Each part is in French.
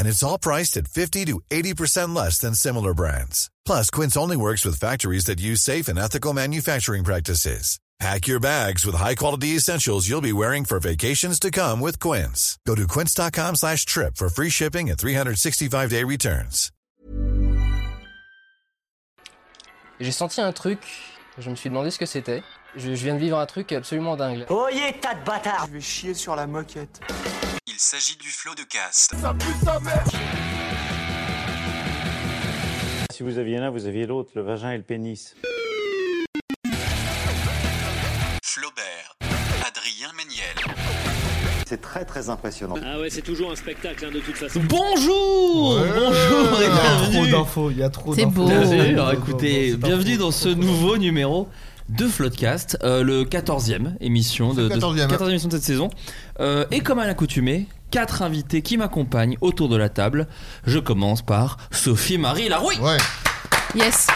And it's all priced at 50 to 80% less than similar brands. Plus, Quince only works with factories that use safe and ethical manufacturing practices. Pack your bags with high-quality essentials you'll be wearing for vacations to come with Quince. Go to quince.com slash trip for free shipping and 365-day returns. J'ai senti un truc, je me suis demandé ce que c'était. Je, je viens de vivre un truc absolument dingue. Oyez, tas de bâtards Je vais chier sur la moquette. Il s'agit du flot de cast. Si vous aviez l'un, vous aviez l'autre, le vagin et le pénis. Flaubert. Adrien Méniel. C'est très très impressionnant. Ah ouais, c'est toujours un spectacle hein, de toute façon. Bonjour Oh, Bonjour et Trop bienvenue d'infos, il y a trop C'est d'infos. beau. Bien sûr, C'est beau, écoutez, c'est pas bienvenue faux. dans ce nouveau numéro de Floodcast, euh, le 14e émission de, C'est le de- 14e, hein. 14e émission de cette saison. Euh, et comme à l'accoutumée, quatre invités qui m'accompagnent autour de la table. Je commence par Sophie Marie Larouille. Ouais, Yes.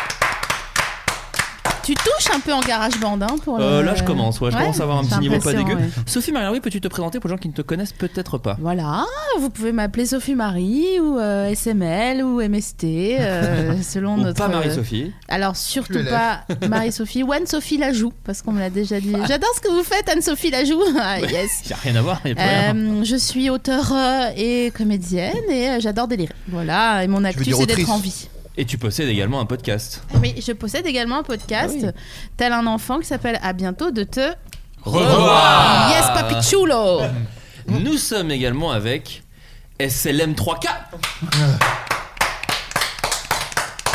Tu touches un peu en garage band hein, pour le- Euh, là, je commence, ouais, je Ouais, commence à avoir un c'est petit niveau pas impressionnant, dégueu. ouais. Sophie Marie Larouille, peux-tu te présenter pour les gens qui ne te connaissent peut-être pas Voilà, Ah, vous pouvez m'appeler Sophie Marie ou euh, SML ou MST euh, selon Ou notre. pas Marie-Sophie Alors surtout QLF. pas Marie-Sophie ou Anne-Sophie Lajoux parce qu'on me l'a déjà dit. Ah. J'adore ce que vous faites Anne-Sophie Lajoux. Ah, yes. Il n'y a rien à voir, il n'y a pas rien. Euh, je suis auteure euh, et comédienne et euh, j'adore délirer. Voilà, et mon veux actu dire c'est d'être autrice. en vie. Et tu possèdes également un podcast. Ah Oui, je possède également un podcast Ah tel un enfant qui s'appelle À bientôt de te. Revoir Yes, papichulo Nous sommes également avec SLM3K.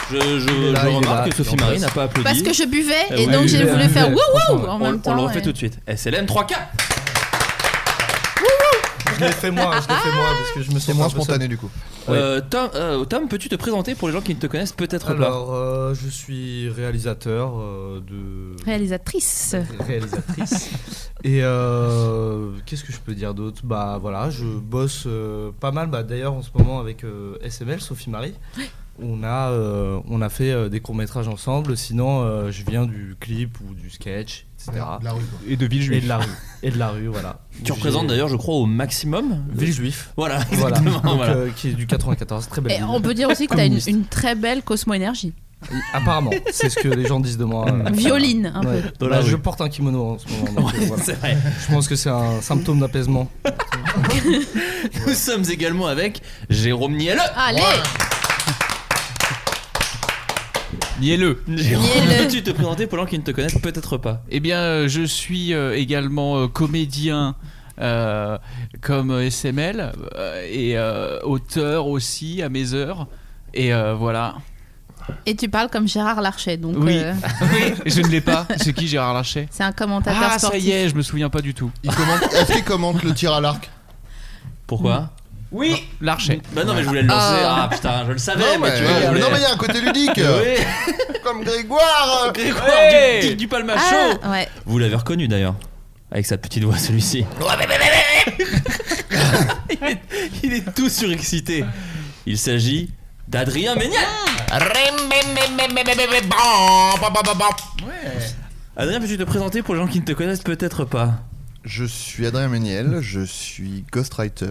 Je, je- est là, je il est remarque là. que Sophie Il en Marie passe. n'a pas applaudi. Parce que je buvais Eh et oui, donc oui, j'ai oui, voulu oui, faire oui, wouhou en on, même on temps. le refait et- tout de suite. SLM3K. je l'ai fait moi, je l'ai fait moi parce que je me C'est sens moins un peu seul. spontané du coup. Euh, Tom, euh, Tom, peux-tu te présenter pour les gens qui ne te connaissent peut-être pas Alors, euh, je suis réalisateur euh, de. Réalisatrice. réalisatrice. Et euh, qu'est-ce que je peux dire d'autre Bah voilà, je bosse euh, pas mal. Bah, D'ailleurs, en ce moment avec euh, SML, Sophie Marie, on a, euh, on a fait euh, des courts-métrages ensemble. Sinon, euh, je viens du clip ou du sketch, etc. Et de Villejuif. Et de la rue. Et de la rue, voilà. Tu représentes d'ailleurs, je crois, au maximum. Villejuif. Voilà, Voilà. exactement. Donc, voilà. euh, qui est du 94, très belle Et ville. on peut dire aussi que t'as une, Bah, Communiste. une très belle Cosmo-énergie. Apparemment, c'est ce que les gens disent de moi. euh, Violine, un peu. Ouais. Dans la Bah, je rue. porte un kimono en ce moment. donc, euh, voilà. C'est vrai. Je pense que c'est un symptôme d'apaisement. Nous sommes également avec Jérôme Niel. Allez Niez-le. Jérôme, Niel. peux-tu te présenter pour les gens qui ne te connaissent peut-être pas Eh bien, euh, je suis euh, également euh, comédien euh, comme euh, SML euh, et euh, auteur aussi à mes heures. Et euh, voilà. Et tu parles comme Gérard Larcher, donc Oui. euh, je ne l'ai pas. C'est qui Gérard Lachet c'est un commentateur Ah, ça sportif. y est, je me souviens pas du tout. Il commente, est-ce qu'il commente le tir à l'arc Pourquoi Oui Larchet. Bah non, mais je voulais le lancer. Ah, Ah. putain, je le savais, Non, mais mais il tu y vois. je a- voulais- non, mais il y a un côté ludique Oui. Comme Grégoire Grégoire Ouais. du, Tic du Palma Ah, Show. ouais. Vous l'avez reconnu d'ailleurs, avec sa petite voix celui-ci. il, est, il est tout surexcité. Il s'agit d'Adrien Méniel. Adrien, peux-tu te présenter pour les gens qui ne te connaissent peut-être pas Je suis Adrien Méniel, je suis ghostwriter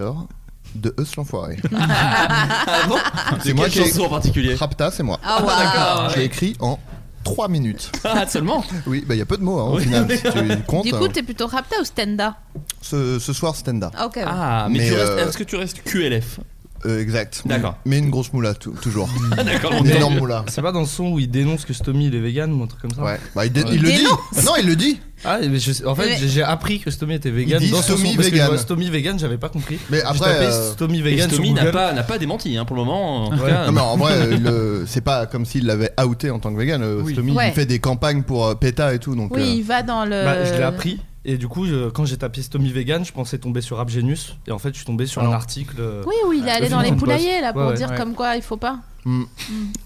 de Eus l'Enfoiré. Ah bon C'est moi quelle qui ai- chanson en particulier Rapta, c'est moi. Ah, waouh. J'ai écrit en 3 minutes. Ah seulement Oui, bah il y a peu de mots hein, au Oui. final. Si tu comptes, Du coup, euh, t'es plutôt rapta ou stenda ce, ce soir, stand-up. Ah, ok. Ah mais, Mais, tu restes- euh, est-ce que tu restes QLF Euh, exact. D'accord. Ah, Mais une grosse moula, tou- toujours. D'accord, Une énorme moula. C'est pas dans le son où il dénonce que Stomy il est vegan ou un truc comme ça Ouais. Bah, il dé- il le dit. Dénonce. Non, il le dit Ah, mais je sais- en fait, Mais- j'ai- j'ai appris que Stomy était vegan. Il dit dans son Stomy son, parce que je vegan. vois Stomy vegan, j'avais pas compris. Mais J'ai après, tapé euh, Stomy vegan Et sur Stomy n'a Google. pas, n'a pas démenti hein, pour le moment. En tout Ouais. cas. Non, mais en vrai, euh, le- c'est pas comme s'il l'avait outé en tant que vegan. euh, Oui. Stomy, Ouais. il fait des campagnes pour euh, PETA et tout. Donc, Oui, euh, il va dans le. Bah, je l'ai appris. Et du coup, je- quand j'ai tapé Stomy vegan, je pensais tomber sur Rap Genius. Et en fait, je suis tombé Ah sur un article. euh, Oui, où il est de allé dans les Huffington Post. poulaillers là pour Ouais, ouais. dire comme quoi il faut pas. Hmm.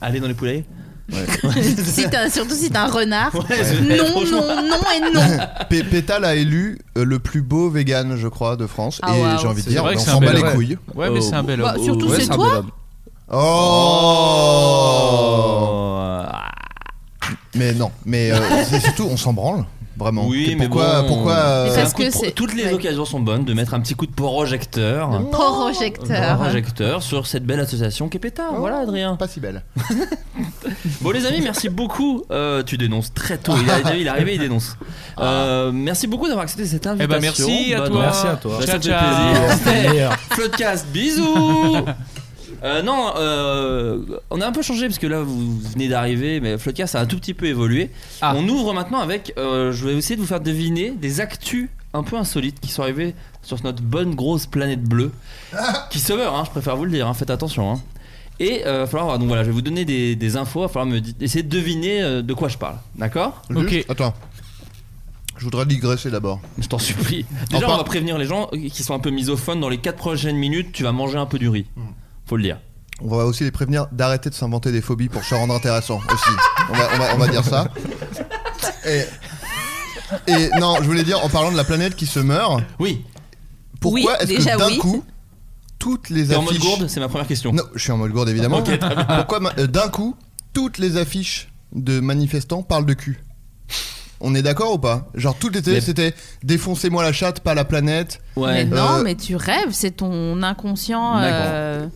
Aller dans les poulaillers Si t'as- surtout si t'es un renard. c'est- non, non, non et non. P- PETA l'a élu euh, le plus beau vegan, je crois, de France. Ah, et waouh. j'ai envie de C'est dire, vrai on que c'est s'en un bat bel les homme. couilles. Ouais, mais c'est un bel homme. Bah, surtout, c'est toi. Oh Mais non, mais euh, c'est surtout, on s'en branle. Vraiment. Oui, Et mais pourquoi, bon, pourquoi euh, c'est un parce coup de que pro- c'est- toutes les occasions sont bonnes de mettre un petit coup de projecteur. Projecteur. Projecteur sur cette belle association qu'est PETA. Voilà, Adrien. Oh, Pas si belle. Bon, les amis, merci beaucoup. Euh, tu dénonces très tôt. Il, a- il est arrivé, il dénonce. Euh, merci beaucoup d'avoir accepté cette Ah. Eh invitation. ben merci à Bah, toi. non. Bah, ça Ciao fait ciao. plaisir. Floodcast, bisous Euh, non, euh, on a un peu changé parce que là vous venez d'arriver, mais Floodcast a un tout petit peu évolué. On ouvre maintenant avec, euh, je vais essayer de vous faire deviner des actus un peu insolites qui sont arrivées sur notre bonne grosse planète bleue, qui se meurt, hein, je préfère vous le dire, hein, faites attention. hein. Et euh, va falloir, donc voilà, je vais vous donner des, des infos, il va falloir me di- essayer de deviner euh, de quoi je parle, d'accord Juste, Attends. Je voudrais digresser d'abord. Je t'en supplie. Déjà, on va prévenir les gens euh, qui sont un peu misophones. Dans les 4 prochaines minutes, tu vas manger un peu du riz. Faut le dire. On va aussi les prévenir d'arrêter de s'inventer des phobies pour se rendre intéressant aussi. On va, on va- on va dire ça. Et, et non, je voulais dire en parlant de la planète qui se meurt. Oui. Pourquoi Oui, est-ce déjà que d'un oui. coup toutes les T'es en affiches mode gourde C'est ma première question. Non, je suis en mode gourde évidemment. Ok, très bien. Pourquoi ma- euh, d'un coup toutes les affiches de manifestants parlent de cul On est d'accord ou pas Genre toutes les télés Mais- c'était défoncez-moi la chatte, pas la planète. Mais non, Euh, mais tu rêves, c'est ton inconscient. D'accord. euh,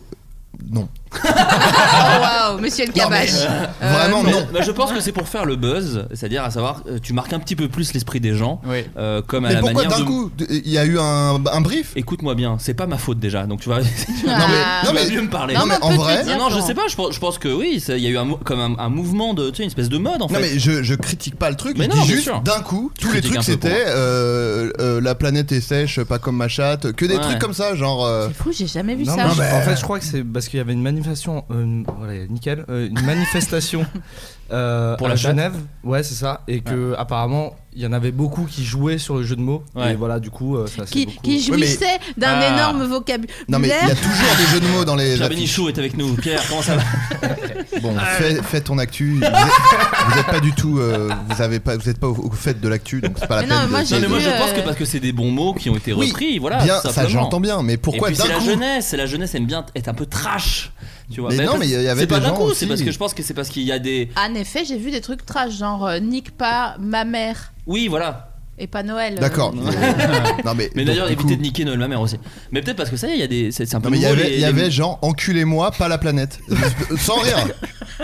non. Oh, waouh, monsieur le cabache. Euh, Mais- bah, je pense que c'est pour faire le buzz, c'est-à-dire à savoir, euh, tu marques un petit peu plus l'esprit des gens, euh, comme à Mais la pourquoi manière d'un de- coup de- il y a eu un, un brief Écoute-moi bien, c'est pas ma faute déjà, donc tu vas, tu vas- Non, mais- tu non, vas mais- mieux me parler. non, mais en vrai- non, non, je sais pas, je pense, je pense que oui, ça- il y a eu un, mou- comme un, un mouvement de, tu sais, une espèce de mode en fait. Non mais je, je critique pas le truc, Mais je non, dis bien juste sûr. d'un coup Tu tous les critiques trucs un peu pour c'était euh, euh, la planète est sèche, pas comme ma chatte, que des Ouais. trucs comme ça genre. euh, Fou, j'ai jamais vu Non, ça. mais je- en fait, je crois que c'est parce qu'il y avait une manifestation, euh, une- voilà, nickel, euh, une manifestation euh, Pour à la chatte. Genève. Ouais, c'est ça. Et que apparemment, il y en avait beaucoup qui jouaient sur le jeu de mots. Et voilà, du coup, euh, ça c'est qui, beaucoup. qui jouissait d'un Ah. énorme vocabulaire. Non mais il y a toujours des jeux de mots dans les. Pierre affiches. Bénichou est avec nous. Pierre, comment ça va Bon, fais, fais ton actu. Vous êtes, vous êtes pas du tout, euh, vous avez pas, vous êtes pas au, au fait de l'actu, donc c'est pas la peine. de- Non, mais moi je pense que parce que c'est des bons mots qui ont été Oui, repris, voilà. bien, tout ça, simplement. j'entends bien, mais pourquoi Et puis, d'un C'est la coup jeunesse, c'est la jeunesse aime bien être un peu trash, tu vois. Mais non, parce- mais il y avait C'est pas des d'un gens coup, aussi. c'est parce que je pense que c'est parce qu'il y a des. En effet, j'ai vu des trucs trash, genre euh, nique pas ma mère Oui, voilà. et pas Noël. euh, D'accord. euh, non mais. Mais donc, d'ailleurs, du évitez coup- de niquer Noël ma mère aussi. Mais peut-être parce que ça y est, il y a des. C'est c'est un peu. Non mais il y nouveau, avait, les- il y les- avait genre enculez-moi, pas la planète. Sans rire.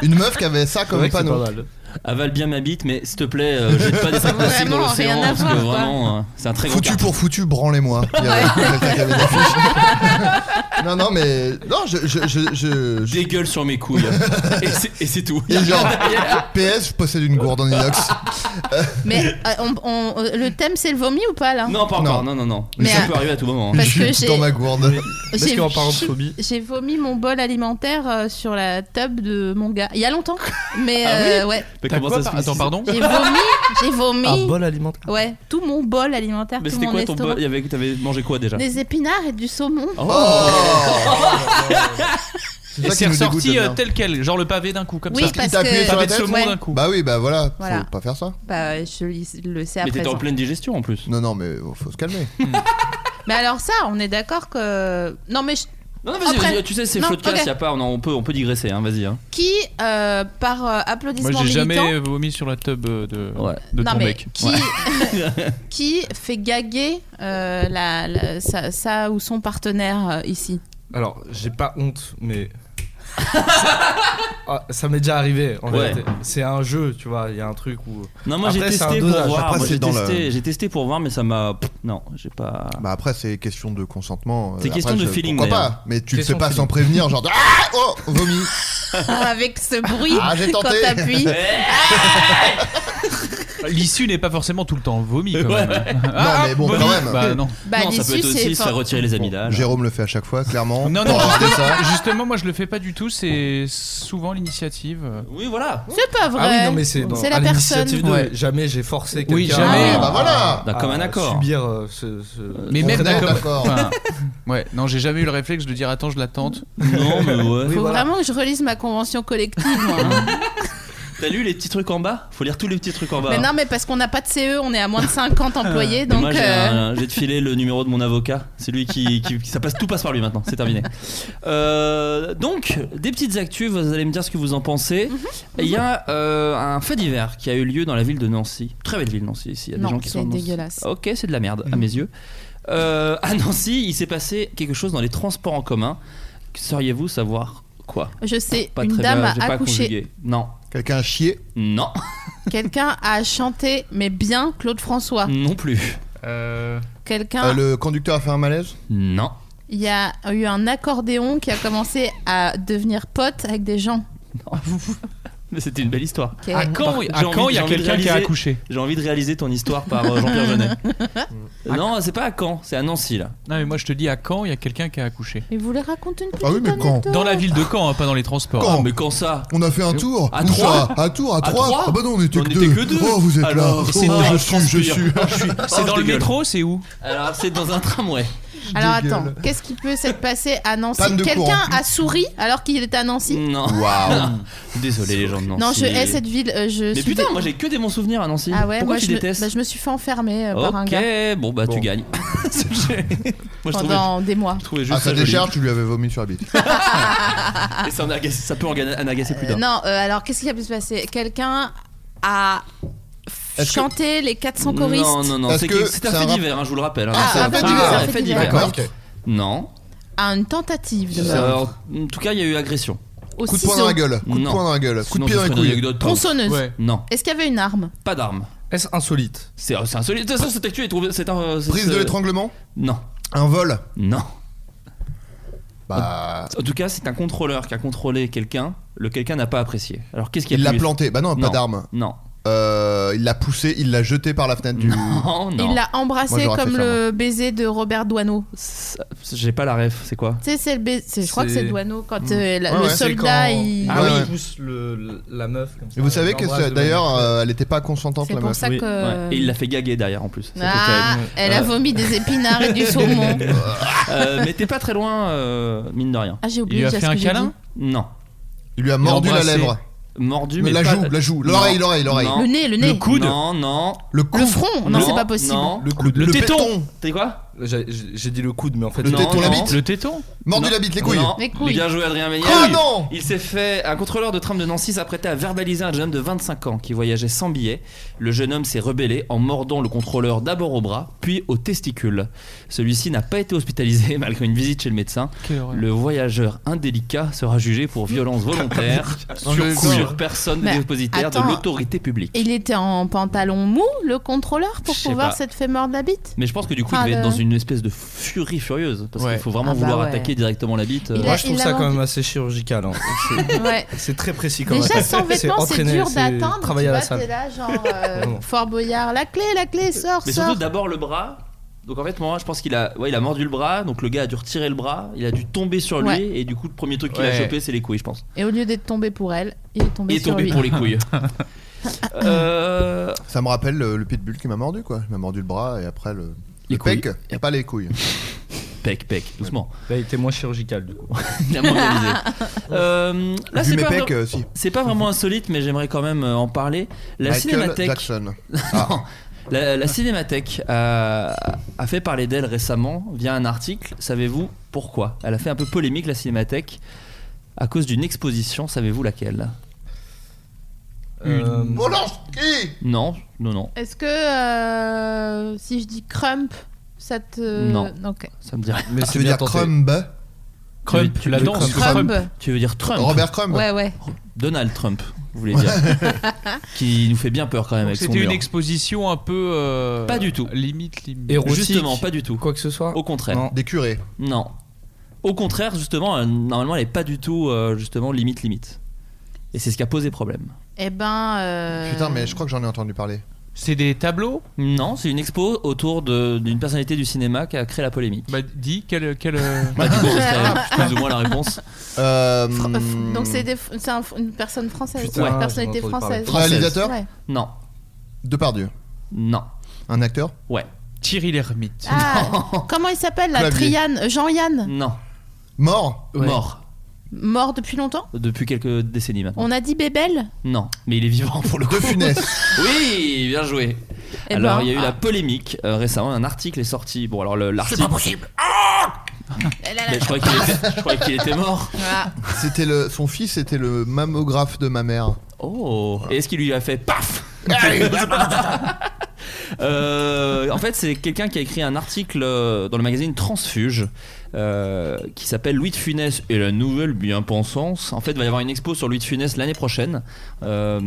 Une meuf qui avait ça comme vrai que c'est panneau. pas mal. Avale bien ma bite, mais s'il te plaît, euh, jette pas des sacs plastiques dans Vraiment, l'océan rien à parce que voir, quoi. vraiment, euh, c'est un très gros. Foutu pour foutu, branlez-moi. Il y avait- il y avait des affiches. non, non, mais. Non, je. je, je, je- je- Dégueule sur mes couilles. Et c'est- et c'est tout. Et genre, PS, je possède une gourde en inox. Mais euh, on- on- euh, le thème c'est le vomi ou pas là Non, pas encore, non, non, non. Mais Mais, ça euh, peut arriver à tout moment. hein. parce que j'ai- Dans ma gourde. J'ai- j'ai- J'ai vomi mon bol alimentaire euh, sur la table de mon gars. Il y a longtemps. Mais Ah oui euh, ouais. Mais T'as comment quoi, ça se par- attends, pardon J'ai vomi. J'ai vomi. Ah, Un bol alimentaire. Ouais, tout mon bol alimentaire, Mais tout c'était mon quoi ton estomac. bol Il y avait- T'avais mangé quoi déjà Oh. Des épinards et du saumon. ça Et qui c'est nous dégoûte, ressorti euh, Damien. tel quel, genre le pavé d'un coup, comme Oui, ça. parce que- Le pavé de Ouais. saumon Ouais. d'un coup. Bah oui, bah voilà. Voilà. Faut pas faire ça. Bah, je le- le sais Mais après. t'étais en pleine digestion en plus. Non, non, mais oh, faut se calmer. Mais alors ça, on est d'accord que non mais je- Non, non, euh, vas-y, Après- vas-y, tu sais, c'est Non, Floodcast, ok. y a pas, on, en- on peut, on peut digresser, hein, vas-y. hein. qui euh, par euh, applaudissement Moi j'ai militant jamais vomi sur la tub euh, de, de Non, ton mais mec. qui- qui fait gaguer euh, la, la- sa, sa ou son partenaire euh, ici. Alors, j'ai pas honte, mais. Ah, ça m'est déjà arrivé en Ouais. vérité. C'est un jeu, tu vois, il y a un truc où. Non, moi j'ai Après, c'est un testé pour dosage. voir. Après, moi, c'est J'ai dans le- testé, j'ai testé pour voir, mais ça m'a. pff, Non, j'ai pas. Bah après c'est question de consentement. euh, C'est après, question de je- feeling, Pourquoi d'ailleurs. pas Mais tu le Question fais pas de sans prévenir, genre de- ah oh vomi. Avec ce bruit Ah, j'ai quand tenté. t'appuies. L'issue n'est pas forcément tout le temps vomi quand Ouais. même. Non, mais bon, quand même. Bah non. Bah, Non, ça l'issue, peut être aussi c'est se faire fort. retirer les amygdales. Jérôme le fait à chaque fois, clairement. Non, Oh. non, Pour arrêter justement, ça. justement, moi je le fais pas du tout, c'est souvent l'initiative. Oui, voilà. C'est pas vrai. Ah oui, non, mais c'est dans- C'est la à personne. l'initiative de Ouais. jamais j'ai forcé quelqu'un. Oui, jamais. à- Ah, bah voilà. à Bah, comme un accord. Subir euh, ce. ce- Mais ce même traitement. d'accord. ouais, non, j'ai jamais eu le réflexe de dire attends, je l'attente. Non, mais ouais. Faut vraiment que je relise ma convention collective. moi. T'as lu les petits trucs en bas Faut lire tous les petits trucs en bas. Mais non, mais parce qu'on n'a pas de CE, on est à moins de 50 employés, donc. moi, j'ai euh, un- j'ai de filer le numéro de mon avocat. C'est lui qui, qui- ça passe, tout passe par lui maintenant. C'est terminé. Euh, donc, des petites actus. Vous allez me dire ce que vous en pensez. Mhm. Il y a euh, un fait divers qui a eu lieu dans la ville de Nancy. Très belle ville, Nancy. Ici, il y a des Non, gens qui c'est sont de Nancy. dégueulasse. Ok, c'est de la merde Mhm. à mes yeux. Euh, à Nancy, il s'est passé quelque chose dans les transports en commun. Sauriez-vous savoir quoi Je sais, Pas une très dame bien, j'ai a pas accouché. conjugué. Non. Quelqu'un a chié Non. Quelqu'un a chanté, mais bien Claude François. Non plus. Quelqu'un. Euh, le conducteur a fait un malaise Non. Il y a eu un accordéon qui a commencé à devenir pote avec des gens. Ah, Mais c'était une belle histoire. Ok. À quand- J'ai à envie- quand il y a j'ai envie de quelqu'un qui a réaliser- accouché J'ai envie de réaliser ton histoire par euh, Jean-Pierre Jeunet. non, c'est pas à Caen, c'est à Nancy là. Non, mais moi je te dis à Caen, il y a quelqu'un qui a accouché. Il voulait raconter Ah une petite Dans la ville de Caen, hein, pas dans les transports. Caen. mais quand ça On a fait un tour À Où trois ça À tour, à À trois trois Ah bah non, on était, On que, était deux. que deux. Oh, vous êtes Alors, là c'est Oh, dingue. je suis, je Je suis. transpire. C'est dans le métro, c'est où Alors, c'est dans un tramway. Alors dégueule. attends, qu'est-ce qui peut s'être passé à Nancy Panne de Quelqu'un courant. a souri alors qu'il était à Nancy Non. Désolé les gens de Nancy. Non, je hais cette ville. euh, je Mais suis putain, dé- moi j'ai que des bons souvenirs à Nancy. Ah ouais, Pourquoi moi tu je me... détestes bah, je me suis fait enfermer euh, par un Ok, gars bon bah tu gagnes. moi, je pendant trouvais- des mois. je trouvais juste À ça sa joli. décharge, tu lui avais vomi sur la bite. Et ça, en agace- ça peut en gana- en agacer plus Euh, d'un. non, euh, alors qu'est-ce qui a pu se passer Quelqu'un a Est-ce que- chanté les 400 choristes. Non, non, non, Est-ce c'est que c'est un c'est un fait rap- divers, hein, je vous le rappelle. hein. Ah, C'est un fait divers, un fait divers. D'accord, ok. Non. À une tentative de Euh, meurtre. en tout cas, il y a eu agression. Au Coup de poing dans la gueule. Coup de Non. poing dans la gueule. Coup de Sinon, pied ce dans la serait une couille. anecdote. Tronçonneuse. Ouais. Non, Est-ce qu'il y avait une arme pas d'arme. Est-ce insolite C'est euh, c'est insolite. De toute façon, cette actu est trouvée. c'est un- euh, c'est- Prise de c'est- l'étranglement Non. Un vol Non. Bah. En tout cas, c'est un contrôleur qui a contrôlé quelqu'un. Le quelqu'un n'a pas apprécié. Alors, qu'est-ce qu'il a Il l'a pu- planté. Bah non, pas Non. d'arme. Non. Euh, il l'a poussé, il l'a jeté par la fenêtre du. Non, non. Il l'a Moi, embrassé j'aurais fait comme ça, le baiser de Robert Doisneau. Ça- J'ai pas la ref, c'est quoi Tu sais, c'est le baiser. c'est- Je crois que c'est C'est- Doisneau quand Mm. euh, la- Ouais, le ouais, c'est soldat quand- il. Ah Ouais, oui, ouais. il pousse le- le- la meuf. comme Et vous ça, savez que Euh, l'embrasse ça- de d'ailleurs, manière- euh, elle était pas consentante C'est la pour meuf. ça Oui. que- Ouais. Et il l'a fait gaguer derrière en plus. C'était Ah, terrible. elle a Euh, vomi des épinards et du saumon. euh, mais t'es pas très loin, euh, mine de rien. Ah, j'ai oublié Il lui a déjà fait ce un que j'ai câlin Non. Il lui a mordu la lèvre. Mordu, Le- mais la pas- joue, la joue, l'oreille, Non, l'oreille, l'oreille. non. Le nez, le nez. Le coude. Non, non. Le cou. front. Non, c'est pas possible. non. Le coude. Le téton. T'es quoi J'ai j'ai dit le coude, mais en fait. Le non, téton, la non. bite. Le téton Mordu Non. la bite, les couilles. Non. Les couilles. Bien joué Adrien Méniel. Ah non Il s'est fait un contrôleur de tram de Nancy s'apprêtait à verbaliser un jeune homme de 25 ans qui voyageait sans billet. Le jeune homme s'est rebellé en mordant le contrôleur d'abord au bras, puis au testicule. Celui-ci n'a pas été hospitalisé malgré une visite chez le médecin. Quelle horreur. Le voyageur indélicat sera jugé pour violence volontaire En même sur, temps. sur personne Mais dépositaire attends. de l'autorité publique. Il était en pantalon mou, le contrôleur, pour Je sais pouvoir pas. s'être fait mordre la bite. Mais je pense que du coup, Ah, il devait le- être dans une espèce de furie furieuse. Parce Ouais. qu'il faut vraiment Ah bah vouloir ouais. attaquer directement la bite. euh. Il Moi, a- je trouve il a ça quand vendu- même assez chirurgical. hein. C'est- Ouais. C'est très précis quand même. Déjà sans vêtements, c'est entraîné, dur d'atteindre. Tu Travailler à la vois, t'es salle. là, genre euh, Vraiment. Fort Boyard, la clé, la clé, sort, Mais sort. surtout d'abord le bras. Donc en fait moi je pense qu'il a ouais, il a mordu le bras donc le gars a dû retirer le bras, il a dû tomber sur lui Ouais. et du coup le premier truc qu'il a Ouais. chopé c'est les couilles je pense. Et au lieu d'être tombé pour elle, il est tombé Il est sur tombé lui. pour les couilles. Euh, Ça me rappelle le, le pitbull qui m'a mordu, quoi. Il m'a mordu le bras et après le. Les le pec, couilles. et pas les couilles. Pec, pec, doucement. Là, Bah, il était moins chirurgical du coup. Il a moralisé. Euh, là Vu c'est mes pas, pecs, vra- euh, si. c'est pas vraiment insolite mais j'aimerais quand même euh, en parler. La Michael cinémathèque Jackson. Ah. Non. La, la Cinémathèque a, a fait parler d'elle récemment via un article. Savez-vous pourquoi Elle a fait un peu polémique, la Cinémathèque, à cause d'une exposition. Savez-vous laquelle Euh, Polanski Non, non, non. Est-ce que euh, si je dis crump, ça te. Non. Euh, Ok. Ça me dirait. Mais Tu c'est veux bien dire tenté. crumb Crump, Tu veux- la tu veux danse, Crump. Crump. Tu veux dire Trump Robert Crump. Ouais, ouais. Donald Trump, vous voulez dire. qui nous fait bien peur quand même avec son C'était une mur. exposition un peu. euh, Pas du tout. Limite, limite. Justement, pas du tout. Quoi que ce soit. Au contraire. Non. Des curés. Non. Au contraire, justement, euh, normalement, elle est pas du tout, euh, justement, limite, limite. Et c'est ce qui a posé problème. Eh ben. euh, Putain, mais je crois que j'en ai entendu parler. C'est des tableaux Non, c'est une expo autour de- d'une personnalité du cinéma qui a créé la polémique. Bah, dis, quel. quel Bah, du coup, on serait plus ou moins la réponse. Euh, Donc c'est des- c'est un- une personne française, Putain, une j'en ai personnalité entendu française. parler. Réalisateur Ouais. Non. Depardieu Non. Un acteur Ouais. Thierry Lhermitte. Ah, comment il s'appelle la Clavier. Trianne Jean-Yann Non. Mort Mort. Mort depuis longtemps Depuis quelques décennies maintenant. On a dit Bébel Non, mais il est vivant pour le coup. De Funès. oui, bien joué. Eh alors, ben, il y a eu ah. la polémique euh, récemment. Un article est sorti. Bon, alors le- l'article. C'est pas possible. Mais je croyais qu'il était- je croyais qu'il était mort. C'était le, son fils était le mammographe de ma mère. Oh. Et est-ce qu'il lui a fait paf Euh, en fait, c'est quelqu'un qui a écrit un article euh, dans le magazine Transfuge euh, qui s'appelle Louis de Funès et la nouvelle bien-pensance. En fait, il va y avoir une expo sur Louis de Funès l'année prochaine. Euh,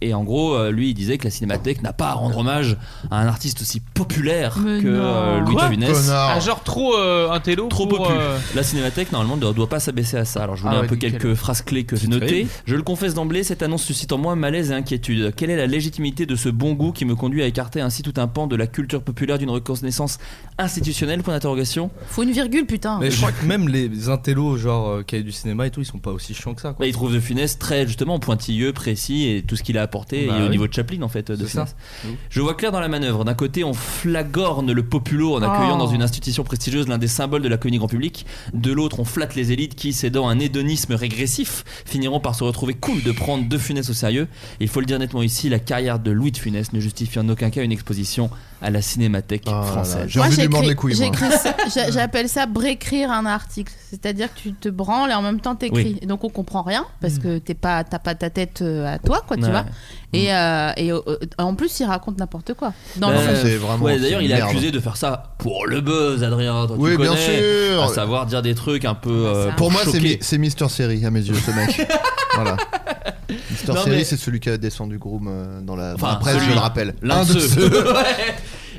et en gros, euh, lui, il disait que la Cinémathèque n'a pas à rendre hommage à un artiste aussi populaire Mais que non. euh, Louis Quoi de Funès. Connard. Ah, genre trop euh, un télo Trop pour, popu. euh, La Cinémathèque, normalement, ne doit pas s'abaisser à ça. Alors, je vous Ah lis un ouais, peu nickel. quelques phrases clés que j'ai notées. terrible. Je le confesse d'emblée, cette annonce suscite en moi malaise et inquiétude. Quelle est la légitimité de ce bon goût qui me conduit à écarter ainsi tout un pan de la culture populaire d'une reconnaissance institutionnelle Point d'interrogation. Faut une virgule, putain. Mais je crois que même les intellos, genre, euh, qui avaient du cinéma et tout, ils sont pas aussi chiants que ça. Quoi. Là, Bah, il trouve de Funès très justement pointilleux, précis et tout ce qu'il a apporté Bah et au oui. niveau de Chaplin en fait de C'est ça. Funès. Je vois clair dans la manœuvre. D'un côté, on flagorne le populo en accueillant Oh. dans une institution prestigieuse l'un des symboles de la communauté grand public. De l'autre, on flatte les élites qui, cédant à un hédonisme régressif, finiront par se retrouver cool de prendre De Funès au sérieux. Il faut le dire nettement ici, la carrière de Louis de Funès ne justifie en aucun cas une exposition à la Cinémathèque française. j'ai Moi, envie de lui j'ai mordre Écris- j'écris ça- j'a- J'appelle ça brécrire un article. C'est-à-dire que tu te branles et en même temps t'écris. Oui. Mm. Et Donc on comprend rien parce que t'es pas, t'as pas ta tête euh, à toi, quoi, tu Ouais. Mm. vois. Et, euh, et euh, en plus, il raconte n'importe quoi. Dans Bah, le sens- ouais, d'ailleurs, c'est il est une accusé merde. de faire ça pour le buzz, Adrien. toi, tu Oui, bien connais, sûr. À savoir dire des trucs un peu. euh, Pour moi, c'est, choqués. mi- c'est Mister Série à mes yeux, ce mec. voilà. Mister Non, Série, mais- c'est celui qui a descendu Groom euh, dans la, dans Enfin, la presse, celui- je le rappelle. L'un de ceux. Ouais.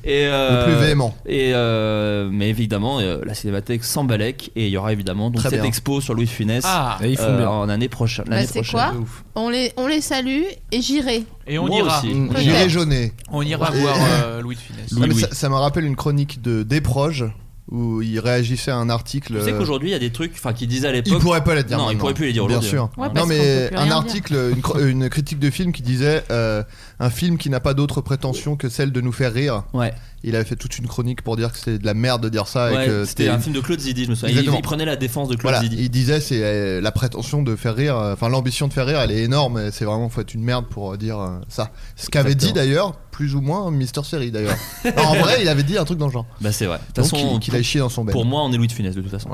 Et euh, Le plus véhément. Et euh, mais évidemment, euh, la cinémathèque s'emballait et il y aura évidemment donc Très cette bien. expo sur Louis de Funès Ah. euh, Et ils font bien. en année prochaine. Bah, L'année c'est prochaine. quoi on les, on les salue et j'irai. Et on Moi Ah, ira. aussi. Mm. J'irai Peut-être. jauner. On ira Et- voir euh, Louis de Funès. Ah, mais Ça, ça me rappelle une chronique de Desproges où il réagissait à un article. Tu sais euh, qu'aujourd'hui, il y a des trucs enfin, qui disaient à l'époque. Il pourrait pas les dire. Non, il maintenant. pourrait plus les dire Bien aujourd'hui. hein. sûr. non, mais un article, une, cro- une critique de film qui disait euh, un film qui n'a pas d'autre prétention que celle de nous faire rire. Ouais. Il avait fait toute une chronique pour dire que c'est de la merde de dire ça. et Ouais, que c'était un film de Claude Zidi, je me souviens. Il- Exactement. il prenait la défense de Claude Voilà, Zidi. il disait c'est euh, la prétention de faire rire, euh, enfin l'ambition de faire rire, elle est énorme. et C'est vraiment faut être une merde pour euh, dire euh, ça. Ce qu'avait dit Exactement. d'ailleurs plus ou moins Mister Série d'ailleurs. Non, en vrai, il avait dit un truc dans le genre. Bah c'est vrai. De toute Donc, façon, il- qu'il aille chier dans son bain. Pour moi, on est Louis de Funès de toute façon.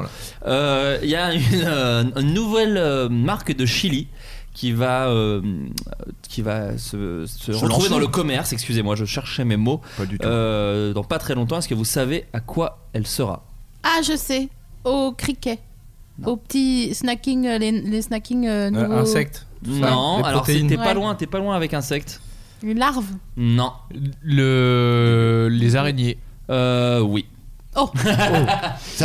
Euh, Il y a une, euh, une nouvelle euh, marque de Chili qui va euh, qui va se, Se se lancer. retrouver dans le commerce. Excusez-moi, je cherchais mes mots. Euh, dans pas très longtemps, est-ce que vous savez à quoi elle sera Ah, je sais. Au criquet. Au petit snacking, euh, les, les snacking euh, nouveaux. Non. Les alors protéines. c'était pas Ouais. loin. T'es pas loin avec insectes. Une larve. Non. Le... Les araignées. Euh, oui. Oh, Tu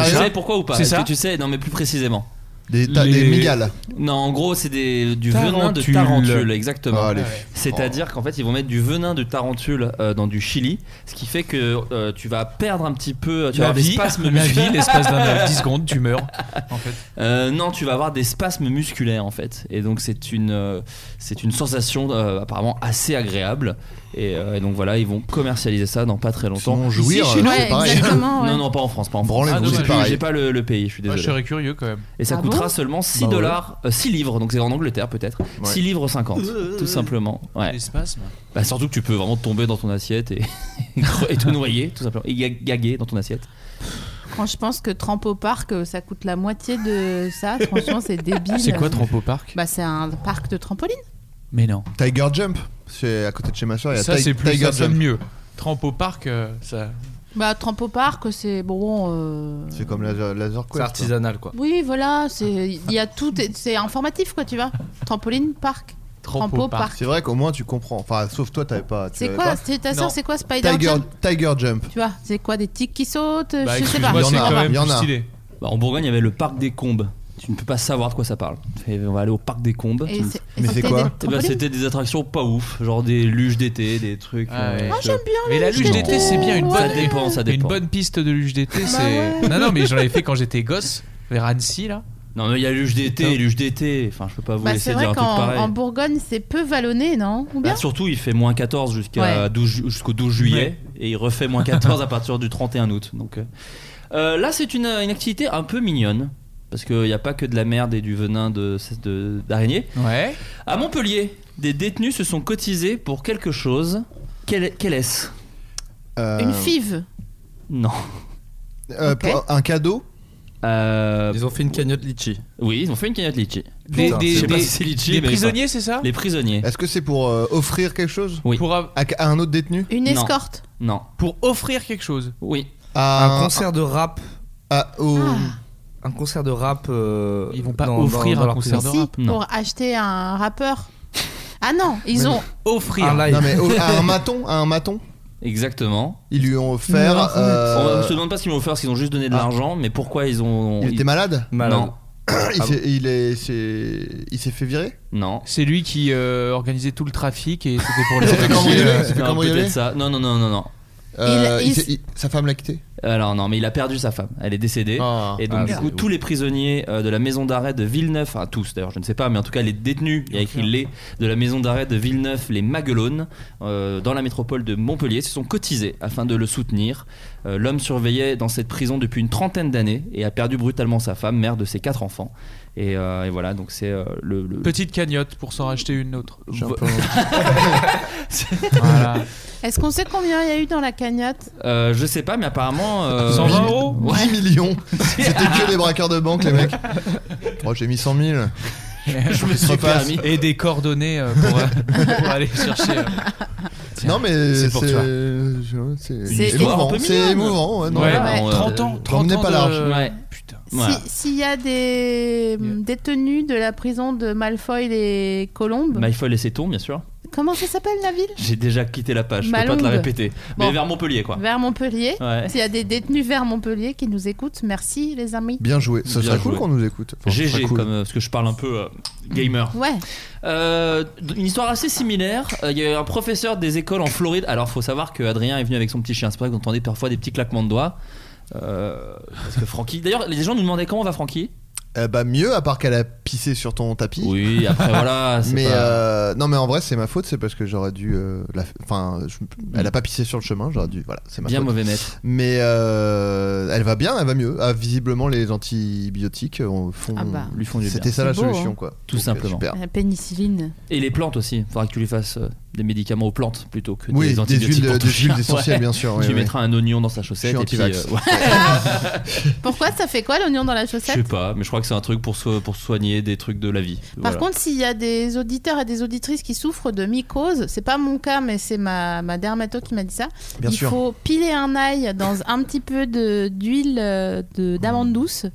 sais pourquoi ou pas C'est Est-ce ça que tu sais Non, mais plus précisément. Des, t'as des Les- mygales. Non, en gros, c'est des- du venin de Tarentule. tarentule, exactement. Ah, les- C'est-à-dire qu'en fait, ils vont mettre du venin de tarentule euh, dans du chili, ce qui fait que euh, tu vas perdre un petit peu. Tu vas la avoir des vie, spasmes la vie, musculaires. l'espace d'un 10 secondes, tu meurs. En fait. Euh, non, tu vas avoir des spasmes musculaires en fait, et donc c'est une euh, c'est une sensation euh, apparemment assez agréable. Et, euh, et donc voilà, ils vont commercialiser ça dans pas très longtemps. Sinon, jouir, euh, Ici, chez nous. c'est Ouais, pareil. exactement, ouais. Non, non, pas en France, pas en France. Branlez-vous, Ah, c'est J'ai- pareil. J'ai pas le, le pays, je suis désolé. je serais curieux quand même. Et ça Ah coûtera bon seulement 6 Bah ouais. dollars, euh, 6 livres, donc c'est en Angleterre peut-être. 6 livres 50, tout simplement. Ouais. L'espace, moi. Bah, surtout que tu peux vraiment tomber dans ton assiette et, et te noyer, tout simplement, et ga- gaguer dans ton assiette. Quand je pense que Tramp au parc, euh, ça coûte la moitié de ça, franchement, c'est débile. C'est quoi, Tramp au parc Bah, c'est un parc de trampoline. Mais non. Tiger Jump, c'est à côté de chez ma soeur. Il y a Ça, Ti- c'est plus, Tiger ça sonne Jump. mieux. Trempe au parc, euh, ça. Bah, Trampo Park, c'est bon. euh, C'est comme Laser, laser Quest. C'est artisanal quoi. Oui, voilà, c'est il y a tout, est- c'est informatif quoi, tu vois. Trampoline parc. Trampo parc. C'est vrai qu'au moins tu comprends. Enfin, sauf toi, t'avais pas. tu C'est l'avais quoi pas. C'est ta sœur, c'est quoi Spider Tiger, Jump Tiger Jump. Tu vois, c'est quoi des tics qui sautent Bah, Je sais pas. excuse-moi, Il y en a, il y en a. Bah, en Bourgogne, il y avait le parc des Combes. Tu ne peux pas savoir de quoi ça parle. Et on va aller au parc des Combes. Et c'est- Mais et c'est c'était quoi des Eh ben, trampolines C'était des attractions pas ouf, genre des luges d'été, des trucs. Ah ouais. euh, Moi, je- j'aime bien Mais la luge d'été, c'est bien une Ça bonne, dépend, ça dépend. Bah Une bonne piste de luge d'été, c'est. Non, non, mais j'en avais fait quand j'étais gosse, vers Annecy là. Non, mais il y a luge d'été, luge d'été. Enfin, je peux pas vous Bah, laisser c'est vrai dire un truc qu'en pareil. en Bourgogne, c'est peu vallonné, non Ou bien Bah, surtout, il fait moins 14 jusqu'à Ouais. 12 ju- jusqu'au 12 juillet et il refait moins 14 à partir du 31 août. Donc euh, euh, là, c'est une, une activité un peu mignonne parce qu'il n'y a pas que de la merde et du venin de de- d'araignée. Ouais. À Montpellier, des détenus se sont cotisés pour quelque chose. Quel, est- quel est-ce Euh, Une five. Non. Euh, Ok. pour- un cadeau Euh, Ils ont fait une cagnotte litchi. Euh, Oui, ils ont fait une cagnotte litchi. Des- Putain, des- je sais pas des- si c'est litchi, des mais- prisonniers, c'est ça Les prisonniers. Est-ce que c'est pour euh, offrir quelque chose Oui. Pour à, à un autre détenu Une Non. escorte. Non. Pour offrir quelque chose. Oui. Ah, Ah, un concert de rap. oh. Ah. Un concert de rap. euh, Ils vont pas dans- offrir dans- dans un leur concert prison. de rap. pour acheter un rappeur. Ah non, ils Mais- ont Offrir. Un live. Non, mais au- à un maton, à un maton. Exactement. Ils lui ont offert. On- euh, ah. On se demande pas ce qu'ils m'ont offert, parce qu'ils ont juste donné de l'argent, mais pourquoi ils ont. Il était malade Non. il Ah s'est- il est- s'est- il s'est fait virer Non. C'est lui qui euh, organisait tout le trafic et c'était pour les. euh, Il s'est fait cambrioler, il s'est fait euh, Non, cambrioler. peut-être ça. Non, non, non, non, non. Euh, Il- il il- s'est- il- Sa femme l'a quitté Alors non, mais il a perdu sa femme. Elle est décédée. Ah. et donc Ah, du c'est coup, ouf. tous les prisonniers euh, de la maison d'arrêt de Villeneuve, enfin tous d'ailleurs, je ne sais pas, mais en tout cas les détenus, il y a écrit les de la maison d'arrêt de Villeneuve, les Maguelones, euh, dans la métropole de Montpellier, se sont cotisés afin de le soutenir. Euh, L'homme surveillait dans cette prison depuis une trentaine d'années et a perdu brutalement sa femme, mère de ses quatre enfants. Et, euh, et voilà, donc c'est euh, le, le- Petite cagnotte pour s'en racheter une autre. J'ai un peu Voilà. Ah. Est-ce qu'on sait combien il y a eu dans la cagnotte Euh, je sais pas, mais apparemment. euh, 120 euros 10 millions C'était que des braqueurs de banque, les mecs. Oh, j'ai mis 100 000. Je me suis Repasse. permis. Et des coordonnées euh, pour, euh, pour aller chercher. euh. Non, mais C'est c'est. pour toi. je- C'est C'est histoire émouvant. un peu C'est mignonne. émouvant, ouais. non, Ouais, mais- non, euh, 30 ans, 30 L'emmenez ans pas de- large. Ouais. Si- Voilà. S'il y a des hum, détenus de la prison de Malfoy et Colombes, Myfall et ses tons, bien sûr. comment ça s'appelle la ville J'ai déjà quitté la page, je peux pas te la Malonde. répéter. Bon. Mais vers Montpellier, quoi. Vers Montpellier. Ouais. S'il y a des détenus vers Montpellier qui nous écoutent, merci les amis. Bien joué. Ça Bien serait cool joué. qu'on nous écoute. Enfin, ça serait GG, cool. comme, euh, parce que je parle un peu euh, gamer. Ouais. Euh, d- une histoire assez similaire. Euh, Il y a eu un professeur des écoles en Floride. Alors, faut savoir que Adrien est venu avec son petit chien. C'est pour ça que vous entendez parfois des petits claquements de doigts. Euh, parce que Francky. D'ailleurs, les gens nous demandaient comment va Francky. Euh, bah mieux à part qu'elle a pissé sur ton tapis. Oui, après, voilà, c'est mais pas- euh, non mais en vrai c'est ma faute, c'est parce que j'aurais dû euh, la- enfin je- elle a pas pissé sur le chemin, j'aurais dû voilà, c'est ma Bien faute. mauvais maître. Mais euh, elle va bien, elle va mieux. Ah, visiblement les antibiotiques euh, font Ah bah. Lui font du bien. C'était ça la C'est beau, solution hein. quoi. Tout Donc, euh, simplement. super. La pénicilline. Et les plantes aussi. Faudra que tu lui fasses euh, des médicaments aux plantes plutôt que Oui, des des antibiotiques. huiles- pour ton des huiles chien. essentielles, Ouais. bien sûr, oui, tu oui. mettras un oignon dans sa Je chaussette. suis et puis, anti-vax. euh, ouais. Pourquoi ça fait quoi l'oignon dans la Je chaussette sais pas, mais je crois que c'est un truc pour, so- pour soigner des trucs de la vie. Par Voilà. contre, s'il y a des auditeurs et des auditrices qui souffrent de mycose, c'est pas mon cas, mais c'est ma, ma dermato qui m'a dit ça. Bien il sûr. faut piler un ail dans un petit peu de- d'huile euh, de- Mmh. d'amande douce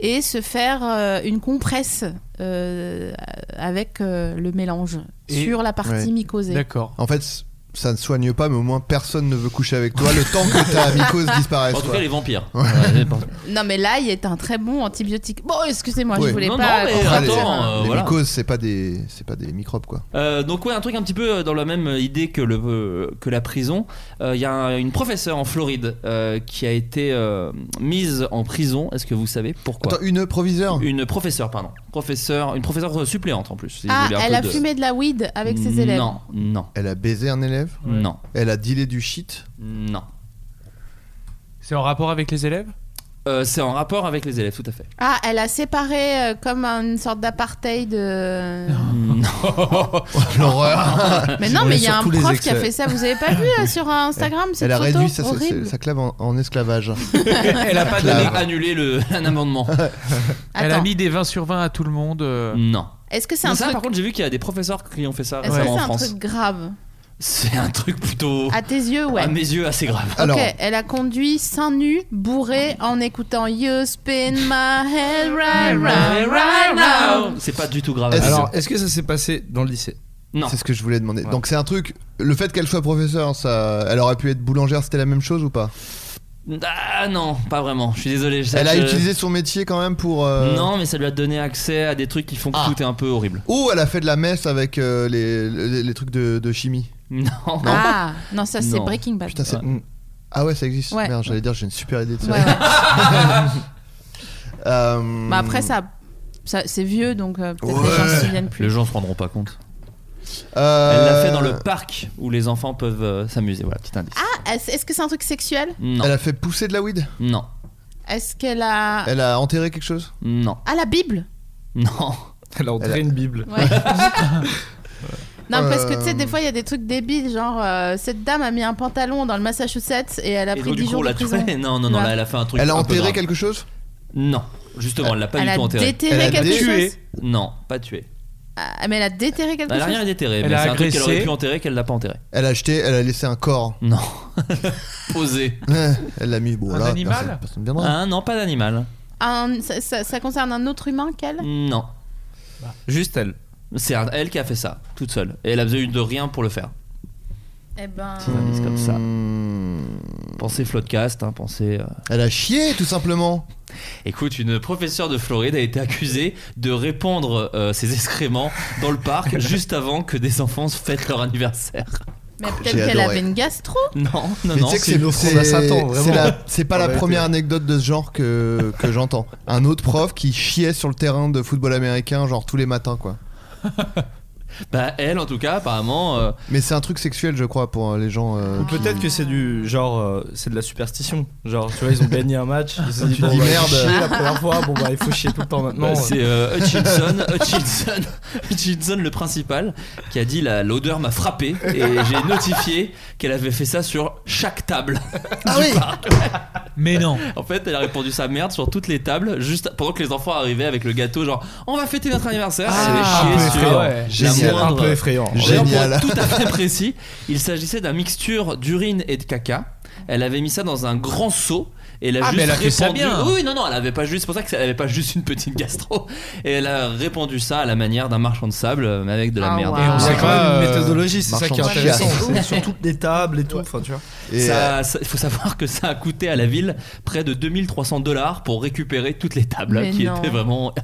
et se faire euh, une compresse euh, avec euh, le mélange Et- sur la partie Ouais. mycosée. En fait c- ça ne soigne pas mais au moins personne ne veut coucher avec toi le temps que ta mycose disparaisse. En tout quoi. cas, les vampires. Ouais. Ouais, les- Non, mais l'ail est un très bon antibiotique. Bon, excusez-moi, Oui. je voulais Non, pas. non, mais contredire. les, attends, euh, les voilà. mycoses c'est pas des c'est pas des microbes quoi. Euh, donc ouais, un truc un petit peu euh, dans la même idée que, le, euh, que la prison. Euh, Il y a un- une professeure en Floride euh, qui a été euh, mise en prison. Est-ce que vous savez pourquoi Attends, une proviseure Une professeure, pardon. Professeure, une professeure suppléante en plus. si vous Ah, voulez un elle peu a de- fumé de la weed avec ses élèves. Non, non, Elle a baisé un élève non, Elle a dealé du shit non. C'est en rapport avec les élèves Euh, c'est en rapport avec les élèves, tout à fait. Ah, elle a séparé euh, comme une sorte d'apartheid. euh, Ah, L'horreur Mais non, mais il y a un prof qui a fait ça. Vous avez pas vu euh, sur Instagram cette Elle a photo réduit sa, sa- horrible sa clave en, en esclavage. Elle a pas Elle donné. a annulé le, Euh, un amendement. Elle a Attends. mis des 20 sur 20 à tout le monde. euh. Non. Est-ce que c'est Mais un ça, truc par contre, j'ai vu qu'il y a des professeurs qui ont fait ça Est-ce que récemment c'est en un France. truc grave c'est un truc plutôt. À tes yeux, ouais. À mes yeux, assez grave. ok, elle a conduit seins nus, bourré, en écoutant You spin my head right Ah. round, right round. C'est pas du tout grave. Alors, est-ce que ça s'est passé dans le lycée Non. C'est ce que je voulais demander. Donc c'est un truc. Le fait qu'elle soit professeure, ça, elle aurait pu être boulangère, c'était la même chose ou pas Ah non, pas vraiment. Je suis désolé. je- Elle a je- utilisé son métier quand même pour. euh, Ah. Non, mais ça lui a donné accès à des trucs qui font que tout est un peu horrible. Ou elle a fait de la messe avec euh, les, les, les trucs de, de chimie. Non. Ah, non, ça c'est Non. Breaking Bad. Putain, c'est- Ouais. Mm. Ah ouais, ça existe. Ouais. Merde, j'allais dire, j'ai une super idée de Ouais, ça. Euh, Bah après, ça, ça- c'est vieux, donc euh, peut-être les Ouais. gens se souviennent plus. Les gens se rendront pas compte. Euh, Elle l'a fait dans le parc où les enfants peuvent euh, s'amuser. Voilà, petit indice. Ah, est-ce est-ce que c'est un truc sexuel Non. Elle a fait pousser de la weed Non. Est-ce qu'elle a... Elle a enterré quelque chose Non. Ah, la Bible Non. Elle a entré une Bible. Ouais. Non, parce que tu sais, Euh, des fois, il y a des trucs débiles, genre euh, cette dame a mis un pantalon dans le Massachusetts et elle a Et pris donc, 10 du coup, jours on de l'a prison. tuée. Non, non, non, Ouais. là, elle a fait un truc. Elle a un peu enterré grave. quelque chose Non, justement, elle l'a pas Elle du a tout enterré. déterré Elle a quelque tué. chose Non, pas tué. Ah, mais elle a déterré quelque Bah, Elle a chose. rien déterré. Elle mais a c'est un truc qu'elle agressé. aurait pu enterrer qu'elle l'a pas enterré. Elle a acheté, elle a laissé un corps. Non. Posé. elle l'a mis. Bon, Un là, animal personne, personne viendra. Ah, non, pas d'animal. Un- ça, ça- ça concerne un autre humain qu'elle Non. Juste elle. C'est un- elle qui a fait ça, toute seule. Et elle a besoin de rien pour le faire. Eh ben. Petit indice comme ça. Pensez Floodcast, hein, pensez. euh, Hmm. Elle a chié, tout simplement. Écoute, une professeure de Floride a été accusée de répandre euh, ses excréments dans le parc juste avant que des enfants fêtent leur anniversaire. Mais peut-être J'ai qu'elle adoré. avait une gastro Non, non, Mais non. tu sais que c'est c'est- c'est la- c'est pas la première anecdote de ce genre que, que j'entends. Un autre prof qui chiait sur le terrain de football américain, genre tous les matins, quoi. Bah, elle, en tout cas, apparemment. euh, Mais c'est un truc sexuel, je crois, pour euh, les gens. euh, Ou qui- peut-être que c'est du genre, euh, c'est de la superstition. Genre, tu vois, ils ont gagné un Ah, match, ils se Tu disent, bon, dis bah, j'ai merde. chié la première fois, bon bah il faut chier tout le temps maintenant. bah, c'est euh, Hutchinson, Hutchinson, Hutchinson, le principal, qui a dit la- l'odeur m'a frappé et j'ai notifié qu'elle avait fait ça sur chaque table. Ah oui Mais non. En fait, elle a répondu sa merde sur toutes les tables, juste pendant que les enfants arrivaient avec le gâteau, genre on va fêter notre anniversaire. Ah, Elle avait un peu chié effrayant. Génial. sur la moindre- Un peu effrayant. D'ailleurs, pour Génial. être tout à fait précis, il s'agissait d'un mixture d'urine et de caca. Elle avait mis ça dans un grand seau. Et elle a Ah, juste mais elle a fait ça répandu- bien. Oui, oui, non, non, elle avait pas juste. C'est pour ça qu'elle avait pas juste une petite gastro. Et elle a répandu ça à la manière d'un marchand de sable, euh, mais avec de la Ah, merde. waouh. Et on sait Ouais. pas, euh, Une méthodologie, c'est ça qui est marchand de intéressant. chiasse. C'est sur toutes les tables et euh, tout. Enfin, tu vois. Il faut savoir que ça a coûté à la ville près de 2300 dollars pour récupérer toutes les tables Mais qui non. étaient vraiment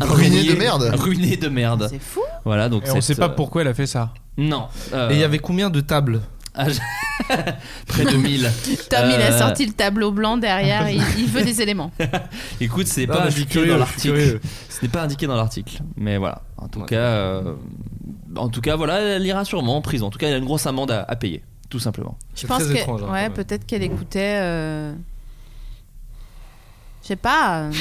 Ruinées de merde. Ruinées de merde. C'est fou. Voilà, donc Et on cette, sait pas euh, pourquoi elle a fait ça. Non. Euh, Et il y avait combien de tables Ah, près de 1000. Tom, il a Euh, sorti le tableau blanc derrière, il, il veut des éléments. Écoute, c'est Non, pas mais je suis indiqué curieux, dans je suis l'article. curieux. Ce n'est pas indiqué dans l'article, mais voilà. En tout cas, euh, en tout cas, voilà, elle ira sûrement en prison. En tout cas, elle a une grosse amende à, à payer, tout simplement. Je pense que, hein, hein, ouais, peut-être qu'elle écoutait, euh, je sais pas, euh,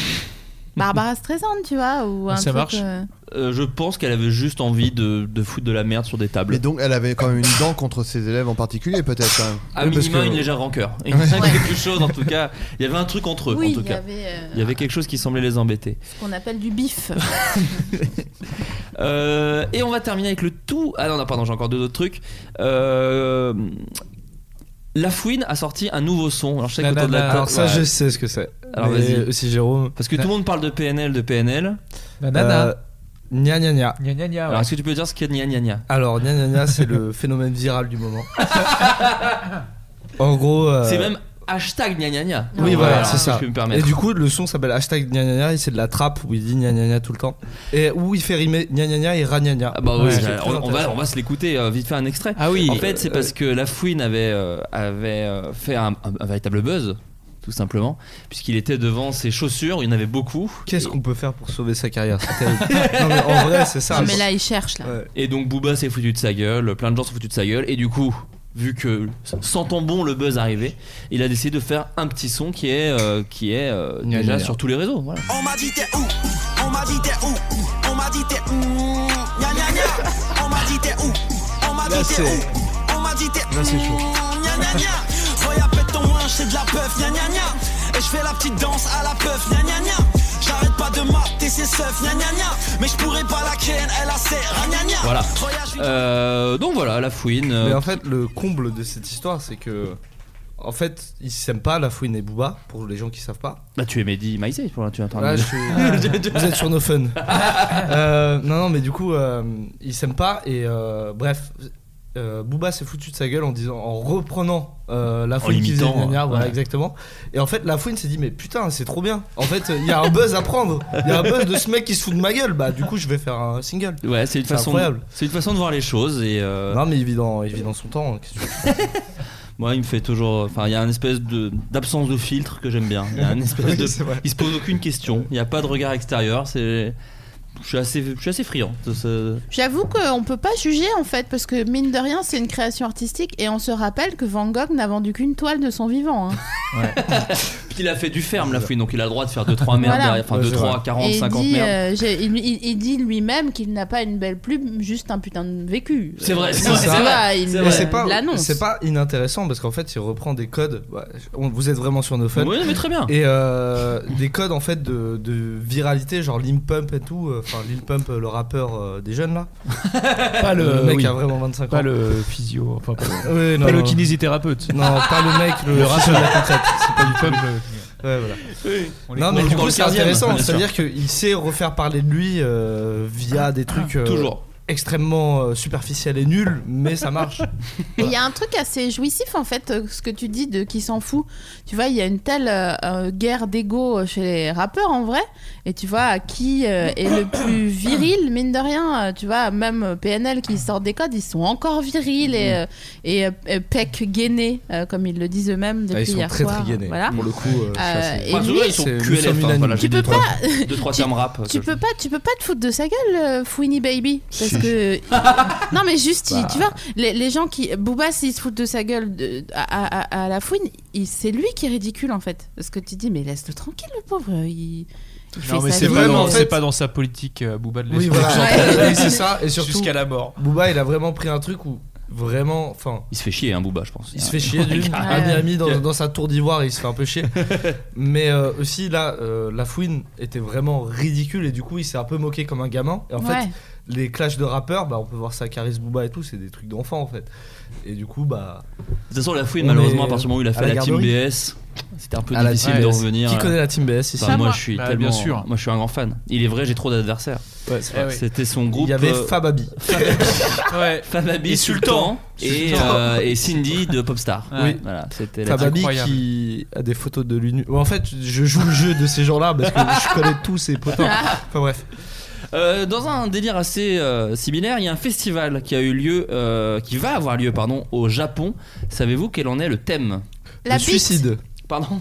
Barbara Streisand, tu vois, ou un Ah, Ça truc, marche. euh, Euh, je pense qu'elle avait juste envie de, de foutre de la merde sur des tables. Mais donc, elle avait quand même une dent contre ses élèves en particulier, peut-être. quand même. À Oui, parce minima, que- une légère rancœur. Il y Ouais. avait quelque chose, en tout cas. Il y avait un truc entre eux, Oui, en tout il y cas. avait, euh, Il y avait quelque chose qui semblait les embêter. qu'on appelle du bif. Euh, et on va terminer avec le tout. Ah non, non pardon, j'ai encore deux autres trucs. Euh, La Fouine a sorti un nouveau son. Alors, je sais que autour de la Alors table- ça, ouais. je sais ce que c'est. Alors, Mais vas-y. Aussi Jérôme. Parce que tout le monde parle de PNL, de PNL. Euh, Gna gna gna. Alors, est-ce que tu peux dire ce qu'il y a de gna gna gna Alors, gna gna gna, c'est le phénomène viral du moment. En gros. euh, C'est même hashtag gna gna gna. Oui, voilà, c'est Ah, si ça. Je peux me et permettre. du coup, le son s'appelle hashtag gna gna gna et c'est de la trappe où il dit gna gna gna tout le temps. Et où il fait rimer gna gna gna et ra gna gna. Ah bah oui, Ouais, c'est on, très on va, intéressant. on va se l'écouter euh, vite fait un extrait. Ah oui. En fait, c'est Euh, parce que La Fouine avait, euh, avait euh, fait un, un- un véritable buzz, tout simplement, puisqu'il était devant ses chaussures, il y en avait beaucoup. Qu'est-ce qu'on peut faire pour sauver sa carrière C'est terrible. Non, mais en vrai, c'est ça. Non, mais là, il cherche là. Et donc Booba s'est foutu de sa gueule, plein de gens sont foutus de sa gueule, et du coup, vu que sentant bon le buzz arriver, il a décidé de faire un petit son qui est, euh, qui est euh, gna, déjà gna. sur tous les réseaux. Voilà. On m'a dit t'es où On m'a dit t'es où On m'a dit t'es où Gna gna gna On m'a dit t'es où On m'a Là, dit t'es c'est- où On m'a dit t'es où Là, c'est chaud. Gna gna gna Roya pète ton moins, j'ai de la peuf Gna gna gna Et je fais la petite danse à la peuf Gna gna gna J'arrête pas de mater ses seufs Gna gna gna Mais je pourrais pas la ken, elle a ses ra, gna gna Voilà. Euh, donc voilà, la fouine. euh, Mais en fait, le comble de cette histoire, c'est que. En fait, ils s'aiment pas, la fouine et Booba, pour les gens qui savent pas. Bah tu es Mehdi Maïsé pour tu es en train de Là, me je dire. suis- Vous êtes sur nos fun. Euh, non, non, mais du coup, euh, ils s'aiment pas. Et euh, bref, euh, Booba s'est foutu de sa gueule en disant, en reprenant euh, la En fouine qui faisait l'imitant, gna gna, ouais. voilà, exactement. Et en fait, la fouine s'est dit, mais putain, c'est trop bien. En fait, il y a un buzz à prendre. Il y a un buzz de ce mec qui se fout de ma gueule. Bah, du coup, je vais faire un single. Ouais, c'est une façon. incroyable. C'est une façon de voir les choses et. euh, Non, mais il vit dans, il vit dans son temps. hein, qu'est-ce que tu veux Moi, il me fait toujours. Enfin, il y a une espèce de d'absence de filtre que j'aime bien. Il y a une espèce Oui, de. c'est vrai. Il se pose aucune question. Il n'y a pas de regard extérieur. C'est. Je suis assez, je suis assez friand de ce. J'avoue qu'on peut pas juger en fait, parce que mine de rien, c'est une création artistique et on se rappelle que Van Gogh n'a vendu qu'une toile de son vivant. hein. Puis il a fait du ferme la fouine, donc il a le droit de faire 2-3 merdes Voilà. derrière. Enfin, Ouais, 2, c'est 3, vrai. 40, et il 50 dit, merdes. euh, j'ai- il, il- il dit lui-même qu'il n'a pas une belle plume, juste un putain de vécu. C'est vrai, Tu vois, il Et le- c'est pas, l'annonce. c'est pas inintéressant parce qu'en fait, il reprend des codes. Bah, on- vous êtes vraiment sur nos fun. Oui, mais très bien. Et euh, des codes en fait de, de viralité, genre Lil Pump et tout. euh, Enfin, Lil Pump, euh, le rappeur euh, des jeunes là. Pas le, mec oui. qui a vraiment 25 ans. Pas le physio, enfin, pas, le- Oui, non, pas le non. kinésithérapeute. Non, pas le mec, le, rappeur. rappeur de la concrète. C'est pas du pump. le- Ouais, voilà. Oui. On les Non, mais compte du dans coup, le c'est 15e, intéressant. bien sûr. C'est-à-dire qu'il sait refaire parler de lui euh, via des trucs. euh, Ah, Toujours. Extrêmement euh, superficiels et nuls, mais ça marche. Et il y a un truc assez jouissif en fait, euh, ce que tu dis de qui s'en fout. Tu vois, il y a une telle euh, euh, guerre d'ego chez les rappeurs en vrai. Et tu vois, qui euh, est le plus viril, mine de rien. euh, Tu vois, même euh, PNL qui sort des codes, ils sont encore virils Mm. et, euh, et, euh, et Peck gainé, euh, comme ils le disent eux-mêmes depuis Ah, ils sont hier très soir. très gainés. Voilà. Pour le coup, euh, ça, Euh, c'est- et Enfin, lui, ceux-là, ils sont c'est- nous QLF. sommes hein, unanimes. voilà, j'ai Tu dit peux trois- pas- deux, trois termes rap. euh, Tu peux pas, tu peux pas te foutre de sa gueule, euh, Fouini Baby, parce que non mais juste, il- tu vois, les, les gens qui Booba s'il se foutent de sa gueule de- à, à- à la Fouine, il- c'est lui qui est ridicule en fait, parce que tu dis mais laisse-le tranquille le pauvre, euh, il, il fait Non, mais sa c'est vie, vraiment, euh, c'est pas dans sa politique, euh, Booba de Oui, laisser voilà. les gens Ouais. tranquilles. Oui, c'est ça. Et surtout, Jusqu'à la mort. Booba, il a vraiment pris un truc où vraiment, enfin, Il se fait chier, hein, Booba, je pense. Ah, il se fait Ah, chier Ah, d'une à carrément. Miami dans, dans sa tour d'ivoire, il se fait un peu chier. Mais euh, aussi là, euh, la fouine était vraiment ridicule et du coup, il s'est un peu moqué comme un gamin. Et en Ouais. fait, les clashs de rappeurs, bah, on peut voir ça à Caris Booba et tout, c'est des trucs d'enfant en fait. Et du coup, bah. De toute façon, la fouine, on malheureusement, est à partir du moment où il a à fait la, Team garderie. BS, c'était un peu À la difficile Team de BS. revenir. Qui connaît la Team BS ici Enfin, Pas moi, moi. je suis Bah, tellement. bien sûr. Moi, je suis un grand fan. Il est vrai, j'ai trop d'adversaires. Ouais, c'est vrai. C'était son groupe. Il y avait euh, Fababi. Ouais. Fababi, Et Sultan, Sultan. et, Sultan. euh, et Cindy de Popstar. Oui. Voilà, c'était la Fababi Incroyable. qui a des photos de l'UNU. En fait, je joue le jeu de ces gens-là parce que je connais tous ces potins. Enfin bref. Euh, dans un délire assez euh, similaire, il y a un festival qui a eu lieu, euh, qui va avoir lieu, pardon, au Japon. Savez-vous quel en est le thème La Le bite. suicide. Pardon.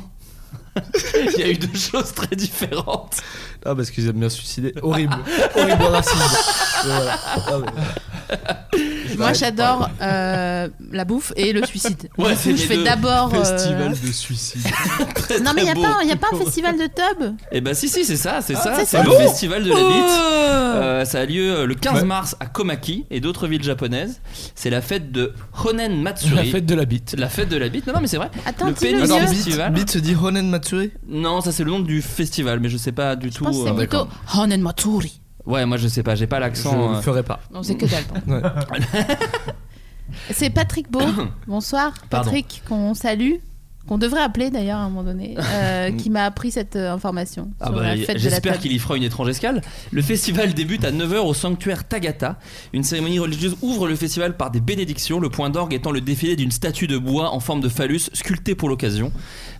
il y a eu deux choses très différentes. Ah, parce qu'ils aiment bien se suicider. Horrible. Horrible racisme. Mais voilà. Ah, mais- Moi j'adore euh, la bouffe et le suicide. Ouais, Du c'est coup, je les fais deux. d'abord. euh, Festival de suicide. Non mais il y a beau. pas, il y a pas un festival de tub. Eh ben si si c'est ça, c'est Ah, ça, c'est c'est ça. le Oh. festival de la bite. Oh. Euh, ça a lieu euh, le 15 Ouais. mars à Komaki et d'autres villes japonaises. C'est la fête de Honen Matsuri. La fête de la bite. La fête de la bite. Non non mais c'est vrai. Attends, le dis-le pénis mieux. festival. Bit se dit Honen Matsuri Non, ça c'est le nom du festival mais je sais pas du Je tout. pense que euh, c'est plutôt Honen Matsuri. Ouais, moi je sais pas, j'ai pas l'accent. euh. Je le ferai pas. Non, c'est que dalle. pardon. Ouais. Euh. C'est Patrick Beau. Bonsoir, Pardon. Patrick, qu'on salue, qu'on devrait appeler d'ailleurs à un moment donné, euh, qui m'a appris cette euh, information Ah sur bah, la fête de la J'espère table. qu'il y fera une étrange escale. Le festival débute à 9h au sanctuaire Tagata. Une cérémonie religieuse ouvre le festival par des bénédictions, le point d'orgue étant le défilé d'une statue de bois en forme de phallus sculptée pour l'occasion.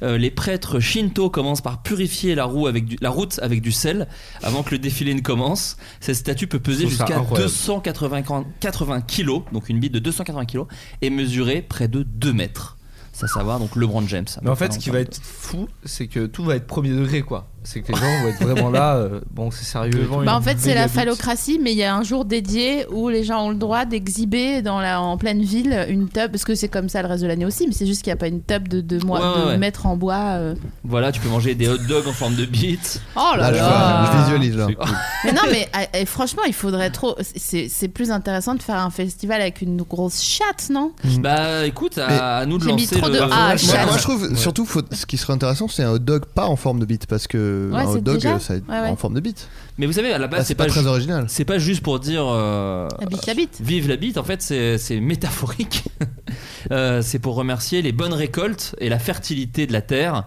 Euh, les prêtres Shinto commencent par purifier la, roue avec du- la route avec du sel avant que le défilé ne commence. Cette statue peut peser Je trouve ça jusqu'à incroyable. 280 80 kilos, donc une bite de 280 kilos, et mesurer près de 2 mètres. Ça savoir donc LeBron James. Mais en fait, ce qui va être fou, c'est que tout va être premier degré, quoi. C'est que les gens vont être vraiment là. euh, bon, c'est sérieux. et tout. Bah, en fait, c'est la phallocratie, mais il y a un jour dédié où les gens ont le droit d'exhiber dans la, en pleine ville une tub, parce que c'est comme ça le reste de l'année aussi, mais c'est juste qu'il n'y a pas une tub de, de, mois, Ouais, ouais, de ouais. mettre en bois. euh. Voilà, tu peux manger des hot dogs en forme de bite. Oh là Là, je là. vois, je visualise, là. Mais non, mais ah, eh, franchement, il faudrait trop. C'est c'est plus intéressant de faire un festival avec une grosse chatte, non Mm. Bah écoute, à, à nous de J'ai mis lancer trop le. de Ah, moi, moi, chatte. je trouve Ouais. surtout faut- ce qui serait intéressant c'est un hot dog pas en forme de bite parce que que Ouais, un hot c'est dog déjà- ça, ouais, ouais. en forme de bite. Mais vous savez, à la base, Bah, c'est c'est pas, pas très ju- original. C'est pas juste pour dire. euh, La bite, la bite. Vive la bite, en fait, c'est c'est métaphorique. Euh, c'est pour remercier les bonnes récoltes et la fertilité de la terre.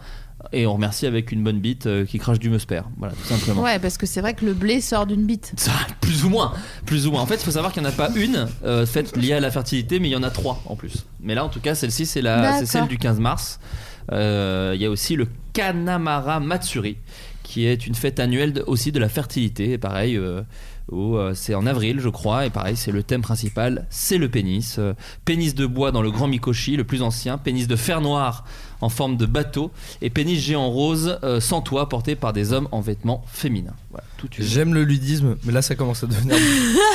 Et on remercie avec une bonne bite euh, qui crache du meusper. Voilà, tout simplement. Ouais, parce que c'est vrai que le blé sort d'une bite. Plus ou moins, plus ou moins. En fait, il faut savoir qu'il n'y en a pas une euh, faite liée à la fertilité, mais il y en a trois en plus. Mais là, en tout cas, celle-ci, c'est la, c'est D'accord. celle du 15 mars. Euh, Il y a aussi le Kanamara Matsuri, qui est une fête annuelle de- aussi de la fertilité. Et pareil, euh, où, euh, c'est en avril, je crois. Et pareil, c'est le thème principal, c'est le pénis. Euh, pénis de bois dans le Grand Mikoshi, le plus ancien. Pénis de fer noir en forme de bateau. Et pénis géant rose euh, sans toit porté par des hommes en vêtements féminins. Voilà, tout une- J'aime le ludisme, mais là ça commence à devenir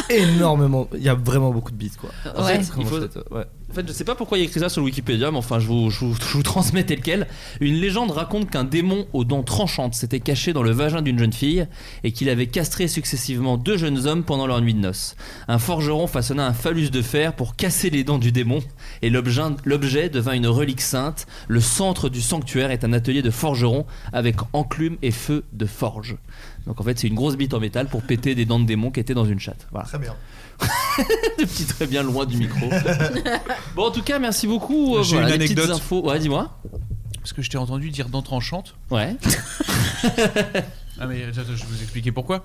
énormément. Il y a vraiment beaucoup de beats quoi. En fait, il faut- En fait, je sais pas pourquoi il y a écrit ça sur le Wikipédia, mais enfin, je vous, je vous- je vous transmets tel quel. Une légende raconte qu'un démon aux dents tranchantes s'était caché dans le vagin d'une jeune fille et qu'il avait castré successivement deux jeunes hommes pendant leur nuit de noces. Un forgeron façonna un phallus de fer pour casser les dents du démon et l'objet l'objet devint une relique sainte. Le centre du sanctuaire est un atelier de forgeron avec enclume et feu de forge. Donc en fait, c'est une grosse bite en métal pour péter des dents de démon qui étaient dans une chatte. Voilà. Très bien. Le petit très bien loin du micro. bon, en tout cas, merci beaucoup. Euh, J'ai voilà, une les petites anecdote. infos. Ouais, dis-moi. Parce que je t'ai entendu dire dent tranchante. Ouais. ah, mais attends, attends, je vais vous expliquer pourquoi.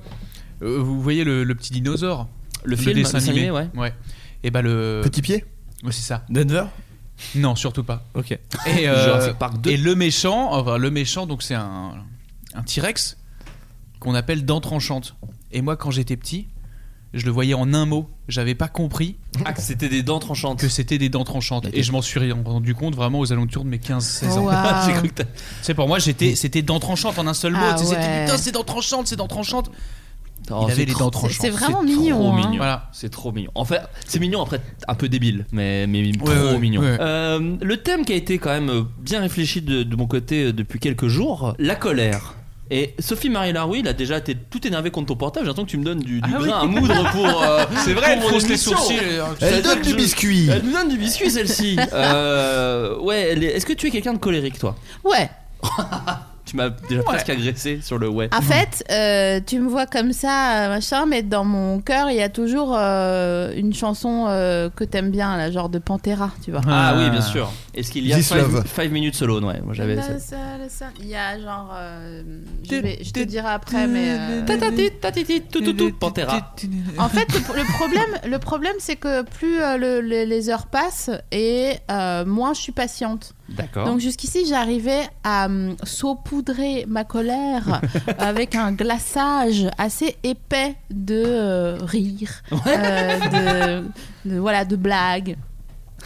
Euh, vous voyez le, le petit dinosaure Le film, dessin le dessin animé, animé, Et bah le. Petit pied Ouais, c'est ça. Denver Non, surtout pas. Ok. Et, euh, Jurassic et le méchant, enfin, le méchant, donc c'est un, un T-Rex qu'on appelle dent tranchante. Et moi, quand j'étais petit, je le voyais en un mot. J'avais pas compris. Ah, que c'était des dents tranchantes. Que c'était des dents tranchantes. Et je m'en suis rendu compte vraiment aux alentours de mes 15-16 ans. Oh, waouh. J'ai cru que Tu sais, pour moi, j'étais, c'était dents tranchantes en un seul mot. Ah, Tu sais, C'était ouais. putain, c'est dents tranchantes, c'est dents tranchantes. Oh, Il c'est avait les trop- dents tranchantes. Trop mignon. hein. Voilà. C'est trop mignon. En fait, c'est mignon après un peu débile, mais mais trop ouais, mignon. ouais. Euh, le thème qui a été quand même euh, bien réfléchi de, de mon côté euh, depuis quelques jours, la colère. Et Sophie Marie Laroui, là déjà, t'es tout énervé contre ton portable. J'attends que tu me donnes du, du Ah grain oui. à moudre pour. euh, Ah, C'est vrai, elle pour mon fronce les émission. sourcils, euh, Elle donne du je- biscuit. Elle nous donne du biscuit celle-ci. Euh, ouais. elle est- Est-ce que tu es quelqu'un de colérique, toi Ouais. Tu m'as déjà presque agressé sur le ouais. En fait, euh, tu me vois comme ça, euh, machin, mais dans mon cœur, il y a toujours euh, une chanson euh, que t'aimes bien, la genre de Pantera, tu vois. Ah, oui, bien sûr. Est-ce qu'il y a This Love. 5 minutes alone Ouais, Bah, moi j'avais. ça. Il y a genre. euh, je, vais- je te dirai après, mais. euh, Tatati, tatiti, tout, tout, tout, Pantera. En fait, le, le problème, le problème, c'est que plus euh, le- le- les heures passent et euh, moins je suis patiente. D'accord. Donc jusqu'ici, j'arrivais à hum, saupoudrer ma colère avec un glaçage assez épais de euh, rire, euh, de, de- voilà, de blagues.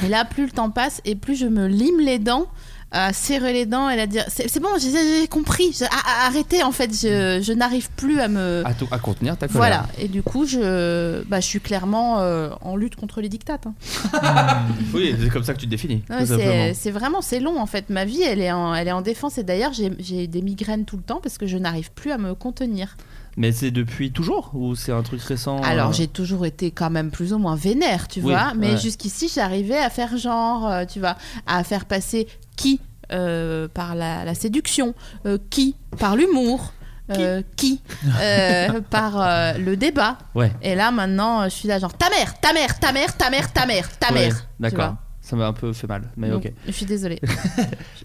Et là, plus le temps passe et plus je me lime les dents. À serrer les dents et à dire c'est c'est bon j'ai- j'ai compris j'ai- a- a- arrêtez en fait je, je n'arrive plus à me À, tout- à contenir Ah, ta colère. voilà, et du coup, je, bah, je suis clairement euh, en lutte contre les dictates. hein. Ah, Oui, c'est comme ça que tu te définis. Non, tout mais c'est simplement. c'est vraiment, c'est long en fait. Ma vie, elle est en, elle est en défense. Et d'ailleurs, j'ai- j'ai des migraines tout le temps parce que je n'arrive plus à me contenir. Mais c'est depuis toujours ou c'est un truc récent Alors, euh, j'ai toujours été quand même plus ou moins vénère, tu Oui, vois. Mais ouais. jusqu'ici, j'arrivais à faire genre, euh, tu vois, à faire passer qui euh, par la, la séduction, euh, qui par l'humour. euh, qui euh, par euh, le débat Ouais. et là maintenant euh, je suis là genre ta mère ta mère ta mère ta mère ta mère ta Ouais, mère tu D'accord. vois. Ça m'a un peu fait mal, mais Donc, ok. je suis désolée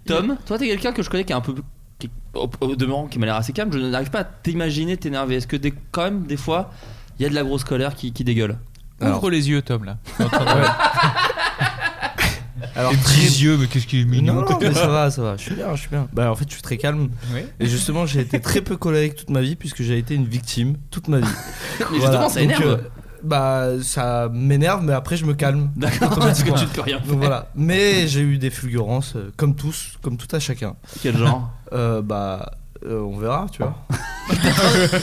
Tom, toi t'es quelqu'un que je connais qui est un peu. Qui, au, au demeurant, qui m'a l'air assez calme. Je n'arrive pas à t'imaginer t'énerver. Est-ce que des, quand même, des fois, il y a de la grosse colère qui, qui dégueule Ouvre les yeux, Tom, là. Alors, Les petits yeux, mais qu'est-ce qu'il est mignon. Non, non, mais ça va, ça va. Je suis bien, je suis bien. Bah, en fait, je suis très calme. Oui. Et justement, j'ai été très peu colérique toute ma vie puisque j'ai été une victime toute ma vie. Mais justement, ça énerve. bah, ça m'énerve, mais après, je me calme. D'accord, parce que tu ne peux rien faire. Donc voilà. Mais j'ai eu des fulgurances, euh, comme tous, comme tout à chacun. Quel genre Euh, Bah, euh, on verra, tu vois.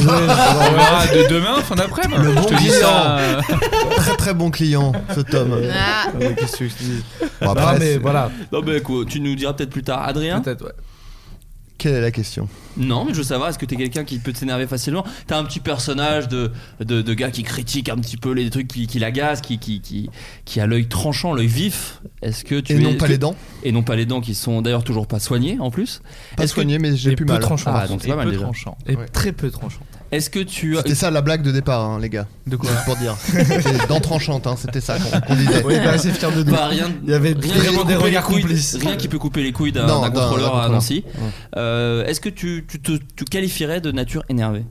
On verra de demain, fin d'après-midi. Le Je bon te dis ça. euh. très très bon client, ce Tom. Ah. Ah, mais qu'est-ce que je te dis Bon, après, Non, mais c'est- voilà. Non, mais quoi, tu nous diras peut-être plus tard. Adrien Peut-être, ouais. Quelle est la question Non, mais je veux savoir, est-ce que t'es quelqu'un qui peut t'énerver facilement T'as un petit personnage de, de, de gars qui critique un petit peu les trucs qui, qui l'agacent, qui, qui, qui, qui a l'œil tranchant, l'œil vif. Est-ce que tu Et es- non pas que- les dents. Et non pas les dents qui sont d'ailleurs toujours pas soignées en plus. Pas Est-ce que- soigné, mais j'ai plus mal. Ah, donc c'est pas mal déjà. Et très peu tranchant. Est-ce que tu C'était ça la blague de départ, hein, les gars. De quoi Pour dire. C'était dents tranchantes, hein, c'était ça qu'on qu'on disait. Oui, bah, c'est fier de nous. Bah, rien, Il y avait rien, vraiment qui peut des couper regards les couilles- complices. Rien qui peut couper les couilles d'un Non, d'un d'un- contrôleur d'un à contrôleur. Nancy. Ouais. Euh, Est-ce que tu, tu te tu qualifierais de nature énervée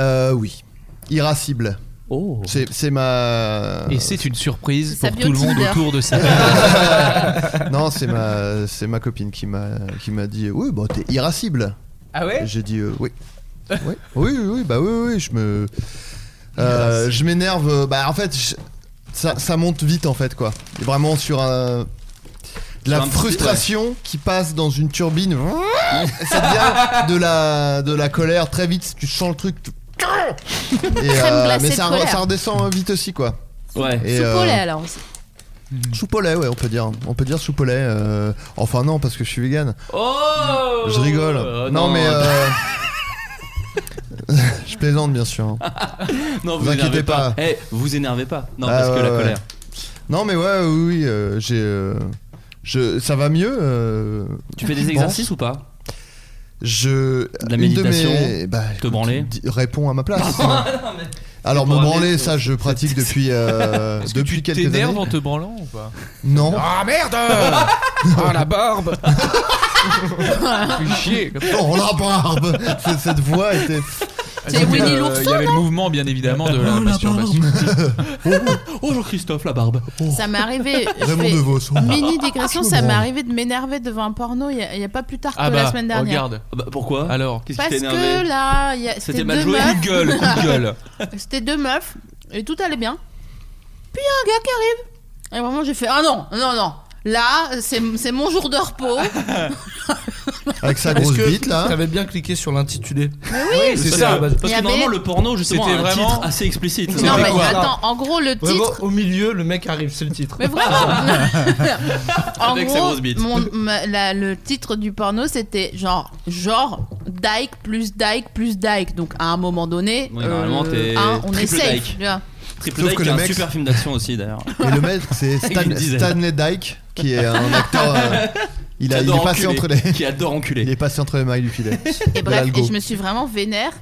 Euh, oui. Irascible. Oh. C'est c'est ma. Et c'est une surprise C'est pour tout le monde autour de ça. non, c'est ma, c'est ma copine qui m'a, qui m'a dit, oui, bah t'es irascible. Ah ouais J'ai dit euh, oui. oui. Oui, oui, oui, bah oui, oui, oui, je me, euh, je m'énerve. euh, Bah en fait, je- ça, ça monte vite en fait quoi. Vraiment sur un. de La Sur un petit- frustration qui passe dans une turbine, ça devient de la, de la colère très vite. Tu sens le truc. tu- Et, euh, glacée mais de ça, re- colère. ça redescend euh, vite aussi quoi. Ouais. Et, Sous euh, collet, alors aussi. Soupolet, ouais, on peut dire. On peut dire soupolet. euh, Enfin, non, parce que je suis vegan. Oh je rigole. Euh, non, non. mais. euh, je plaisante, bien sûr. Non, Vous inquiétez énervez pas. Eh, vous énervez pas. Non, Ah, parce que ouais, la ouais. colère. Non, mais ouais, oui, oui. euh, j'ai. euh, je, ça va mieux. euh, Tu fais je des pense. exercices ou pas Je. De la une mes- méditation, bah, te branler. d- Réponds à ma place. hein. Non, Alors, te me branler, branler, ça, je pratique depuis, euh, Est-ce que depuis tu quelques t'énerves années. en te branlant ou pas Non. Ah merde bah, Ah la barbe Tu fais chier comme ça. Oh la barbe C'est- Cette voix était. Euh, Il y avait le mouvement bien Ah, évidemment de la masturbation. Oh Jean-Christophe, la barbe. Ça m'est arrivé. je Raymond fais DeVos. Mini digression, Je me ça m'est branle. arrivé de m'énerver devant un porno il y a, il y a pas plus tard que Ah la bah, semaine dernière. regarde. Ah pourquoi Alors Qu'est-ce qui Parce t'a énervé que là, il y a- C'était c'était mal deux joué. meufs. Coup de gueule, coup de gueule. C'était deux meufs et tout allait bien. Puis il y a un gars qui arrive. Et vraiment, j'ai fait Ah non, non, non. Là, c'est c'est mon jour de repos. Avec sa Est-ce grosse que bite, là. T'avais bien cliqué sur l'intitulé. Mais oui, c'est ça. Parce Il y que avait- normalement, le porno, justement, a C'était un vraiment- titre assez explicite. Non, C'était mais quoi Attends, en gros, le Vraiment, titre. au milieu, le mec arrive, c'est le titre. Mais vraiment En Avec sa gros, grosse bite. mon- ma- la- le titre du porno, c'était genre, genre, Dyke plus Dyke plus Dyke. Donc à un moment donné, Oui, euh, normalement, t'es hein, on est triple safe. Dyke. tu vois. Triple Oh. Sauf Dyke, que qui est le un mec- super film d'action aussi, d'ailleurs. Et le maître, c'est Avec une Stan- dizaine. Stanley Dyke, qui est un acteur. euh, il, a, il est passé entre les. Qui adore enculer. Il est passé entre les mailles du filet. Et De bref, l'algo. et je me suis vraiment vénère.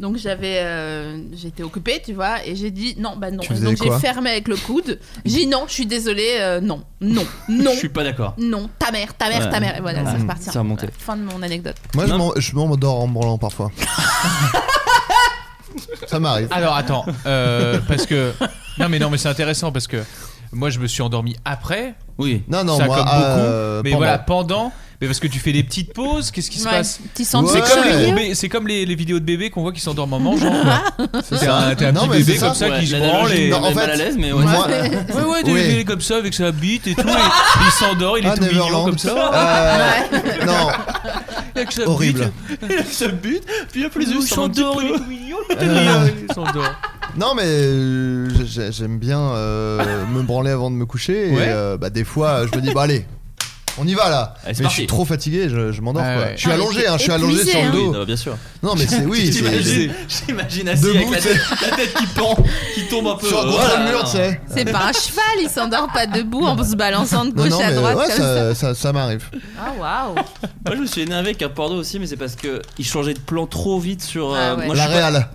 Donc j'avais, euh, j'étais occupée, tu vois, et j'ai dit non, bah non. Tu Et faisais donc j'ai quoi fermé avec le coude. J'ai dit non, je suis désolée, euh, non, non, non, Je suis pas d'accord. non, ta mère, ta mère, Ouais. ta mère. Et voilà, Ouais. c'est reparti. C'est remonté. Fin de mon anecdote. Moi, je m'en- je m'endors en me branlant parfois. Ça m'arrive. Alors attends, euh, parce que non mais non mais c'est intéressant parce que moi je me suis endormi après. Oui. Non non ça moi, comme euh, beaucoup. Mais pendant. voilà pendant. Mais parce que tu fais des petites pauses, qu'est-ce qui se Ouais, passe petit sandwich C'est comme, les Ouais. gros bé- c'est comme les, les vidéos de bébés qu'on voit qui s'endorment en mangeant. quoi. C'est T'es ça. un, t'es un Non, petit mais bébé c'est comme ça. ça, qui se Ouais, l'analogie branle et Non, en est mal fait, à l'aise, mais ouais. moi- ouais, ouais, des Oui. bébés comme ça avec sa bite et tout. et il s'endort, il est Ah, tout mignon Neverland. comme ça. Euh, Non. Avec sa Horrible. bite, il a sa bite, puis après les Nous, yeux il s'endorment, il est s'endort, tout mignon, Euh. il s'endort. Non mais euh, j'ai- j'aime bien euh, me branler avant de me coucher et Ouais. euh, bah, des fois je me dis bah allez on y va là Allez, c'est mais je suis parti. trop fatigué je, je m'endors Ah, quoi. ouais. je suis Ah, allongé mais hein, je suis allongé épuisé, sur le hein. dos Ah, Oui, bah, bien sûr. non mais c'est oui c'est- J'imagine- J'imagine assis Debout, avec la tête, c'est- la tête qui pend, qui tombe un peu. Sur un gros Voilà. mur, tu sais. C'est pas un cheval, il s'endort pas debout en se balançant de non gauche non à mais droite. ouais comme ça, ça. ça, ça m'arrive Ah waouh. Moi je me suis énervé avec un porno aussi, mais c'est parce que il changeait de plan trop vite sur. euh, Ah ouais. moi, je La suis pas- réal.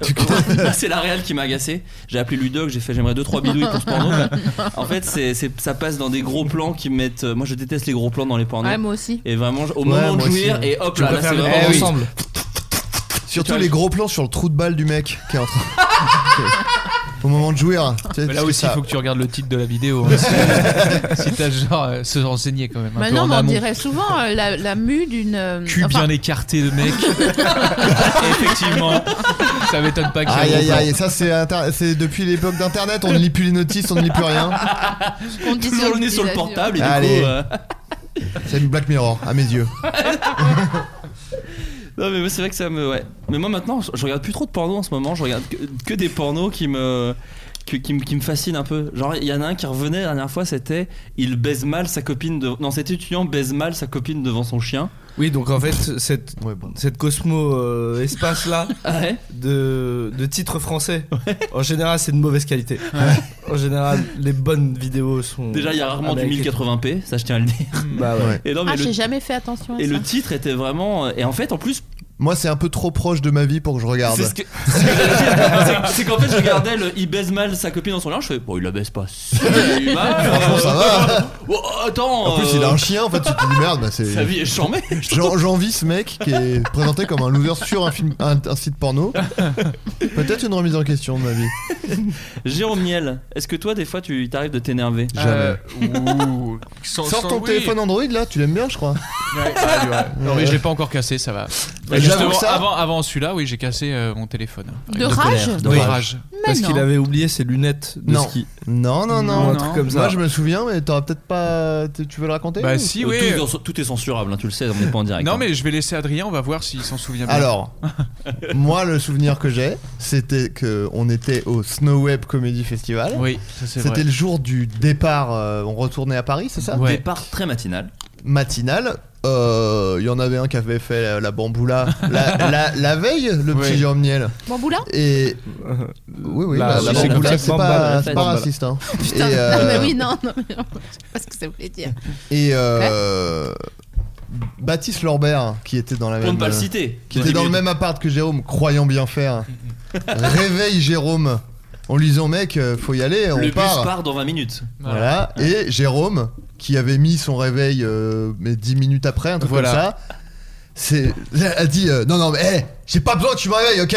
Euh, ouais, c'est la réal qui m'a agacé. J'ai appelé Ludoc, j'ai fait j'aimerais 2-3 bidouilles pour ce porno. là. En fait, c'est, c'est- ça passe dans des gros plans qui mettent. euh, Moi je déteste les gros plans dans les pornos. Ouais, moi aussi. Et vraiment, je- au Ouais, moment de moi aussi, jouir, ouais. et hop Tu là, là préfères c'est les vraiment. plans Eh oui. ensemble. surtout les gros plans sur le trou de balle du mec qui est en train au moment de jouir tu sais, Mais parce là que aussi, il ça- faut que tu regardes le titre de la vidéo. hein, si si t'as genre euh, se renseigner quand même. Un peu Maintenant, en Bah on amont. dirait souvent euh, la, la mue d'une. euh, Cul enfin, bien écarté de mec. Effectivement, ça m'étonne pas qu'il Aïe y ait un aïe gros aïe, plan. ça c'est inter- c'est depuis l'époque d'internet, on ne lit plus les notices, on ne lit plus rien. on dit Toujours le nez sur le l'utilisation. portable, et Allez. du coup. euh, C'est une Black Mirror à mes yeux. Non mais moi, c'est vrai que ça me ouais. Mais moi maintenant je je regarde plus trop de porno en ce moment, je regarde que, que des pornos qui me que- qui, me- qui me fascine un peu. Genre, il y en a un qui revenait la dernière fois, c'était il baise mal sa copine. De... Non, cet étudiant baise mal sa copine devant son chien. Oui, donc en fait, cette, cette cosmo-espace-là Ah de, de titres français, en général, c'est de mauvaise qualité. En général, les bonnes vidéos sont. Déjà, il y a rarement du américaines. 1080p, ça je tiens à le dire. Bah ouais. Et non, mais Ah, le- j'ai jamais fait attention à et ça. le titre était vraiment. euh, Et en fait, en plus, Moi, c'est un peu trop proche de ma vie pour que je regarde. C'est ce que, c'est ce que j'allais dire. C'est- c'est qu'en fait, je regardais le il baise mal sa copine dans son linge. Je fais, bon, il la baise pas si mal. Franchement, ça va. Oh, attends. En plus, euh, il a un chien, en fait, tu te dis merde, bah, c'est. Sa vie est chambée, je J'en- J'envie ce mec qui est présenté comme un loser sur un, film, un, un site porno. Peut-être une remise en question de ma vie. Jérôme Niel, est-ce que toi, des fois, tu il t'arrive de t'énerver Jamais. Euh, sans- Sors sans- ton oui. téléphone Android là, tu l'aimes bien, je crois. Ouais, bah, ouais, ouais. Non, mais Ah, Ouais. je l'ai pas encore cassé, ça va. Bah, Justement, j'avoue que ça- avant, avant celui-là, oui, j'ai cassé euh, mon téléphone. De Avec rage colère, De Oui. rage. Parce qu'il avait oublié ses lunettes de Non. ski. Non, non, non. Ou un truc comme ça. Bah, Moi, je me souviens, mais t'auras peut-être pas. Tu tu veux le raconter ou- Euh, Tout, tout est censurable, hein, tu le sais, on n'est pas en direct. Non, mais je vais laisser Adrien, on va voir s'il s'en souvient bien. Alors, moi, le souvenir que j'ai, c'était que on était au Snow Web Comedy Festival. Oui, ça, c'est vrai. C'était le jour du départ. euh, on retournait à Paris, c'est ça Départ très matinal. matinal. euh, Il y en avait un qui avait fait la, la bamboula la, la- la veille, le petit Oui. Jérôme Niel. Bamboula Et. Oui, oui, la, la La- la bamboula, bamboula, c'est bamboula, pas, la c'est fête. pas Bamboula. raciste. Hein. Putain, Et, non, mais euh, oui, non, non, mais non, je sais pas ce que ça voulait dire. Et euh, Baptiste Lorbert, qui était dans la Pour même. euh, ne pas le citer. Qui était dans le même appart que Jérôme, croyant bien faire. Réveille Jérôme en lui disant mec, euh, faut y aller, on le part. bus part dans 20 minutes. Voilà. Et Jérôme, qui avait mis son réveil euh, mais 10 minutes après, un truc Voilà. comme ça. C'est, a dit euh, non non mais hé, j'ai pas besoin que tu me réveilles ok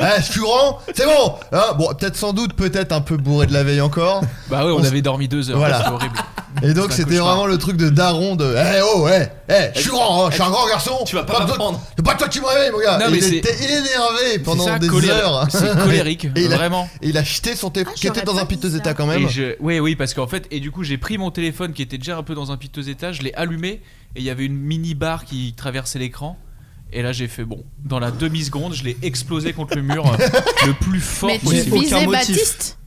Eh, je suis grand c'est bon Hein, bon peut-être sans doute peut-être un peu bourré de la veille encore Bah ouais, on, On s- avait dormi deux heures. Voilà. C'était horrible. et donc C'est un c'était cauchemar. vraiment le truc de daron de Eh oh, eh eh, je suis grand, hein, je suis un grand garçon. Tu vas Pas pas besoin- m'apprendre. C'est pas toi qui me réveille, mon gars. Non, il, mais c'est- était- il est énervé pendant ça, des colérique. heures. C'est colérique, il a- vraiment. et il a jeté son téléphone qui était dans un piteux état quand même. Et je- Oui, oui, parce qu'en fait, et du coup, j'ai pris mon téléphone qui était déjà un peu dans un piteux état, je l'ai allumé et il y avait une mini barre qui traversait l'écran. Et là, j'ai fait bon. Dans la demi seconde, je l'ai explosé contre le mur euh, le plus fort Mais tu possible. visais Baptiste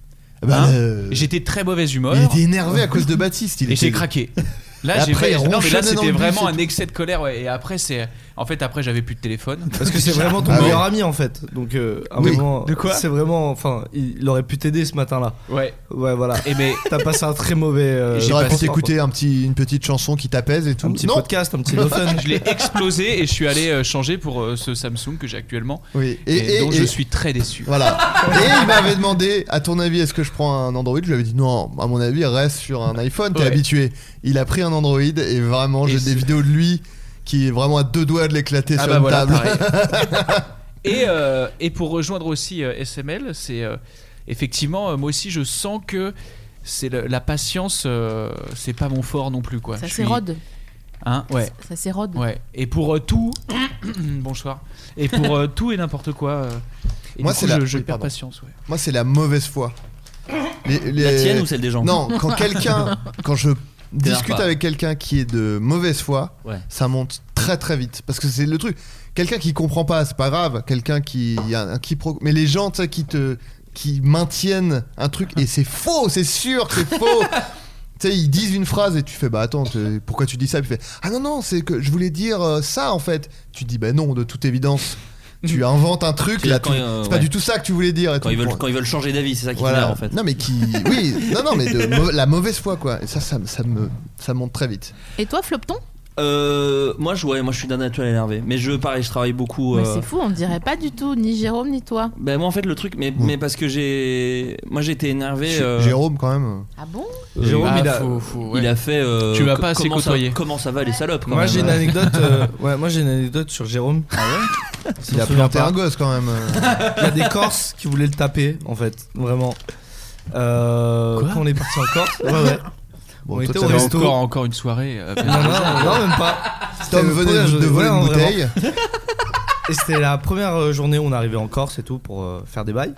Bah, Hein euh, J'étais très mauvaise humeur. Il était énervé à cause de Baptiste. Il Et était- j'ai craqué. Et Là, j'ai après, fait- il non, mais là, ronchonnait dans c'était le bus, vraiment et un excès de colère. ouais. Et après, c'est en fait après, j'avais plus de téléphone. Parce que c'est vraiment ton Ah ouais. meilleur ami en fait. Donc euh, à un Oui. moment, De quoi c'est vraiment enfin, il il aurait pu t'aider ce matin-là. Ouais. Ouais, voilà. Et mais t'as passé un très mauvais euh, J'aurais pu moment, t'écouter un petit, une petite chanson qui t'apaise et tout. Un petit non. podcast, un petit no fun. Je l'ai explosé et je suis allé euh, changer pour euh, ce Samsung que j'ai actuellement. Oui. Et, Et- et- dont et- je suis très déçu. Voilà. Et il m'avait demandé, à ton avis, est-ce que je prends un Android Je lui avais dit non, à mon avis, reste sur un iPhone, t'es Ouais. habitué. Il a pris un Android et vraiment, j'ai des vidéos de lui qui est vraiment à deux doigts de l'éclater Ah sur bah une voilà, table. pareil. et, euh, et pour rejoindre aussi euh, SML, c'est euh, effectivement, euh, moi aussi, je sens que c'est le- la patience, euh, c'est pas mon fort non plus. Quoi. Ça Je suis- s'érode. Hein, ouais. Ça s'érode. Ouais. Et pour euh, tout, bonsoir. Et pour euh, tout et n'importe quoi. euh, et Moi, du c'est coup, la- je, je oui, perds pardon. patience. ouais. Moi, c'est la mauvaise foi. Les- les- La tienne ou celle des gens Non, quand quelqu'un, quand je discute pas. avec quelqu'un qui est de mauvaise foi, Ouais. ça monte très très vite parce que c'est le truc. Quelqu'un qui comprend pas, c'est pas grave. Quelqu'un qui il y a un quiproquo. Mais les gens, tu sais, qui te, qui maintiennent un truc et c'est faux, c'est sûr, que c'est faux. Tu sais, ils disent une phrase et tu fais bah attends t'es- pourquoi tu dis ça puis tu fais ah non non c'est que je voulais dire euh, ça en fait tu dis bah non de toute évidence tu inventes un truc Tu là dis quand, tu- euh, c'est pas ouais. du tout ça que tu voulais dire et Quand tout. ils veulent, Bon. quand ils veulent changer d'avis, c'est ça qui Voilà. m'énerve en fait. Non mais qui, oui, non non mais de mau- la mauvaise foi quoi. Et ça, ça, ça me, ça monte très vite. Et toi, Flopton Euh, moi, je, ouais, moi, je suis d'un naturel énervé. Mais je, pareil, je travaille beaucoup. Mais euh, c'est fou, on dirait pas du tout, ni Jérôme ni toi. Ben moi en fait le truc, mais, mais parce que j'ai, moi j'ai été énervé. J- euh, Jérôme quand même. Ah bon euh, Jérôme, il a- il a fait. euh, Tu vas co- pas assez comment ça- côtoyer. Comment ça va les salopes quand Moi même, Ah j'ai une euh. anecdote. euh, ouais, moi j'ai une anecdote sur Jérôme. Si Il on a se souvient planté pas. un gosse quand même. euh. Il y a des Corses qui voulaient le taper, en fait, vraiment. Euh, quand on est parti en Corse, ouais, ouais. Bon, on toi, était au t'avais resto. encore, encore une soirée. euh, Non, non, non, même pas. Tom C'était le venait premier de jour- voler une ouais, non, vraiment. bouteille. Et c'était la première euh, journée où on arrivait en Corse et tout pour euh, faire des bails.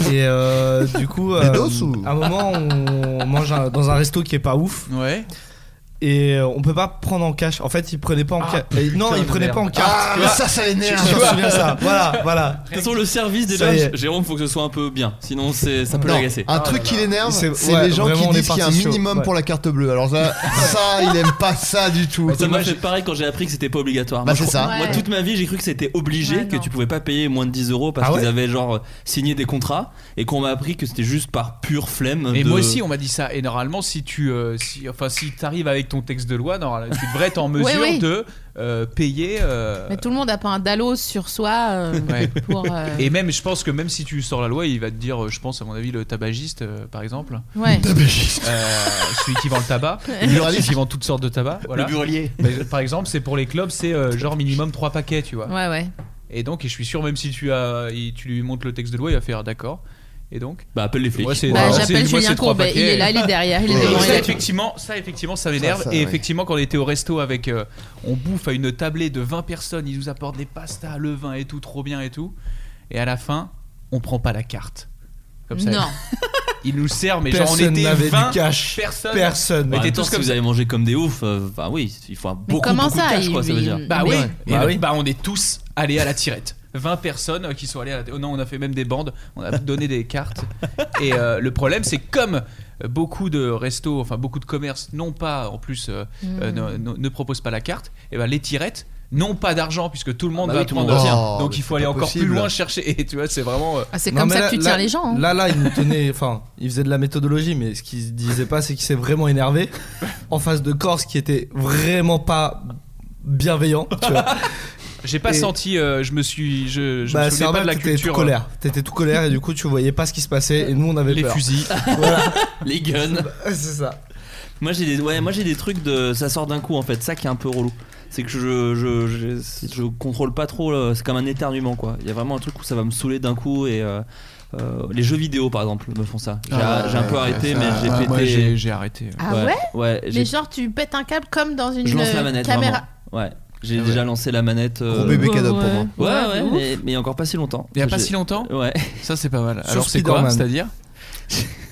Et euh, du coup, Des doses ou à un moment, on mange un- dans un resto qui est pas ouf. Ouais. Et euh, on peut pas prendre en cash. En fait, ils prenaient pas en Ah, cash. Non, putain ils de prenaient merde. pas en carte. Ah, tu mais vois. ça, ça l'énerve. Je me souviens de ça. Voilà, voilà. De toute façon, le service Ça y déjà, est. Jérôme, faut que ce soit un peu bien. Sinon, c'est- ça peut Non, l'agacer. Ah, Un truc qui l'énerve, c'est ouais, les gens vraiment, qui on est disent qu'il y a un parti chaud, minimum ouais. pour la carte bleue. Alors ça, ça, il aime pas ça du tout. Ça m'a fait pareil quand j'ai appris que c'était pas obligatoire. Bah, Moi, je c'est crois- ça. Moi, Ouais. toute ma vie, j'ai cru que c'était obligé, que tu pouvais pas payer moins de 10 euros parce Ah ouais qu'ils avaient genre signé des contrats et qu'on m'a appris que c'était juste par pure flemme. Et de- moi aussi, on m'a dit ça. Et normalement, si tu, euh, si, enfin, si t'arrives avec ton texte de loi, normalement, tu devrais être en mesure Ouais, ouais. de euh, payer. euh, Mais tout le monde a pas un dalos sur soi euh, ouais. pour. euh, Et même, je pense que même si tu sors la loi, il va te dire, euh, je pense à mon avis, le tabagiste, euh, par exemple. Ouais. Euh, celui qui vend le tabac, Le buraliste. celui qui vend toutes sortes de tabac. voilà. Le buralier. Mais, euh, par exemple, c'est pour les clubs, c'est euh, genre minimum 3 paquets, tu vois. Ouais, ouais. Et donc, et je suis sûr, même si tu, as, il- tu lui montres le texte de loi, il va faire d'accord. Et donc Bah, appelle les flics. Moi, c'est- Bah, moi, j'appelle c'est- moi, Julien c'est trois Courbet. paquets. Il est là, il est derrière, il est devant, il est Ça, là. effectivement, ça, effectivement, ça m'énerve. Ça, ça, Et oui. effectivement, quand on était au resto avec. euh, on bouffe à une tablée de 20 personnes, ils nous apportent des pastas, le vin et tout, trop bien et tout. Et à la fin, on prend pas la carte. Comme ça. Non. Ils nous servent, mais genre on Personne était n'avait du 20 cash. personnes. Personne. On Bah, était attends, tous si comme vous ça. avez mangé comme des ouf, euh, bah oui, il faut un beaucoup, comment beaucoup ça, de cash, il- quoi, ça veut il- dire. Bah Mais oui, ouais. et Bah donc, oui. bah on est tous allés à la tirette. 20 personnes qui sont allées à la. oh non, on a fait même des bandes, on a donné des cartes. Et euh, le problème, c'est que comme beaucoup de restos, enfin beaucoup de commerces, n'ont pas, en plus, euh, Hmm. Mm. euh, ne, ne- ne proposent pas la carte, et ben les tirettes n'ont pas d'argent puisque tout le monde Ah bah va oui, tout le prendre monde va un. tirer. donc Oh, il faut mais aller c'est pas encore plus possible. loin chercher et tu vois c'est vraiment euh, Ah, c'est Non, comme mais ça là- que tu là- tiens les gens. hein. Là, là, il nous tenait. Enfin, il faisait de la méthodologie, mais ce qu'il disait pas, c'est qu'il s'est vraiment énervé en face de Corse qui était vraiment pas bienveillant. Tu vois. j'ai pas Et- senti euh, je me suis je, je Bah, me c'est souvenais pas de la T'étais tout culture euh, colère. T'étais tout colère et du coup, tu voyais pas ce qui se passait et nous, on avait les peur. fusils les guns. C'est ça. Moi j'ai des, ouais, moi j'ai des trucs de, ça sort d'un coup en fait, ça qui est un peu relou. C'est que je, je, je, je contrôle pas trop, là, c'est comme un éternuement quoi. Il y a vraiment un truc où ça va me saouler d'un coup et euh, euh, les jeux vidéo par exemple me font ça. J'ai Ah, j'ai un peu ouais, arrêté ça, mais ouais, j'ai Ah, pété. moi, j'ai- j'ai arrêté. Ah ouais Ouais, j'ai- Mais genre, tu pètes un câble comme dans une euh, je lance la manette. caméra. Vraiment. Ouais. J'ai déjà lancé la manette. euh, Ah Gros bébé cadeau pour moi. Ouais, Ouais, ouais, de ouf. mais, mais il y a encore pas si longtemps. Il y a Ça, pas j'ai- si longtemps Ouais. ça c'est pas mal Sur alors c'est quoi Spider-Man. c'est à dire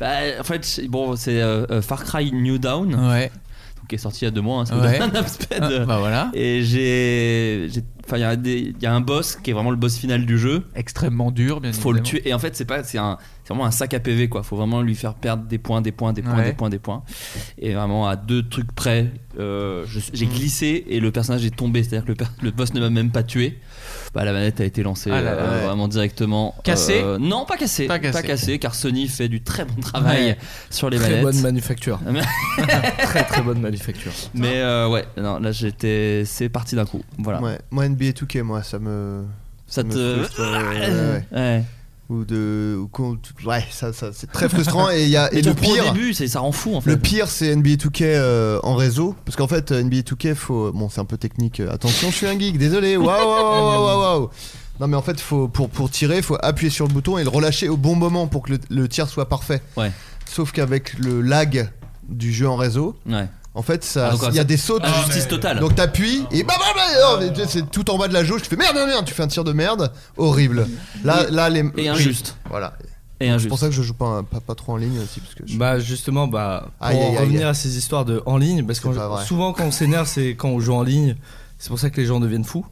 Bah, en fait, c'est- bon, c'est euh, euh, Far Cry New Dawn. Ouais. Qui est sorti il y a deux mois, hein, c'est Ouais. un upsped. Ah, bah voilà. Et j'ai. j'ai- Enfin, il y a des- il y, a un boss qui est vraiment le boss final du jeu. extrêmement dur bien Faut le évidemment. tuer. Et en fait, c'est pas, c'est un, c'est vraiment un sac à PV quoi. Faut vraiment lui faire perdre des points, des points, des points, Ouais. des points, des points. Et vraiment à deux trucs près, euh, je- j'ai Mm. glissé et le personnage est tombé. C'est-à-dire que le, per- le boss ne m'a même pas tué. Bah la manette a été lancée Ah là là, euh, ouais. vraiment directement. Cassé Euh, Non, pas cassé. Pas cassé. car Sony fait du très bon travail Ouais. sur les Très manettes. bonne manufacture. très très bonne manufacture. Mais euh, ouais, non, là j'étais, c'est parti d'un coup. Voilà. Ouais, moi NBA 2K, moi ça me. Ça me te- frustre, ouais, ouais. Ouais. Ou de. ou qu'on- ouais, ça, ça, c'est très frustrant. et il y a, Mais et tu le reprends pire. Au début, c'est- ça rend fou en fait. Le pire, c'est NBA 2K euh, en réseau. Parce qu'en fait, euh, NBA 2K, faut. Bon, c'est un peu technique. euh, Attention, je suis un geek, désolé. Waouh, waouh, waouh, waouh, waouh. Non, mais en fait, faut, pour, pour tirer, faut appuyer sur le bouton et le relâcher au bon moment pour que le, le tir soit parfait. Ouais. Sauf qu'avec le lag du jeu en réseau. Ouais. En fait, ça, Ah, donc, il y a c'est des sauts. injustice totale. Donc t'appuies et bah, bah, bah, oh, mais c'est tout en bas de la jauge. Tu fais merde, merde, merde. Tu fais un tir de merde, horrible. Là, là, les Et injuste. Voilà. Et C'est injuste. pour ça que je joue pas, pas, pas trop en ligne aussi parce que je- Bah justement, bah pour Aïe, aïe, aïe. revenir à ces histoires de en ligne, parce que pas vrai. souvent quand on s'énerve, c'est quand on joue en ligne. C'est pour ça que les gens deviennent fous.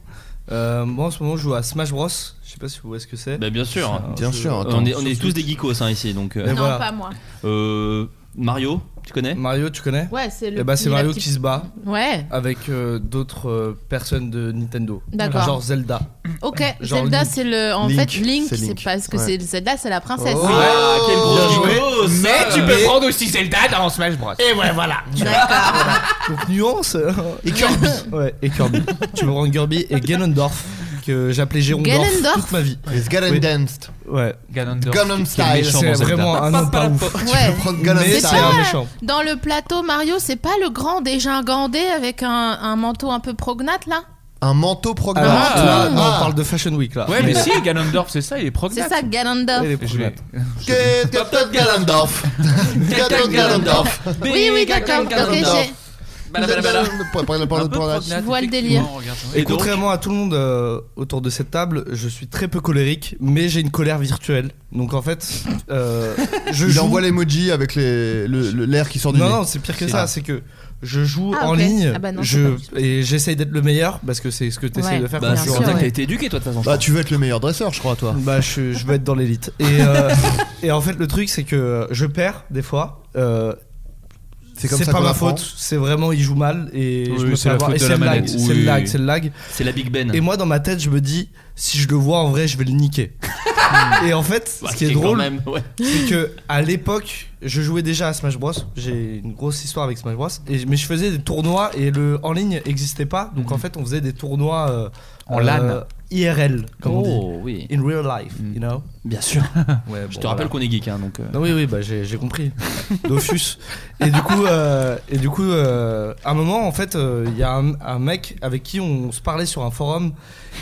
Euh, moi en ce moment, je joue à Smash Bros. Je sais pas si vous voyez ce que c'est. Bah, bien sûr. C'est un Bien jeu- sûr, euh, attends. on est, on sur est tous Switch. des geekos hein, ici donc. euh, Et Non, voilà. pas moi. euh, Mario, tu connais Mario, tu connais Ouais, c'est le. Et bah petit- c'est la Mario petite- qui se bat Ouais, avec euh, d'autres euh, personnes de Nintendo. D'accord. Genre Zelda. ok. Genre Zelda, Link. c'est le. En Link, fait, Link, c'est c'est Link. parce que Ouais. c'est Zelda, c'est la princesse. Oh. Ah, quel gros Bien joué. geekos, ça. mais tu peux Mais- prendre aussi Zelda dans Smash Bros et ouais voilà Donc nuance euh, Et Kirby Ouais, et Kirby. tu me rends Kirby et Ganondorf, que j'appelais Gérondorf Ganondorf toute ma vie. Les Galen Oui. Danced. Ouais. Ganondorf Gangnam qui est Style. méchant C'est dans Zelda. vraiment un nom pas ouf. Ouais. prendre Gangnam Mais Style. c'est un méchant. Dans le plateau Mario, c'est pas le grand dégingandé avec un, un manteau un peu prognate là Un manteau Alors, programmé. Ah, là, non, on parle de Fashion Week là. ouais mais si Ganondorf c'est ça il est C'est prognate ça, Ganondorf. Elle est Je vais- prognate. Get- get- get Ganondorf. Get- get Ganondorf. Oui, oui, d'accord. ok, j'ai- Je vois le délire. hein. Et contrairement à tout le monde euh, autour de cette table, je suis très peu colérique, mais j'ai une colère virtuelle. Donc en fait, euh, je Il joue. envoie l'emoji avec les- le- le- l'air qui sort du non, nez. non, c'est pire que ça. Ah. C'est que je joue Ah, en ok. ligne, Ah bah non, c'est pas je, et j'essaye d'être le meilleur parce que c'est ce que tu essayes Ouais, de faire. Bah, quand c'est tu es en pour ça que ligne. t'as été éduqué, toi, de toute façon, je Bah, crois. tu veux être le meilleur dresseur, je crois, toi. Bah, je, je veux être dans l'élite. Et, euh, et en fait, le truc, c'est que je perds des fois. euh, C'est comme ça pas qu'on ma apprend. faute, c'est vraiment il joue mal et Oui, je me c'est fais la avoir. faute Et de c'est la le lag, manette. c'est Oui, le lag, oui. c'est le lag. C'est la Big Ben. Et moi, dans ma tête, je me dis, si je le vois en vrai, je vais le niquer. et en fait, Bah, ce qui est quand drôle, même, ouais. c'est que à l'époque, je jouais déjà à Smash Bros. J'ai une grosse histoire avec Smash Bros. Et, mais je faisais des tournois et le en ligne n'existait pas. Hmm. Donc en fait, on faisait des tournois euh, En euh, LAN. IRL, comme Oh, Mm. on dit. In real life, you know. Bien sûr. Je te rappelle qu'on est geek, hein, donc. euh, Non, oui, oui, bah, j'ai j'ai compris. Dofus. Et du coup, euh, et du coup euh, à un moment, en fait, euh, il y a un, un mec avec qui on se parlait sur un forum.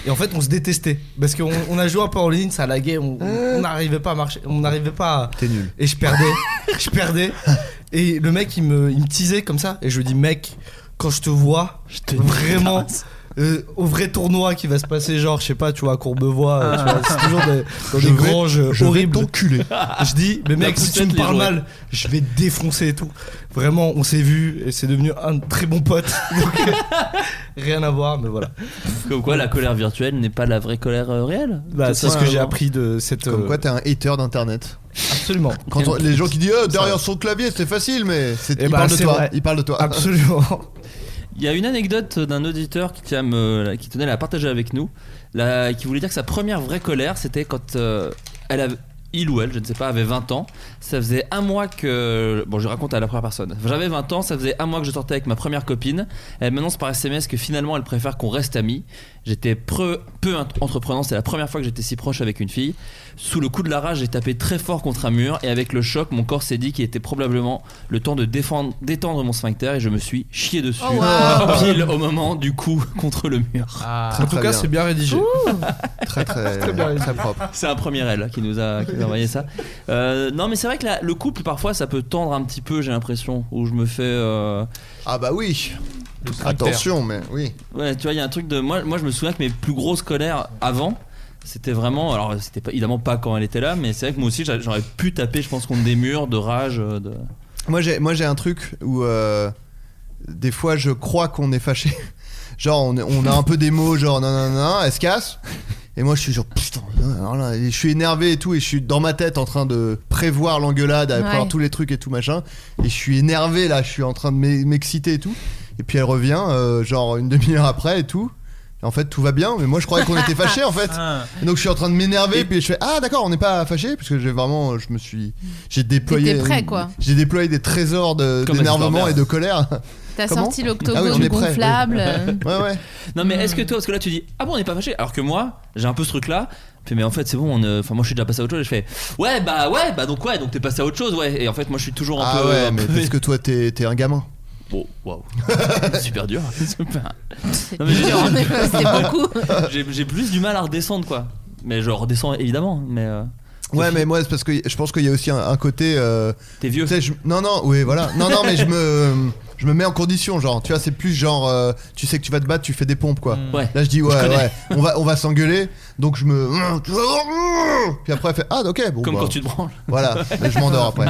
Et en fait, on se détestait. Parce qu'on on a joué un peu en ligne, ça laguait, on on n'arrivait pas à marcher. On n'arrivait pas à- T'es nul. Et je perdais. je perdais. Et le mec, il me, il me teasait comme ça. Et je lui dis, mec, quand je te vois, je te vraiment. euh, au vrai tournoi qui va se passer, genre, je sais pas, tu vois, à Courbevoie, Ah. euh, tu vois, c'est toujours des, dans Je des vais- granges euh, je vais horribles. t'enculer. Je dis, mais La mec, si tu poussette, me les parles jouets. mal, je vais te défoncer et tout. Vraiment, on s'est vu et c'est devenu un très bon pote. Donc, rien à voir, mais voilà. Comme quoi, la colère virtuelle n'est pas la vraie colère euh, réelle. Bah, c'est ce que j'ai appris de cette. Comme euh, quoi, t'es un hater d'internet. Absolument. Quand on- les gens qui disent Ça- oh, derrière son clavier, c'est facile, mais c'est- Eh il bah, parle de c'est toi. vrai. Il parle de toi. Absolument. Il y a une anecdote d'un auditeur qui, tient à me- qui tenait à la partager avec nous, la- qui voulait dire que sa première vraie colère, c'était quand euh, elle avait- il ou elle, je ne sais pas, avait 20 ans. Ça faisait un mois que. Bon, je raconte à la première personne. J'avais 20 ans, ça faisait un mois que je sortais avec ma première copine. Elle m'annonce par SMS que finalement elle préfère qu'on reste amis. J'étais pre- peu int- entreprenant, c'est la première fois que j'étais si proche avec une fille. Sous le coup de la rage, j'ai tapé très fort contre un mur et avec le choc, mon corps s'est dit qu'il était probablement le temps de défendre, d'étendre mon sphincter et je me suis chié dessus Oh, wow. pile au moment du coup contre le mur. Très, En tout Ah. très cas, bien. c'est bien rédigé. très très, Très bien rédigé. propre. C'est un premier L qui nous a, qui nous a envoyé ça. Euh, non, mais c'est vrai que la- le couple, parfois, ça peut tendre un petit peu, j'ai l'impression, où je me fais. euh, Ah bah oui Attention, mais oui. Ouais, tu vois, il y a un truc de. Moi, moi, je me souviens que mes plus grosses colères avant. C'était vraiment, alors c'était pas, évidemment pas quand elle était là, mais c'est vrai que moi aussi j'a- j'aurais pu taper, je pense, contre des murs de rage. euh, De... Moi j'ai moi j'ai un truc où euh, des fois je crois qu'on est fâché. Genre on, est- on a un peu des mots genre non non non elle se casse. Et moi je suis genre putain non, non, non. Et je suis énervé et tout et je suis dans ma tête en train de prévoir l'engueulade, à Ouais. prévoir tous les trucs et tout machin. Et je suis énervé là, je suis en train de m'e- m'exciter et tout. Et puis elle revient euh, genre une demi-heure après et tout. Et En fait, tout va bien, mais moi je croyais qu'on était fâchés en fait. Et donc je suis en train de m'énerver, puis je fais ah d'accord, on n'est pas fâchés parce que j'ai vraiment, je me suis, j'ai déployé, T'étais prêt, quoi. j'ai déployé des trésors de- Comme d'énervement Alice et de colère. T'as Comment sorti l'octogone Ah oui, on est prêt, oui. gonflable. Ouais, ouais. Non, mais est-ce que toi, parce que là tu dis, ah bon, on n'est pas fâché, alors que moi, j'ai un peu ce truc là, mais en fait, c'est bon, on, euh, enfin, moi je suis déjà passé à autre chose, et je fais, ouais, bah ouais, bah donc ouais, donc t'es passé à autre chose, ouais, et en fait, moi je suis toujours un Ah peu. ouais, un mais peu- parce que toi t'es t'es un gamin. Bon, waouh. Super dur. Super. Non, dur, mais c'est beaucoup. J'ai, j'ai plus du mal à redescendre, quoi. Mais je redescends évidemment, mais. euh, Ouais, mais moi c'est parce que je pense qu'il y a aussi un, un côté. euh, T'es vieux. Non, non, oui, voilà. Non, non, mais je me. Je me mets en condition, genre, tu vois, c'est plus genre, euh, tu sais que tu vas te battre, tu fais des pompes, quoi. Mm. Ouais. Là, je dis, Je ouais, connais. ouais, on va, on va s'engueuler, donc je me. Puis après, elle fait, ah, ok, bon. Comme bah. quand tu te branles. Voilà, mais je m'endors après.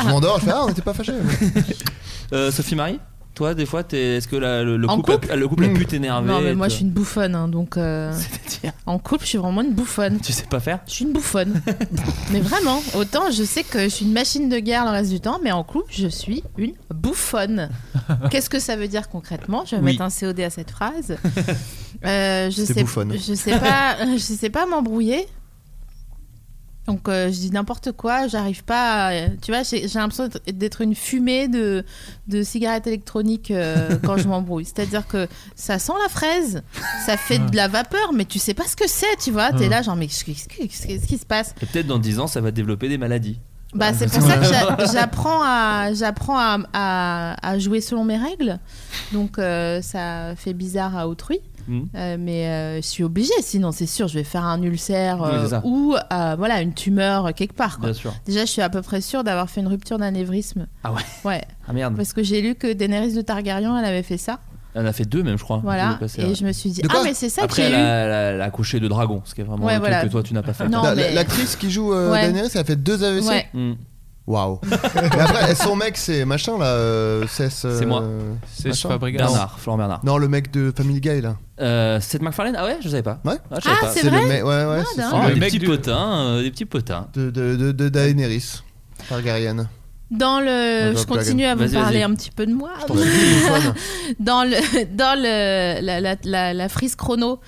je m'endors, je fais, ah, on était pas fâchés. Euh, Sophie Marie, toi, des fois, t'es, est-ce que la- le, le En couple, a- couple le couple a pu t'énerver Non, mais moi te- je suis une bouffonne, hein, donc. euh, En couple, je suis vraiment une bouffonne. Tu sais pas faire Je suis une bouffonne. mais vraiment, autant je sais que je suis une machine de guerre le reste du temps, mais en couple, je suis une bouffonne. Qu'est-ce que ça veut dire concrètement Je vais Oui. mettre un COD à cette phrase. Euh, je C'était sais, bouffonne. je sais pas, euh, je sais pas m'embrouiller. Donc euh, je dis n'importe quoi, j'arrive pas. à- tu vois, j'ai j'ai l'impression d'être une fumée de, de cigarettes électroniques euh, quand je m'embrouille. C'est-à-dire que ça sent la fraise, ça fait de la vapeur, mais tu sais pas ce que c'est, tu vois. Ah, T'es Mm. là genre mais qu'est-ce qui- qu'est-ce qui qu'est-ce qui se passe Et peut-être dans 10 ans, ça va développer des maladies. Ah, bah, c'est pour ça que j'a- j'apprends à, j'apprends à, à- à jouer selon mes règles. Donc, euh, ça fait bizarre à autrui. Mhm. Euh, mais euh, je suis obligée, sinon c'est sûr, je vais faire un ulcère Oui, euh, c'est ça. ou euh, voilà une tumeur quelque part. quoi. Bien sûr. Déjà, je suis à peu près sûre d'avoir fait une rupture d'anévrisme. Ah ouais Ouais. Ah merde. Parce que j'ai lu que Daenerys de Targaryen, elle avait fait ça. Elle en a fait deux même, je crois. Voilà, Je l'ai passé, et ouais. je me suis dit, De ah, quoi mais c'est ça que Après, j'ai elle eu. a, elle a- elle a accouché de dragon, ce qui est vraiment Ouais, un truc voilà. que toi tu n'as pas fait. Non, toi. La- mais- l'actrice qui joue euh, Ouais. Daenerys, elle a fait deux AVC. Ouais. Mm. Waouh. Mais après, son mec, c'est machin là. euh, Cesse, euh, C'est moi. machin. Cesse Fabregas. Bernard, Florent Bernard. Non, le mec de Family Guy là. Euh, Seth MacFarlane Ah ouais, je savais pas. Ouais. je savais Ah, pas. c'est C'est vrai le mec- ouais, ouais, Ah, c'est hein. dingue. ça. Oh, Le des, mec petits du- potins, euh, des petits potins. De, de, de, de Daenerys Targaryen. Dans le, Bonjour, je continue à vous Dragon. Vas-y, parler vas-y. un petit peu de moi. Je t'en prie, téléphone. dans le, dans le, la, la, la, la frise chrono.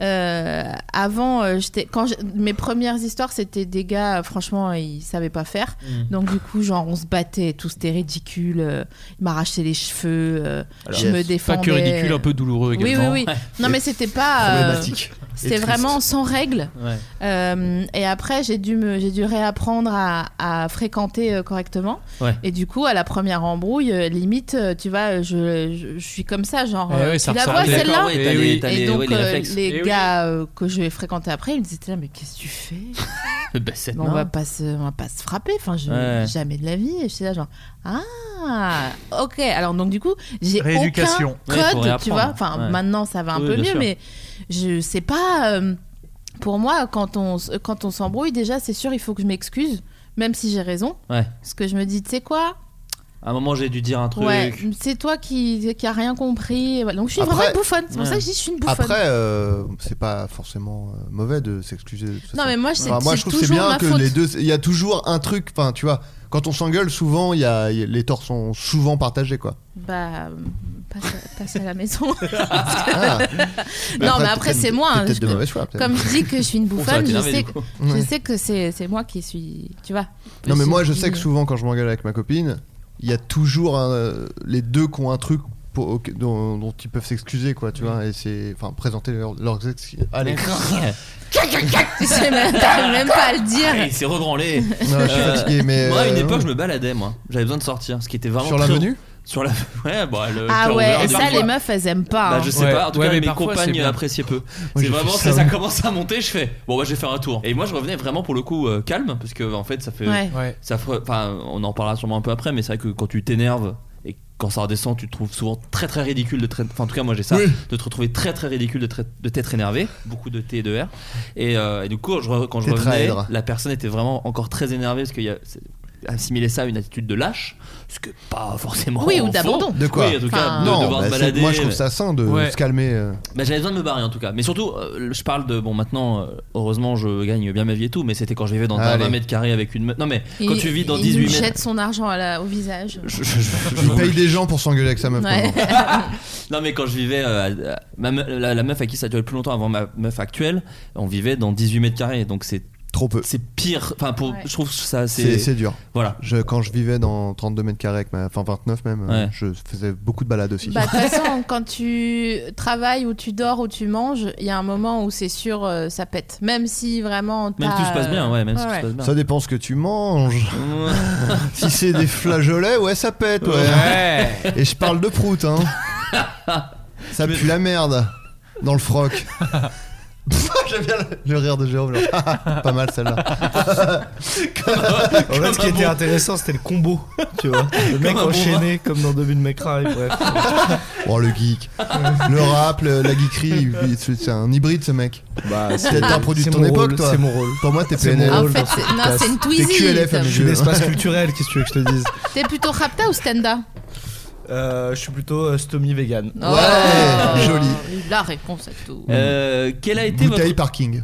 euh, avant, euh, j'étais, quand j'ai- mes premières histoires, c'était des gars, euh, franchement, ils savaient pas faire. Mm. Donc du coup, genre, on se battait, et tout c'était ridicule. euh, ils m'arrachaient les cheveux, euh, Alors, je yes. me Pas défendais. que ridicule, un peu douloureux également. Oui, oui, oui. Ouais. Non, mais c'était pas. euh, Problématique. Et c'était triste. vraiment sans règles. Ouais. Euh, et après, j'ai dû, me, j'ai dû réapprendre à, à fréquenter euh, correctement. Ouais. Et du coup, à la première embrouille, euh, limite, euh, tu vois, euh, je, je, je suis comme ça, genre, Eh euh, ouais, tu ça la ressemble. vois Ah, d'accord, celle-là ouais, t'as les- Et t'as les- donc, ouais, les euh, réflexes. les Eh oui. gars euh, que je vais fréquenter après, ils me disaient, là, mais qu'est-ce que tu fais Bah, Seth, Mais on, non. va pas se, on va pas se frapper, enfin, je, Ouais. jamais de la vie. Et je suis là, genre, ah, ok. Alors, donc, du coup, j'ai Rééducation. aucun Ouais, faut code, tu réapprendre. vois. Enfin, Ouais. maintenant, ça va un Oui, peu bien mieux, sûr. mais je sais pas. euh, pour moi, quand on, s- quand on s'embrouille, déjà, c'est sûr, il faut que je m'excuse, même si j'ai raison. Ouais. Parce que je me dis, tu sais quoi À un moment, j'ai dû dire un truc. Ouais, c'est toi qui, qui a rien compris. Et voilà. Donc je suis Après- vraiment une bouffonne. C'est pour ça que je dis, je suis une bouffonne. Après, euh, c'est pas forcément euh, mauvais de s'excuser. de toute façon. Non, mais moi, c'est- moi c'est je trouve que c'est toujours bien ma que faute. les deux. Il y a toujours un truc. Enfin, tu vois, quand on s'engueule, souvent, il y a, il y a- les torts sont souvent partagés, quoi. Bah, euh, passe, à- passe à la maison. Ah. Mais après, non, mais t'es après, peut-être- c'est moi. t'es hein. peut-être Je- de mauvaise foi, peut-être. Comme je dis que je suis une Oh, ça va bouffonne, je t'énerver, sais du que, coup. je Ouais. sais que c'est c'est moi qui suis. Tu vois Non, mais moi, je sais subie. que euh souvent, quand je m'engueule avec ma copine, il y a toujours un- euh, les deux qui ont un truc pour- au- dont, dont ils peuvent s'excuser, quoi, tu vois, et c'est. Enfin, présenter leur- leurs excuses. Ah, Allez. Tu sais même, t'arrives même pas à le dire. Ah, il s'est rebranlé. Non, je suis fatigué, mais, Moi, à une euh, époque, non. je me baladais, moi. J'avais besoin de sortir, ce qui était vraiment. Sur la très- venue Sur la. Ouais, bah, le Ah cœur ouais, ouvert et de ça, parfois. les meufs, elles aiment pas. Bah, hein. je sais Ouais. pas, en tout Ouais, cas, mais mes parfois, c'est compagnes bien. appréciaient peu. j'ai c'est fait vraiment, ça, ça, ça moi. commence à monter, je fais bon, bah, je vais faire un tour. Et moi, je revenais vraiment pour le coup euh, calme, parce que en fait, ça fait. Ouais. Ça ferait- enfin, on en parlera sûrement un peu après, mais c'est vrai que quand tu t'énerves et quand ça redescend, tu te trouves souvent très très ridicule de très- Enfin, en tout cas, moi j'ai ça, Oui. de te retrouver très très ridicule de, très- de t'être énervé, beaucoup de T et de R. Et, euh, et du coup, je re- quand je revenais, Tétraèdre. la personne était vraiment encore très énervée parce qu'il y a. c'est- assimiler ça à une attitude de lâche, ce que pas forcément. Oui, ou en font. d'abandon. De quoi Oui, en tout cas, de Non, devoir bah, se c'est- balader. moi, je trouve ça sain de Ouais. se calmer. euh. Bah, j'avais besoin de me barrer en tout cas. Mais surtout, euh, je parle de. Bon, maintenant, euh, heureusement, je gagne bien ma vie et tout, mais c'était quand je vivais dans un Allez. 20 mètres carrés avec une. me- Non, mais quand Il- tu vis dans il 18 nous mètres. jette son argent à la- au visage. Il paye des gens pour s'engueuler avec sa meuf. Ouais. maintenant. Non, mais quand je vivais. euh, à- ma me- la, la meuf à qui ça durait le plus longtemps avant ma meuf actuelle, on vivait dans 18 mètres carrés. Donc c'est. Trop peu. C'est pire. Enfin, pour, je trouve ça. C'est c'est dur. Voilà. Je, quand je vivais dans 32 mètres carrés, avec ma, enfin 29 même, euh, Ouais. je faisais beaucoup de balades aussi. Bah, de toute façon, quand tu travailles ou tu dors ou tu manges, il y a un moment où c'est sûr, euh, ça pète. Même si vraiment. Même t'as, tout se passe bien, euh, ouais, même si tout se passe bien. Ça dépend ce que tu manges. si c'est des flageolets, ouais, ça pète. Ouais. Ouais. Et je parle de prout, hein. ça pue la merde dans le froc. J'aime bien le- le rire de Jérôme. genre, Pas mal celle-là. En fait, ce qui était intéressant, c'était le combo, tu vois. Le mec Comme un bon enchaîné, comme dans Debut de Mecra, et bref. Oh le geek, le rap, le- la geekerie, c'est c'est un hybride ce mec. Bah, c'est- c'est un produit de c'est ton mon époque, rôle, toi. c'est mon rôle. Pour moi, t'es C'est mon PNL. rôle dans ce c'est- non, podcast. c'est une Twizy, T'es QLF, ça. à mes Je suis yeux. d'espace culturel, qu'est-ce que tu veux que je te dise T'es plutôt rapta ou stenda Euh, Je suis plutôt euh, stomy vegan. Oh, La réponse à tout. Euh, quelle a été Bouteille votre. parking.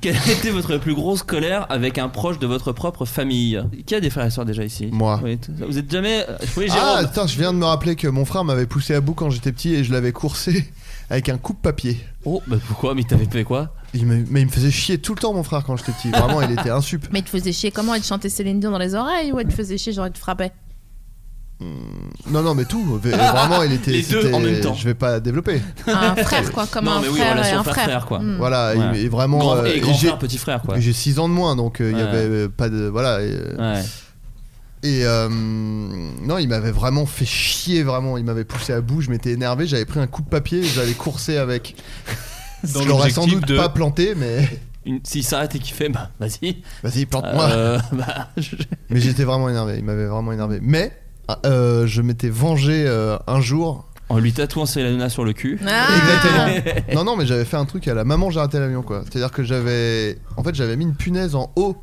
Quelle a été votre plus grosse colère avec un proche de votre propre famille Qui a des frères et sœurs déjà ici Moi. vous êtes jamais. euh, Oui, Ah, Jérôme. attends, je viens de me rappeler que mon frère m'avait poussé à bout quand j'étais petit et je l'avais coursé avec un coupe papier. Oh, bah pourquoi Mais t'avais fait quoi Mais il me faisait chier tout le temps, mon frère, quand j'étais petit. Vraiment, il était insup. Mais il te faisait chier comment Elle te chantait Céline Dion dans les oreilles ou elle te faisait chier genre elle te frappait Hum, Non, non, mais tout. V- Vraiment, il était. Les deux c'était- en même temps. Je vais pas développer. Un frère quoi, comme Non, un mais oui, frère et relation un frère. Hmm. frère-frère, quoi. Mm. Voilà, Ouais. et, et vraiment. euh, Grand- et grand j'ai- frère, petit frère, quoi. J'ai 6 ans de moins, donc euh, il y Ouais. avait euh, pas de. Voilà. et, euh, Ouais. Et euh, non, il m'avait vraiment fait chier, vraiment. Il m'avait poussé à bout, je m'étais énervé, j'avais pris un coup de papier, j'avais coursé avec. Dans je l'aurais sans l'objectif doute de- pas planté, mais. Une- S'il s'arrête et qu'il fait, bah vas-y. Vas-y, plante-moi. Euh, bah, je- Mais j'étais vraiment énervé, il m'avait vraiment énervé. Mais euh, je m'étais vengé euh, un jour. En lui tatouant Selena sur le cul. Exactement. non, non, mais j'avais fait un truc à la maman, j'ai raté l'avion, quoi. C'est-à-dire que j'avais. En fait, j'avais mis une punaise en haut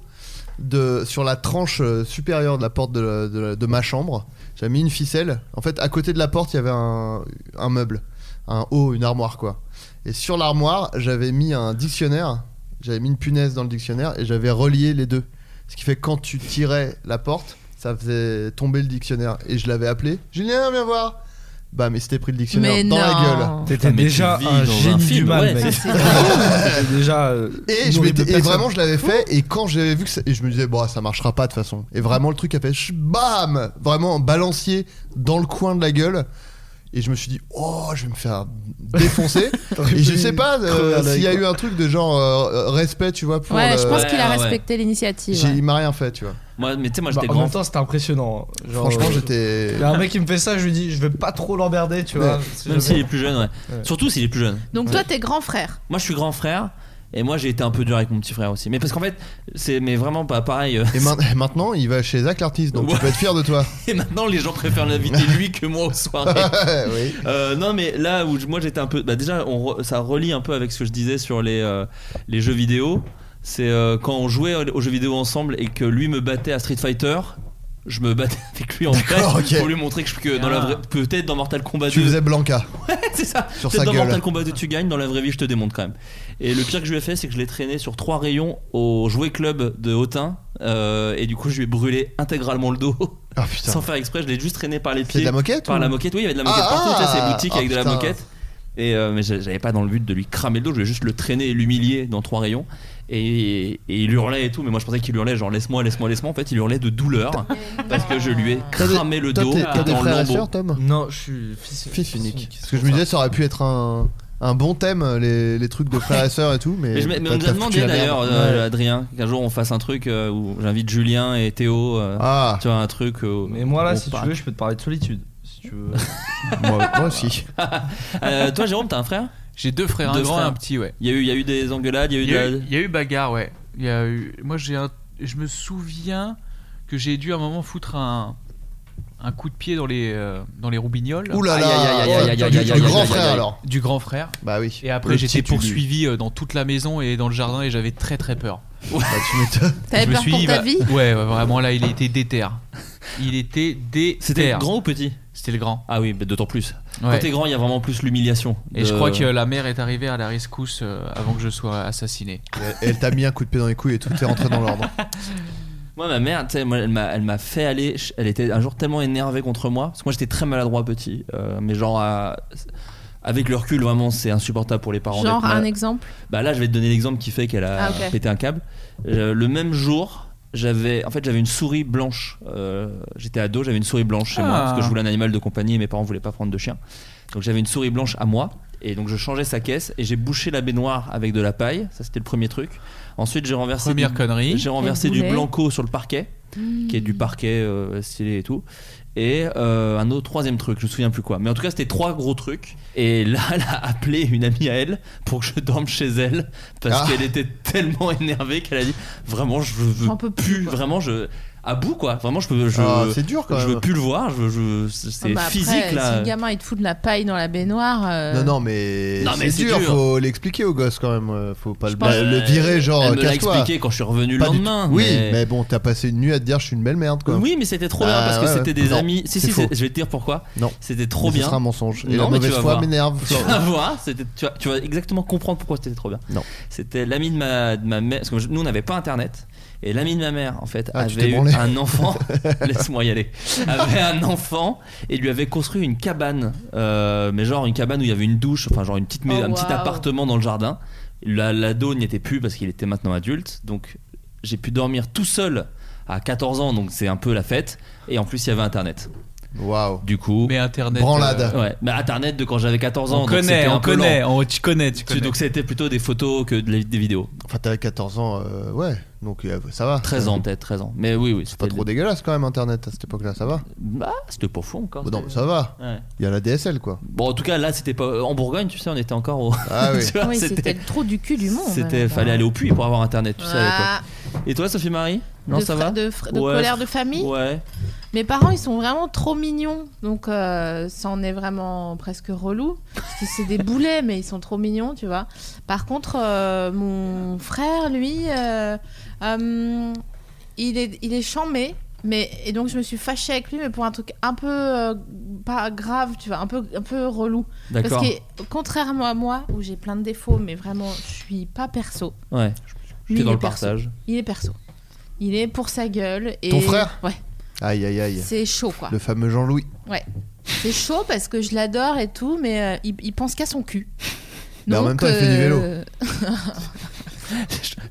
de, sur la tranche euh, supérieure de la porte de, la- de la- de ma chambre. J'avais mis une ficelle. En fait, à côté de la porte, il y avait un, un meuble, un haut, une armoire, quoi. Et sur l'armoire, j'avais mis un dictionnaire. J'avais mis une punaise dans le dictionnaire et j'avais relié les deux. Ce qui fait que quand tu tirais la porte, ça faisait tomber le dictionnaire. Et je l'avais appelé Julien, viens voir Bah, mais c'était pris le dictionnaire Mais dans non. la gueule. T'étais Putain, mais déjà tu vis un dans un génie film, du mal, ouais, mec. c'est- T'étais déjà, euh, et, je une m'étais- horrible et personne. vraiment, je l'avais fait. Et quand j'avais vu que ça, et je me disais, bah, ça marchera pas de toute façon. Et vraiment, le truc a fait ch- bam Vraiment, un balancier dans le coin de la gueule. Et je me suis dit, oh, je vais me faire défoncer. T'aurais et je pu sais pas euh, crever un s'il y a œil, eu quoi. un truc de genre euh, respect, tu vois. Pour Ouais, je le- pense qu'il a respecté l'initiative. Euh, J'ai- ouais. Il m'a rien fait, tu vois. Moi, mais tu sais, moi Bah, j'étais en grand. même temps, c'était impressionnant. Genre, Franchement, euh, j'étais. y a un mec qui me fait ça, je lui dis, je vais pas trop l'emmerder, tu vois. Ouais. Si Même jamais- s'il est plus jeune, hein. ouais. Ouais. Surtout s'il est plus jeune. Donc toi, t'es grand frère. Moi, je suis grand frère. Et moi, j'ai été un peu dur avec mon petit frère aussi. Mais parce qu'en fait, c'est mais vraiment pas pareil. euh, Et main- maintenant, il va chez Zach l'artiste, donc Ouais. tu peux être fier de toi. Et maintenant, les gens préfèrent l'inviter lui que moi aux soirées. Oui. Euh, non, mais là où je- moi j'étais un peu. Bah, déjà, on re- ça relie un peu avec ce que je disais sur les, euh, les jeux vidéo. C'est euh, quand on jouait aux jeux vidéo ensemble et que lui me battait à Street Fighter. Je me battais avec lui en vrai D'accord, ok. Ah. pour lui montrer que, je- que dans la vraie- peut-être dans Mortal Kombat Tu 2 faisais Blanca. Bah, c'est ça. Sur Peut-être sa dans gueule. Mortal Kombat 2 tu gagnes, dans la vraie vie je te démonte quand même. Et le pire que je lui ai fait, c'est que je l'ai traîné sur trois rayons au jouet club de Autun. euh, et du coup, je lui ai brûlé intégralement le dos. Sans faire exprès, je l'ai juste traîné par les pieds. Ah, de la moquette Par ou- la moquette, oui, il y avait de la moquette Ah, partout. tu sais, ah, c'est boutique ah, avec de la putain. moquette. Et euh, mais j'a- j'avais pas dans le but de lui cramer le dos, je voulais juste le traîner et l'humilier dans trois rayons. Et, et il hurlait et tout, mais moi je pensais qu'il hurlait genre laisse-moi, laisse-moi, laisse-moi. En fait, il hurlait de douleur parce que je lui ai cramé le Toi, dos t'es- t'as des dans frères et le sœurs, lambeau. Tom Non, je suis fils, Fils unique. Parce que je me disais, ça aurait pu être un, un bon thème, euh, les, les trucs de frères et sœurs et tout. Mais, Mais, je me- mais t'as- on nous t'as a foutu demandé la merde. d'ailleurs, euh, Ouais. Adrien, qu'un jour on fasse un truc euh, où j'invite Julien et Théo. euh, Ah. Tu vois, un truc. euh, Mais moi, là, on si parle. tu veux, je peux te parler de solitude. Si tu veux. moi, moi aussi. Euh, toi, Jérôme, t'as un frère J'ai deux frères, un grand et un petit, ouais. Il y a eu, il y a eu des engueulades, il y a eu Il y a de eu, la- il y a eu bagarre, ouais. Il y a eu- Moi, j'ai un- je me souviens que j'ai dû à un moment foutre un, un coup de pied dans les, euh, dans les roubignoles. Ouh là là, Aïe, aïe, aïe, aïe, aïe, du- aïe, du aïe, aïe, grand aïe, frère, aïe, aïe. alors. Du grand frère. Bah oui. Et après, Le j'étais petit, tu lui- poursuivi euh, dans toute la maison et dans le jardin et j'avais très très peur. Bah, tu m'étonnes. T'avais Je me peur suis pour dit, ta bah, vie Ouais, ouais, vraiment, là, il était déter. Il était déter. C'était le grand ou petit C'était le grand. Ah oui, bah, d'autant plus. Ouais. Quand t'es grand, il y a vraiment plus l'humiliation. Et de- je crois que Euh, la mère est arrivée à la rescousse euh, avant que je sois assassiné. Et elle t'a mis un coup de pied dans les couilles et tout est rentré dans l'ordre. Moi, ma mère, tu sais, moi, elle m'a elle m'a fait aller. ch- Elle était un jour tellement énervée contre moi. Parce que moi, j'étais très maladroit petit. euh, mais genre, à- avec le recul, vraiment, c'est insupportable pour les parents. Genre d'être mal- un exemple Bah là, je vais te donner l'exemple qui fait qu'elle a Ah, ok. pété un câble. Euh, le même jour, j'avais en fait j'avais une souris blanche. Euh, J'étais ado, j'avais une souris blanche chez moi Ah. parce que je voulais un animal de compagnie et mes parents voulaient pas prendre de chien. Donc j'avais une souris blanche à moi et donc je changeais sa caisse et j'ai bouché la baignoire avec de la paille. Ça c'était le premier truc. Ensuite j'ai renversé Première du, connerie. J'ai renversé du boulet. blanco sur le parquet Mmh. Mm. qui est du parquet euh, stylé et tout. Et euh, un autre troisième truc, je me souviens plus quoi. Mais en tout cas, c'était trois gros trucs. Et là, elle a appelé une amie à elle pour que je dorme chez elle parce Ah. qu'elle était tellement énervée qu'elle a dit vraiment, je veux J'en plus, vraiment, je à bout quoi. Vraiment, je peux, je, Ah, c'est dur, quand je même. veux plus le voir. Je, je- c'est Bah, après, physique Si là. le gamin il te fout de la paille dans la baignoire. euh, Non, non, mais, Non, c'est mais c'est dur, dur. faut l'expliquer au gosse quand même. euh, Faut pas le, pense- le virer, genre, Elle me l'a casse-toi. expliqué quand je suis revenu le Pas du lendemain, tout. Oui, mais, mais- bon, t'as passé une nuit à te dire je suis une belle merde quoi. Oui, mais c'était trop bien Ah, parce que ouais, c'était ouais. des Non, amis. Si, c'est si, faux. c'est- je vais te dire pourquoi. Non. C'était trop Mais ce bien. sera un mensonge. Et Non, la mais tu mauvaise vas foi voir. m'énerve, Tu Florent. vas voir. c'était- Tu vas, tu vas exactement comprendre pourquoi c'était trop bien. Non. C'était l'ami de ma, de ma mère. Parce que je- nous, on n'avait pas internet. Et l'ami de ma mère, en fait, Ah, tu avait t'es eu branlé. un enfant. Laisse-moi y aller. Avait un enfant et lui avait construit une cabane. euh, mais genre une cabane où il y avait une douche, enfin, genre une petite, mais- Oh, un petit waouh. appartement dans le jardin. La- L'ado n'y était plus parce qu'il était maintenant adulte. Donc j'ai pu dormir tout seul à 14 ans, donc c'est un peu la fête. Et en plus, il y avait internet. Waouh. Du coup. Mais internet. euh, Branlade. Ouais, mais internet de quand j'avais 14 ans. On donc connaît, c'était un on peu connaît, lent. on- tu connais, tu Tu- connais. Donc c'était plutôt des photos que de la- des vidéos. Enfin, t'avais 14 ans, euh, ouais, donc euh, ça va. 13 ans peut-être, 13 ans. Mais oui, oui. C'est pas trop dégueulasse quand même Internet à cette époque-là, ça va Bah, c'était pas fou encore. Non, mais c'était- ça va. Ouais. Il y a la DSL quoi. Bon, en tout cas, là, c'était pas. euh, En Bourgogne, tu sais, on était encore au. Ah oui. Tu vois, Oui, c'était le trou du cul du monde. C'était. Fallait aller au puits pour avoir internet, tu sais, à Ah. l'époque. Et toi, Sophie-Marie Non, de ça fra- va de, fra- de Ouais. colère de famille. Ouais. Mes parents, ils sont vraiment trop mignons. Donc, euh, ça en est vraiment presque relou. Parce que c'est des boulets, mais ils sont trop mignons, tu vois. Par contre, euh, mon frère, lui, euh, euh, il, est, il est chambé. Mais, et donc, je me suis fâchée avec lui, mais pour un truc un peu euh, pas grave, tu vois, un peu, un peu relou. Parce D'accord. que, contrairement à moi, où j'ai plein de défauts, mais vraiment, je suis pas perso. Ouais. Lui, J'étais il dans est le perso. partage. Il est perso. Il est pour sa gueule. Et... Ton frère Ouais. Aïe aïe aïe. C'est chaud, quoi. Le fameux Jean-Louis. Ouais. C'est chaud parce que je l'adore et tout, mais euh, il, il pense qu'à son cul. Mais Bah, en Donc, même temps, il fait du vélo. euh,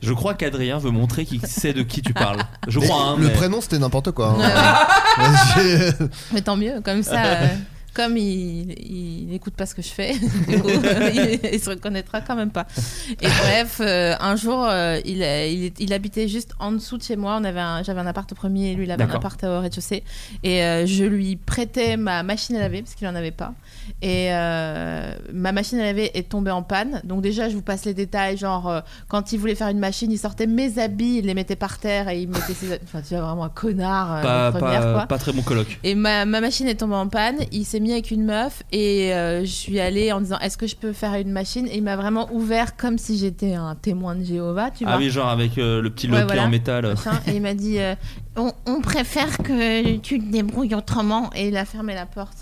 Je crois qu'Adrien veut montrer qu'il sait de qui tu parles. Je Mais crois. hein, le mais- prénom c'était n'importe quoi. hein. J'ai- mais tant mieux, comme ça. euh, Comme il, il n'écoute pas ce que je fais, du coup, il, il se reconnaîtra quand même pas. Et bref, euh, un jour, euh, il, a- il est- il habitait juste en dessous de chez moi. On avait un- j'avais un appart au premier, lui il avait un D'accord. appart euh, au rez-de-chaussée. Et euh, je lui prêtais ma machine à laver parce qu'il en avait pas. Et euh, ma machine à laver est tombée en panne. Donc déjà, je vous passe les détails. Genre, euh, quand il voulait faire une machine, il sortait mes habits, il les mettait par terre et il mettait ses. Enfin, tu vois, vraiment un connard. euh, Pas, de première, pas- quoi. pas très bon colloque. Et ma, ma machine est tombée en panne, il s'est mis avec une meuf et euh, je suis allée en disant est-ce que je peux faire une machine Et il m'a vraiment ouvert comme si j'étais un témoin de Jéhovah, tu Ah vois. oui, genre avec euh, le petit Ouais, loquet voilà. en métal. euh. Machin. Et il m'a dit euh, on, on préfère que tu te débrouilles autrement. Et il a fermé la porte.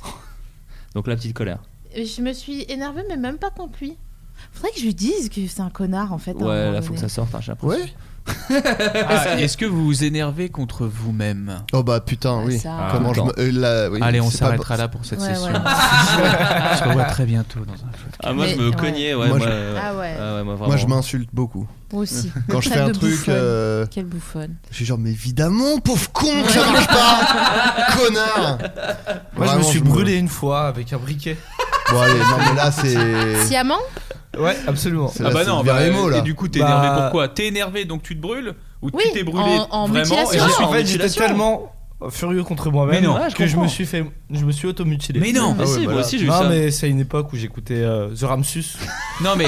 Donc la petite colère. Et Je me suis énervée, mais même pas compris. Faudrait que je lui dise que c'est un connard en fait. à un Ouais, moment là, faut que donné. ça sorte, hein, j'ai l'impression. Ouais. Ah, Est-ce que vous vous énervez contre vous-même Oh bah putain, oui. ça- Comment je Tout le me. temps. euh, là, oui, Allez, on c'est pas s'arrêtera bon. là pour cette Ouais, session. ouais. Je te revois très bientôt dans un podcast. Ah, moi, je me cognais, ouais. Moi, moi, je- euh, Ah ouais. ouais, Moi, moi, je vraiment. m'insulte beaucoup. Moi aussi. Quand je Traite fais un de truc. bouffonne. euh, Quelle bouffonne. Je suis genre, mais évidemment, pauvre con, ça marche pas Connard Moi, je me Vraiment, suis brûlé une fois avec un briquet. Bon, allez, non, mais là, c'est. Sciemment Ouais, absolument. C'est Ah là, bah c'est non, le bah, Veremo, là. Et du coup, t'es Bah, énervé pourquoi T'es énervé donc tu te brûles Ou Oui, tu t'es brûlé en- en vraiment Et et je j'ai- suis- en en fait, j'étais mutilation tellement furieux contre Mais moi-même non. Ouais, je que je me comprends. suis fait je me suis automutilé. Mais non. Ah ouais, bah là. non, Non, mais c'est une époque où j'écoutais euh, The Ramsus. Non mais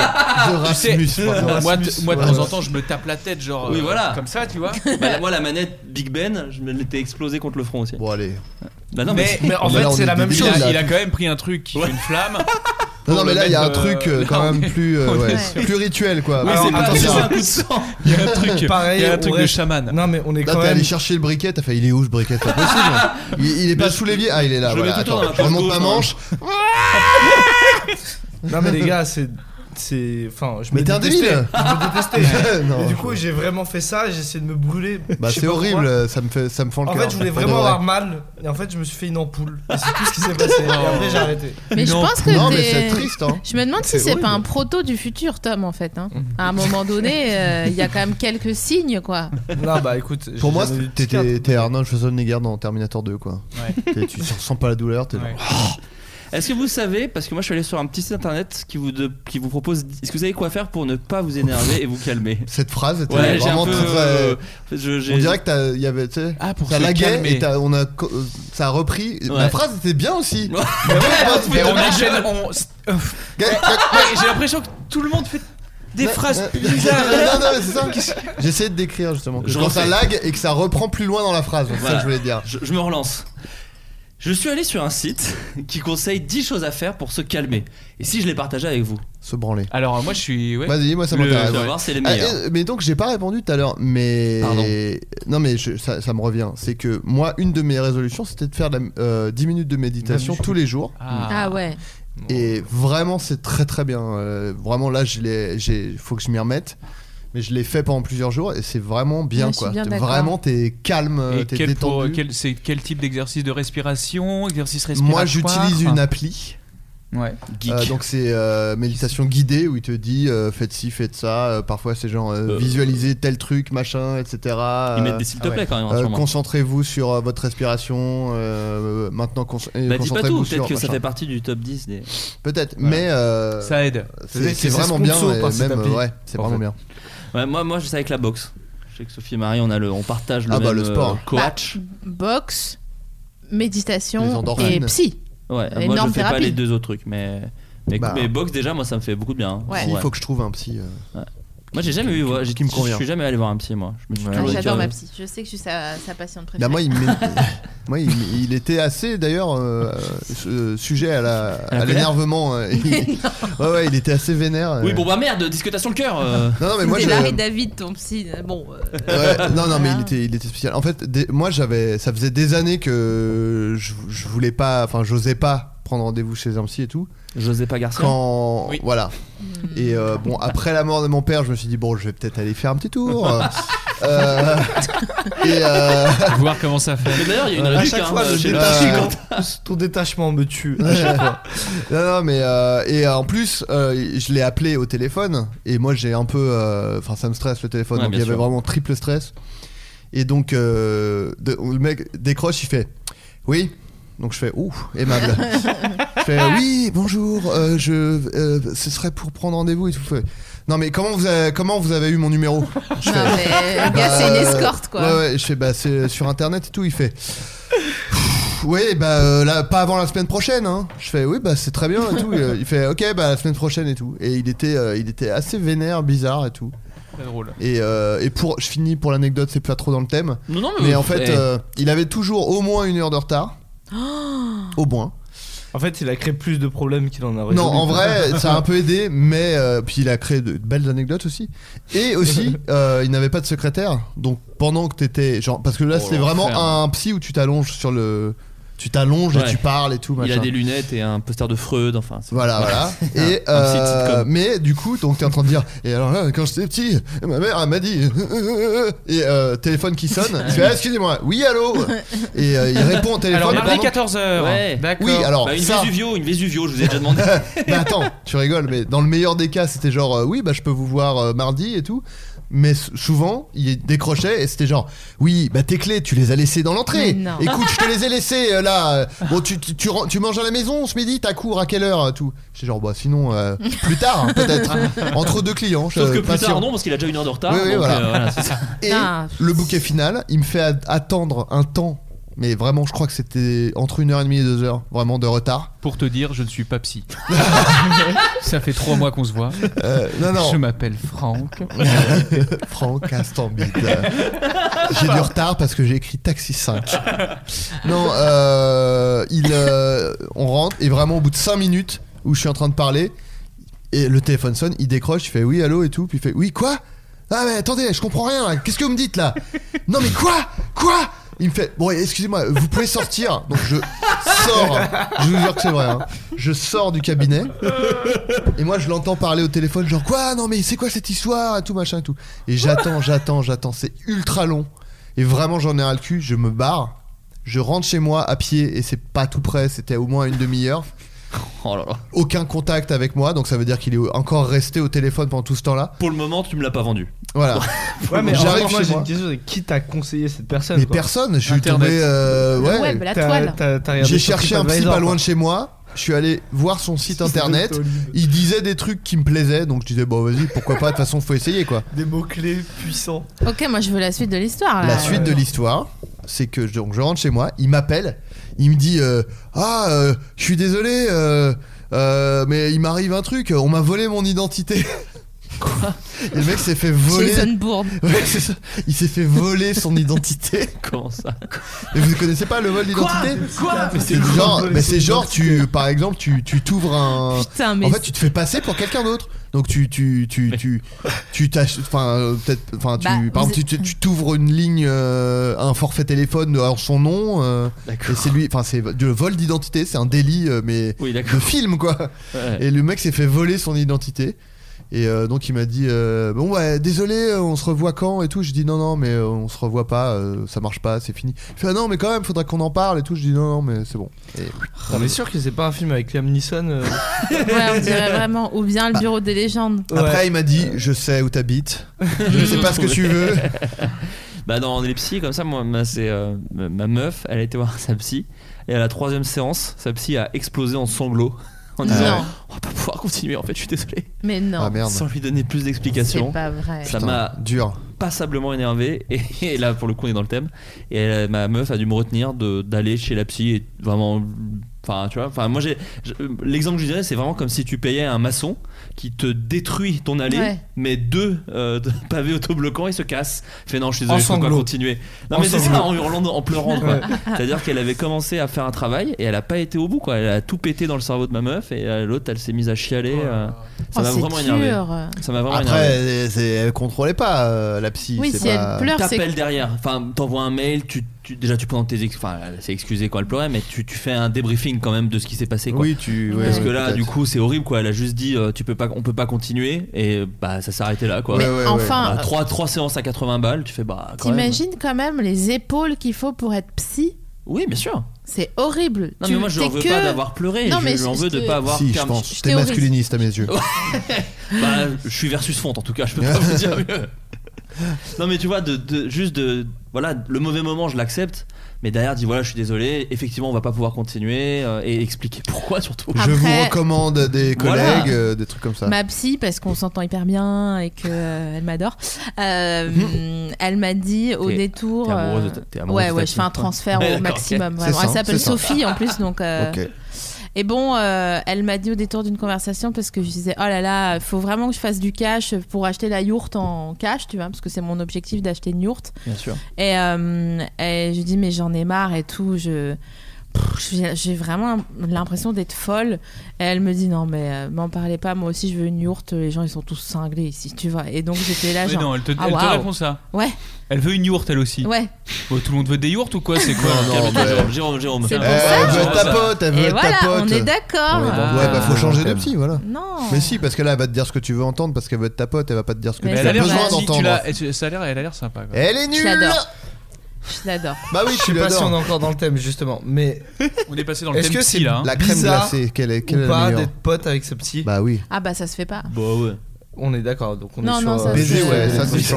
tu sais, moi, t- moi de temps en temps je me tape la tête genre Oui, euh, voilà. comme ça tu vois. Bah, moi, la manette Big Ben, je me l'étais explosé contre le front aussi. Bon, allez. Bah, non, mais, mais, mais en fait c'est la même chose. Il a, il a quand même pris un truc qui Ouais. fait une flamme. Non, non, pour mais le là, il y a un mettre, euh, truc euh, là, quand on même est- plus, euh, on est ouais, sur- plus rituel, quoi. Oui, Euh, Alors, c'est pas attention. juste un coup de sang. Il y a un truc. Pareil, il y a un truc on de reste- chaman. Non, mais on est Là, quand t'es même- allé chercher le briquet, t'as fait, il est où ce briquet C'est pas possible il, il est pas sous l'évier Ah, il est là, je le voilà. mets tout le temps attends, dans la je poche remonte gauche, ma moi. manche. Non mais les gars, c'est c'est enfin je Mais me t'es un détestais. débile. Je me détestais. Non. Et du coup, j'ai vraiment fait ça, j'ai essayé de me brûler. Bah, Je sais c'est pas horrible, pourquoi. ça me fait, ça me fend le En cœur. fait, je voulais pour de vraiment vrai. avoir mal et en fait, je me suis fait une ampoule. Et c'est tout ce qui s'est passé. Et après, j'ai arrêté. Mais je pense que Non, mais c'est t'es- triste, hein. Je me demande C'est si c'est horrible. pas un proto du futur, Tom, en fait. Mm. hein. À un moment donné, euh, il y a quand même quelques signes, quoi. Non, bah écoute, Pour j'ai moi, jamais eu de t'étais psychiatre. t'es Arnold Schwarzenegger dans Terminator 2, quoi. T'es- Tu ressens pas la douleur, t'es genre. Est-ce que vous savez, parce que moi je suis allé sur un petit site internet qui vous, de- qui vous propose, est-ce que vous savez quoi faire pour ne pas vous énerver et vous calmer Cette phrase était Ouais, j'ai vraiment un peu, très. euh, je- j'ai- Ah, on dirait que t'as- il y avait, tu sais, pour ça se laguait calmer. et t'as- on a, co- euh, ça a repris. La Ouais. phrase était bien aussi. Mais Mais on enchaîne. on- Ouais, J'ai l'impression que tout le monde fait des Non, phrases non, bizarres. non, non, mais c'est ça. J'essayais de décrire justement. que Je quand ça refais. lag et que ça reprend plus loin dans la phrase, c'est ça Voilà. que je voulais dire. Je, je me relance. Je suis allé sur un site qui conseille 10 choses à faire pour se calmer. Et si je les partageais avec vous Se branler. Alors moi je suis. ouais. Vas-y, moi ça Le- m'intéresse. je vais Ouais. voir, c'est Bah, les Ah, meilleurs. euh, mais donc j'ai pas répondu tout à l'heure, mais Pardon. non mais je- ça, ça me revient. C'est que moi une de mes résolutions c'était de faire de la- euh, 10 minutes de méditation tous les jours. Ah ouais. Et vraiment, c'est très très bien. Euh, vraiment, là, je l'ai, j'ai, faut que je m'y remette. Mais je l'ai fait pendant plusieurs jours et c'est vraiment bien Ouais, je suis quoi. bien T'es d'accord. vraiment, t'es calme, Et Euh, t'es quel, pour- détendu. quel- c'est quel type d'exercice de respiration Exercice respiratoire Moi, j'utilise une appli Ouais. Euh, donc c'est euh, méditation guidée où il te dit euh, faites ci, faites ça. Euh, parfois c'est genre euh, Euh. visualisez tel truc, machin, etc. Ils Ils mettent des s'il te plaît quand même, hein, sûrement. euh, Concentrez-vous sur euh, votre respiration. euh, maintenant, con- et Bah, dis pas concentrez-vous tout, sur peut-être que ça machin. fait partie du top 10 des. Peut-être, Voilà. mais euh, Ça aide. C'est c'est vraiment bien. et même, euh, ouais, c'est En vraiment fait. bien. Ouais, moi, moi, je sais avec la boxe. Je sais que Sophie et Marie, on, a le, on partage le Ah même bah, le sport. euh, coach. Boxe, méditation Bah, et psy. Ouais, Énorme moi, je fais pas thérapie. les deux autres trucs, mais. Mais, Bah. mais boxe, déjà, moi, ça me fait beaucoup de bien. hein. Ouais. Si, Il faut que je trouve un psy. euh, Ouais. Moi, j'ai jamais eu. ouais, j'ai- qui me Je convient. suis jamais allé voir un psy, moi. Je me suis Ouais. Ah, toujours dit, J'adore tiens, ma psy. Je sais que je suis sa, sa patiente Bah, préférée. moi, il, m'é- moi, il- il était assez d'ailleurs euh, euh, sujet à la- à colère l'énervement. euh, il- ouais, ouais, il était assez vénère. euh. Oui, bon, bah merde, disque t'as sur le cœur. euh. Non, non, mais moi, C'est je- Larry David, ton psy. Bon. euh, Ouais, non, non, mais il était, il était spécial. En fait, des- moi, j'avais, ça faisait des années que je, je voulais pas, enfin, j'osais pas prendre rendez-vous chez un psy et tout. J'osais pas Garcia. Quand, voilà. Et euh, bon, après la mort de mon père, je me suis dit bon, je vais peut-être aller faire un petit tour. Euh, et euh, Voir comment ça fait. Mais d'ailleurs, il y a une À réduc, chaque hein, fois, euh, le chez le détachement- psy, ton détachement me tue. à chaque fois. non, non, mais euh, et euh, en plus, euh, je l'ai appelé au téléphone et moi j'ai un peu, euh, enfin ça me stresse le téléphone, Ouais, donc il bien y avait sûr. vraiment triple stress. Et donc euh, de- le mec décroche, il fait, oui. Donc je fais, ouh, aimable. je fais, oui, bonjour, euh, je, euh, ce serait pour prendre rendez-vous et tout. Fait, Non mais comment vous avez, comment vous avez eu mon numéro Je Non, mais le gars, c'est une euh, escorte, quoi. Ouais, ouais, je fais, bah, c'est sur internet et tout. Il fait. Oui, bah, euh, là, pas avant la semaine prochaine. Hein. Je fais, oui, bah, c'est très bien et tout. Et, euh, il fait, ok, bah, la semaine prochaine et tout. Et il était, euh, il était assez vénère, bizarre et tout. Très drôle. Et, euh, et pour, je finis pour l'anecdote, c'est pas trop dans le thème. Non, non, mais mais. vous- en fait, eh. euh, il avait toujours au moins une heure de retard. Ah. Au moins. En fait, il a créé plus de problèmes qu'il en a résolu. Non, en vrai, ça a un peu aidé, mais euh, puis il a créé de belles anecdotes aussi. Et aussi, euh, il n'avait pas de secrétaire, donc pendant que t'étais genre, parce que là, Oh, c'est vraiment l'enfer. un psy où tu t'allonges sur le, tu t'allonges Ouais. et tu parles et tout. Il Machin. a des lunettes et un poster de Freud, enfin. c'est- Voilà, voilà. Un- Et un psy de euh, sitcom. mais du coup, donc t'es en train de dire. Et alors là, quand j'étais petit, ma mère elle m'a dit. Et euh, téléphone qui sonne. Il fait, ah, excusez-moi. Oui, allô. Et euh, il répond au téléphone. Alors, mardi pendant- 14h. Ouais. D'accord. Oui, alors, Bah, une ça- Vesuvio, une Vesuvio, je vous ai déjà demandé. bah attends, tu rigoles, mais dans le meilleur des cas, c'était genre euh, oui, bah je peux vous voir euh, mardi et tout. Mais s- souvent, il décrochait et c'était genre oui, bah tes clés, tu les as laissées dans l'entrée. Mais non. Écoute, je te les ai laissées euh, là. Euh, Bon, tu, tu, tu, ren- tu manges à la maison ce midi, t'as cours à quelle heure euh, tout. J'étais genre bah sinon euh, plus tard hein, peut-être entre deux clients. je- Sauf que plus patient. tard, non, parce qu'il a déjà une heure de retard. Oui, oui, donc, voilà. euh, voilà, c'est ça. Et Ah. le bouquet final, il me fait a- attendre un temps, mais vraiment, je crois que c'était entre une heure et demie et deux heures, vraiment de retard. Pour te dire, je ne suis pas psy. ça fait trois mois qu'on se voit. Euh, non, non. Je m'appelle Franck. Franck Astambide. J'ai du retard parce que j'ai écrit Taxi 5. Non, euh, il, euh, on rentre et vraiment au bout de 5 minutes où je suis en train de parler, et le téléphone sonne, il décroche, il fait oui, allô et tout, puis il fait oui, quoi Ah mais attendez, je comprends rien, là. qu'est-ce que vous me dites là Non mais quoi Quoi il me fait bon excusez-moi vous pouvez sortir donc je sors je vous jure que c'est vrai hein. je sors du cabinet et moi, je l'entends parler au téléphone, genre quoi Non, mais c'est quoi cette histoire Et tout machin et tout. Et j'attends, j'attends, j'attends. C'est ultra long. Et vraiment, j'en ai ras le cul. Je me barre. Je rentre chez moi à pied et c'est pas tout près. C'était au moins une demi-heure. Oh là là. Aucun contact avec moi, donc ça veut dire qu'il est encore resté au téléphone pendant tout ce temps-là. Pour le moment, tu me l'as pas vendu. Voilà. Ouais, mais J'arrive en fait, moi, chez j'ai moi. une question c'est qui t'a conseillé cette personne Mais quoi personne, je suis Internet. tombé. euh, Le ouais. web, bah, la T'as- toile. t'as- t'as regardé J'ai sur cherché un psy TripAdvisor, pas loin quoi. de chez moi. Je suis allé voir son site internet. Tolib. Il disait des trucs qui me plaisaient, donc je disais bon vas-y pourquoi pas. De toute façon faut essayer quoi. Des mots-clés puissants. Ok, moi, je veux la suite de l'histoire. La là. suite de l'histoire, c'est que je- donc je rentre chez moi, il m'appelle, il me dit euh, ah euh, je suis désolé, euh, euh, mais il m'arrive un truc, on m'a volé mon identité. Quoi Et le mec s'est fait voler. Jason Bourne. Ouais, c'est ça. Il s'est fait voler son identité. Comment ça Et vous connaissez pas le vol d'identité Quoi C'est genre, bah, c'est genre tu, par exemple, tu, tu t'ouvres un. Putain, mais En fait, tu te fais passer pour quelqu'un d'autre. Donc tu tu tu tu tu t'ach- enfin euh, peut-être enfin tu Bah, par vous exemple, tu- tu tu t'ouvres une ligne euh, un forfait téléphone en son nom euh, D'accord. et c'est lui enfin c'est du vol d'identité c'est un délit euh, mais Oui, d'accord. de film quoi Ouais. et le mec s'est fait voler son identité Et euh, donc il m'a dit euh, bon ouais désolé euh, on se revoit quand et tout. Je dis non non mais euh, on se revoit pas euh, ça marche pas c'est fini. Il fait ah non mais quand même faudra qu'on en parle et tout. Je dis non non mais c'est bon. Et, On est sûr que c'est pas un film avec Liam Neeson euh, Ouais, on dirait vraiment. Ou bien le bureau des légendes. Bah. Après il m'a dit Euh. je sais où t'habites. je sais pas ce que tu veux. Bah dans les psys comme ça, moi, ma, c'est, euh, ma ma meuf, elle a été voir sa psy et à la troisième séance, sa psy a explosé en sanglots en Non. disant on va pas pouvoir continuer. En fait, je suis désolé. Mais Ah, non. Sans lui donner plus d'explications. C'est pas vrai. Ça Putain, m'a dur. Ah, Passablement énervé et, et là pour le coup on est dans le thème et elle- ma meuf a dû me retenir de- d'aller chez la psy et vraiment enfin tu vois enfin moi j'ai je- l'exemple que je dirais c'est vraiment comme si tu payais un maçon qui te détruit ton allée Ouais. mais deux euh, de- pavés autobloquants et se casse fait non je suis désolé En je peux pas sanglots. continuer non En mais c'est ça sanglots. en hurlant en pleurant quoi. Ouais. c'est à dire qu'elle avait commencé à faire un travail et elle a pas été au bout quoi elle a tout pété dans le cerveau de ma meuf et euh, l'autre elle s'est mise à chialer euh, Oh, ça m'a c'est vraiment énervé dur. ça m'a vraiment Après énervé elle, c'est- elle contrôlait pas euh, la psy. c'est pas- T'appelles derrière. Enfin, t'envoies un mail. Tu, tu- déjà, tu présentes tes. ex- Enfin, c'est excusé quand elle pleurait, mais tu, tu fais un débriefing quand même de ce qui s'est passé. Quoi. Oui, tu- ouais, Parce ouais, que là, peut-être. du coup, c'est horrible. Quoi. Elle a juste dit, euh, tu peux pas, on peut pas continuer, et bah ça s'est arrêté là. Quoi. Mais Ouais, ouais, enfin, Bah, euh, trois, trois séances à 80 balles. Tu fais bah. quand même. T'imagines quand même les épaules qu'il faut pour être psy Oui, bien sûr. C'est horrible. Non, Tu- mais moi, je t'es leur veux que- pas d'avoir pleuré. Non, je mais leur je- veux je de te- pas avoir. Si je ferme- pense. je T'es théorise. masculiniste à mes yeux. Bah, je suis versus Font en tout cas, je peux pas vous dire mieux. Non mais tu vois, de, de- juste de voilà, le mauvais moment, je l'accepte, mais derrière dit voilà, je suis désolé, effectivement, on va pas pouvoir continuer euh, et expliquer pourquoi surtout. Je vous recommande des collègues Voilà. euh, des trucs comme ça. Ma psy, parce qu'on s'entend hyper bien et que euh, elle m'adore, euh, elle m'a dit au T'es- détour. t'es amoureuse de euh, ta- t'es amoureuse ouais, de ta ouais, je fais un psy. transfert Ouais, au d'accord, maximum. ok. vraiment. C'est Elle ça, s'appelle c'est ça. Sophie en plus, donc. euh, Ok. Et bon, euh, elle m'a dit au détour d'une conversation parce que je disais oh là là, faut vraiment que je fasse du cash pour acheter la yourte en cash, tu vois, parce que c'est mon objectif d'acheter une yourte. Bien sûr. Et, euh, et je lui dis, mais j'en ai marre et tout. Je, pff, j'ai- j'ai vraiment l'impression d'être folle. Et elle me dit, non, mais euh, m'en parlez pas. Moi aussi, je veux une yourte. Les gens, ils sont tous cinglés ici, tu vois. Et donc, j'étais là, Mais genre. non, elle te, ah, elle te waouh. répond ça. Ouais. Elle veut une yourte elle aussi. Ouais. Bon, tout le monde veut des yourtes ou quoi C'est quoi Non, non, Calme-toi, mais- Jérôme, Jérôme, Jérôme. C'est pour Eh, ça. elle veut être ta pote, elle veut Et être voilà, ta pote. on est d'accord. Ouais, Ah, bah, ouais, bah faut changer de Calme. psy, voilà. Non. Mais si, parce que là, elle va te dire ce que tu veux entendre, parce qu'elle veut être ta pote, elle va pas te dire ce que Mais tu elle a as l'air besoin gentille, tu d'entendre. l'as- elle- ça a l'air- elle a l'air sympa. quoi. Elle est Je nulle l'adore. Je l'adore. Bah oui, je sais tu pas si l'adores. on est encore dans le thème justement, mais on est passé dans le thème que psy, c'est là, hein. La crème bizarre glacée, quelle est- quelle est ou la pas meilleure d'être pote avec ce petit Bah oui. Ah, bah, ça se fait pas. Bah ouais. On est d'accord, donc on Non, est non, sur ça Baiser, se- ouais, ça, c'est Ouais. chiant.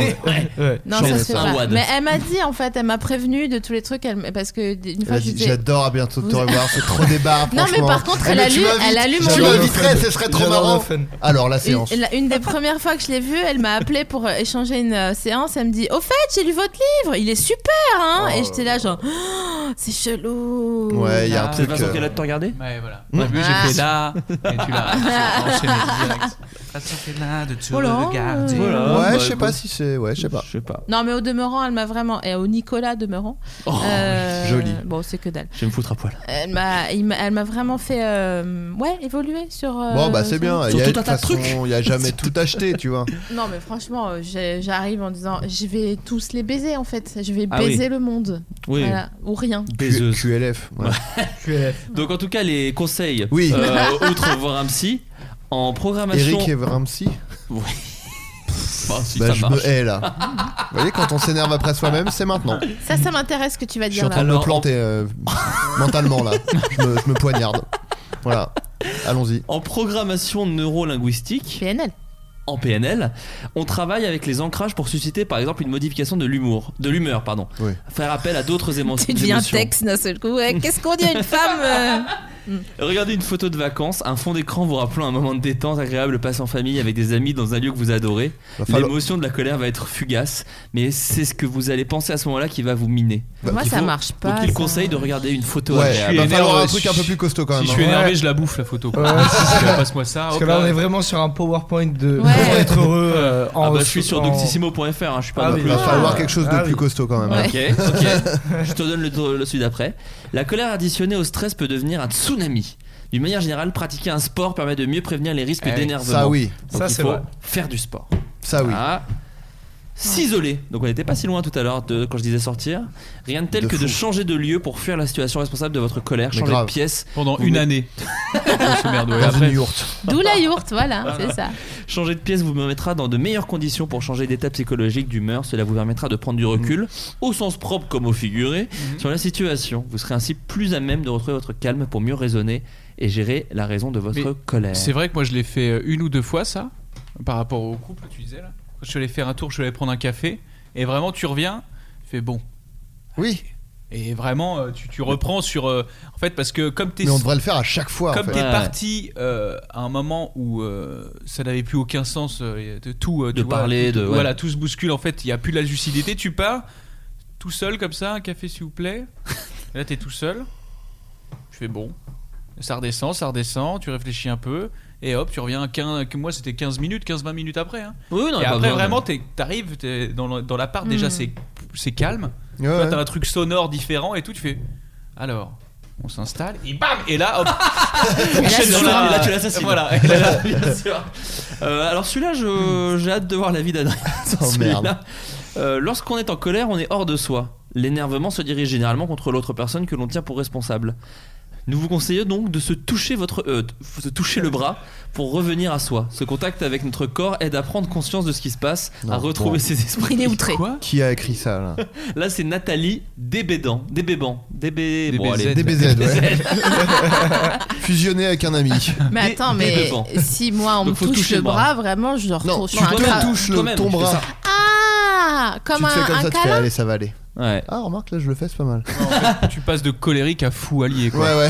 Ouais. Non, ça se fait pas. Mais elle m'a dit, en fait, elle m'a prévenu de tous les trucs. Elle... Parce que d- une Elle fois, a je dit, lui disais- J'adore à bientôt de te Vous- revoir, c'est trop des barres. Non, mais franchement. par contre, Eh, elle mais a tu lu- m'invites. elle a lu mon Je livre. l'inviterai, ce serait trop J'adore le marrant. fun. Alors, la Une- séance. la- Une, des premières fois que je l'ai vue, elle m'a appelé pour euh, échanger une euh, séance. Elle me dit Au fait, j'ai lu votre livre, il est super hein Et j'étais là, genre, Oh, c'est chelou Ouais, il y a un bah, C'est truc. la façon euh, qu'elle a de te regarder Ouais, voilà. Au Hmm. début, Ah. j'ai fait là, et tu Ah. l'as enchaîné direct. Façon qu'elle a de te Voilà, regarder. Voilà, ouais, bah, je sais pas bon. si c'est. Ouais, je sais pas. Je sais pas. Non, mais au demeurant, elle m'a vraiment. Et au Nicolas demeurant. Euh, Oh, joli. Bon, c'est que dalle. Je vais me foutre à poil. Elle m'a, il m'a- elle m'a vraiment fait euh, ouais, évoluer sur. euh, Bon, bah c'est sur- bien. Il y a de toute façon, il y a jamais tout acheté, tu vois. Non, mais franchement, euh, j'ai- j'arrive en disant Je vais tous les baiser en fait. Je vais Ah oui. baiser le monde. Oui. Voilà. Ou rien. Baiseuse. QLF. ouais. Donc en tout cas, les conseils. Oui. euh, outre voir un psy en programmation. Eric et Ramsey. Oui. Enfin, si Bah, ça je marche. me hais là. Vous voyez, quand on s'énerve après soi-même, c'est maintenant. Ça, ça m'intéresse ce que tu vas Je dire suis en là. train de me planter euh, mentalement là. Je me, je me poignarde. Voilà. Allons-y. En programmation neurolinguistique. PNL. En PNL, on travaille avec les ancrages pour susciter par exemple une modification de l'humour, de l'humeur, pardon. Faire appel à d'autres émo- émotions. Tu deviens texte d'un seul coup. Ouais, Qu'est-ce qu'on dit à une femme euh Regardez une photo de vacances, un fond d'écran vous rappelant un moment de détente agréable passé en famille avec des amis dans un lieu que vous adorez. Va falloir- L'émotion de la colère va être fugace, mais c'est ce que vous allez penser à ce moment-là qui va vous miner. Bah, Moi, Il ça marche pas, Donc il ça. conseille de regarder une photo Ouais, agréable. va falloir euh, un truc un peu plus costaud quand même. Si je suis hein. énervé, je la bouffe la photo. Ouais, quoi. c'est ça. Passe-moi ça. Parce hop que là, là. on est vraiment sur un PowerPoint de pour être heureux. euh, en Ah bah, je suis sur en- doctissimo.fr, hein, je suis pas Ah non oui, plus. va falloir quelque chose de Ah plus oui. costaud quand même, hein. Ok, ok. je te donne le, le celui d'après. La colère additionnée au stress peut devenir un tsunami. D'une manière générale, pratiquer un sport permet de mieux prévenir les risques Eh oui. d'énervement. Ça, oui. Donc, Ça, il c'est faut vrai. faire du sport. Ça oui. Ah. S'isoler. Donc on n'était pas si loin tout à l'heure de, quand je disais sortir. Rien de tel De que de fou. changer de lieu pour fuir la situation responsable de votre colère, Mais changer grave. de pièce. Pendant Vous une met- année. Grosse merde, ouais, Dans après. une yourte. D'où la yourte, voilà, c'est ça. Changer de pièce vous mettra dans de meilleures conditions pour changer d'état psychologique, d'humeur. Cela vous permettra de prendre du recul, au sens propre comme au figuré, sur la situation. Vous serez ainsi plus à même de retrouver votre calme pour mieux raisonner et gérer la raison de votre Mais colère. C'est vrai que moi je l'ai fait euh, une ou deux fois ça, par rapport au couple, tu disais là. Quand je suis allé faire un tour, je suis allé prendre un café, et vraiment tu reviens, tu fais bon. Oui. Et vraiment euh, tu, tu reprends sur. euh, en fait, parce que comme t'es. Mais on devrait le faire à chaque fois. en Comme fait. t'es parti euh, à un moment où euh, ça n'avait plus aucun sens euh, de tout. euh, De tu vois, parler, tout- de- ouais. Voilà, tout se bouscule en fait, il n'y a plus de la lucidité, tu pars tout seul comme ça, un café s'il vous plaît. Et là t'es tout seul, je fais bon. Ça redescend, ça redescend, tu réfléchis un peu, et hop, tu reviens à 15, que moi c'était 15 minutes, 15-20 minutes après. hein. Oui, oui, non, et pas après besoin de- vraiment t'es- t'arrives, t'es dans, le- dans l'appart Mm. déjà c'est, c'est calme, Ouais, Toi, ouais. t'as un truc sonore différent et tout, tu fais... Alors, on s'installe, et bam Et là, hop Et là, tu l'as- là, tu l'assassines. Voilà. Bien sûr. Euh, alors celui-là, je- j'ai hâte de voir la vie d'Adrien. sur Oh, celui-là. merde. Euh, Lorsqu'on est en colère, on est hors de soi. L'énervement se dirige généralement contre l'autre personne que l'on tient pour responsable. Nous vous conseillons donc de se toucher, votre, euh, de se toucher le bras pour revenir à soi. Ce contact avec notre corps aide à prendre conscience de ce qui se passe, à Non, retrouver bon. ses esprits. Qui a écrit ça là Là, c'est Nathalie Débédan. Débéban. Débé... bon, allez. DBZ, ouais. Fusionné avec un ami. Mais attends, mais si moi on Donc, me faut se touche toucher le le bras. bras, vraiment, je retourne Non, tu sur un tra- te touches le- ton bras. Ah Comme tu te fais un, comme ça, un tu fais câlin allez, ça va aller. Ouais. Ah, remarque, là je le fais, c'est pas mal. tu passes de colérique à fou allié quoi. Ouais, ouais.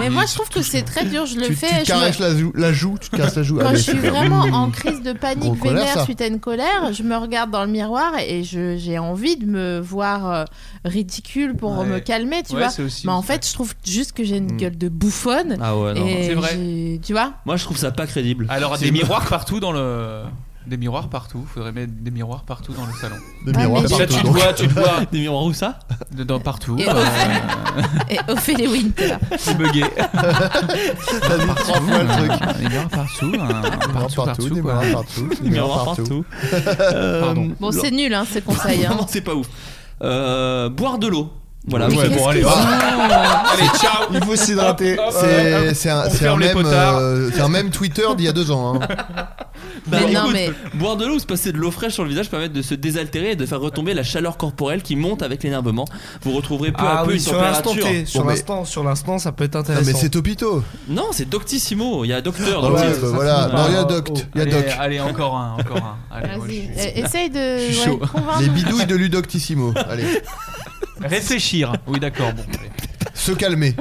Mais moi je trouve que c'est très dur, je le tu, fais. tu te je me- caresses la, jou- la joue, tu te caresses la joue. Quand Allez, je suis super. vraiment Mmh. en crise de Gros panique colère, vénère ça. suite à une colère, je me regarde dans le miroir et je- j'ai envie de me voir euh, ridicule pour Ouais. me calmer, tu Ouais, c'est vois. aussi- Mais en fait, je trouve juste que j'ai Mm. une gueule de bouffonne. Ah ouais, non. et C'est vrai. j'ai- Tu vois Moi, je trouve ça pas crédible. Alors C'est- des miroirs partout dans le des miroirs partout, faudrait mettre des miroirs partout dans le salon. Des Ah, miroirs mais Comme ça, partout, tu te donc. vois, tu te vois. Des miroirs où ça Dedans partout. euh, Et Et Ophélie Winter. C'est bugué. T'as dit trois fois le truc. Des miroirs partout, hein, partout, partout, des quoi. miroirs partout, des Des miroirs miroirs partout. Euh, Pardon. Bon, c'est nul, hein, ces conseils. hein. Vraiment, c'est pas ouf. Euh, boire de l'eau. Voilà. Ouais, bon, allez, hop. Allez, ciao. Il faut s'hydrater. C'est c'est un, On c'est un ferme les même, potards. euh, c'est un même Twitter d'il y a deux ans. hein. Bah, Mais non, écoute, mais- Boire de l'eau ou se passer de l'eau fraîche sur le visage permet de se désaltérer et de faire retomber la chaleur corporelle qui monte avec l'énervement. Vous retrouverez peu à Ah peu oui, une sur l'instant température. T, sur Bon, mais- l'instant, sur l'instant, ça peut être Non, intéressant. mais c'est Topito. Non, c'est Doctissimo. Il y a docteur. Ah dans le ouais, titre. bah voilà. Non, il y a Doct. Il y a Allez, Doc. allez, encore un, encore un. Allez, moi, je Vas-y, suis- e- essaye de Je suis ouais, chaud. convaincre. Les bidouilles de Ludoctissimo. Allez, Réfléchir. Oui, d'accord. Bon. allez. se calmer.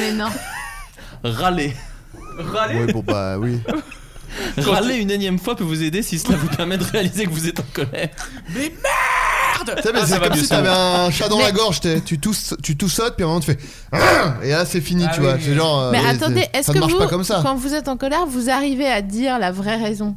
Mais non. Râler. Râler. Ouais, bon, bah oui. Râler une énième fois peut vous aider si cela vous permet de réaliser que vous êtes en colère. Tu sais, mais Ah, ça c'est va comme mieux, si ça t'avais va. un chat dans la gorge, t'es- tu tousses, tu toussotes, puis à un moment tu fais Arrgh et là c'est fini, Ah tu oui, vois. oui. C'est genre. euh, Mais oui, attendez, c'est- est-ce ça que ne marche vous, pas comme ça quand vous êtes en colère, vous arrivez à dire la vraie raison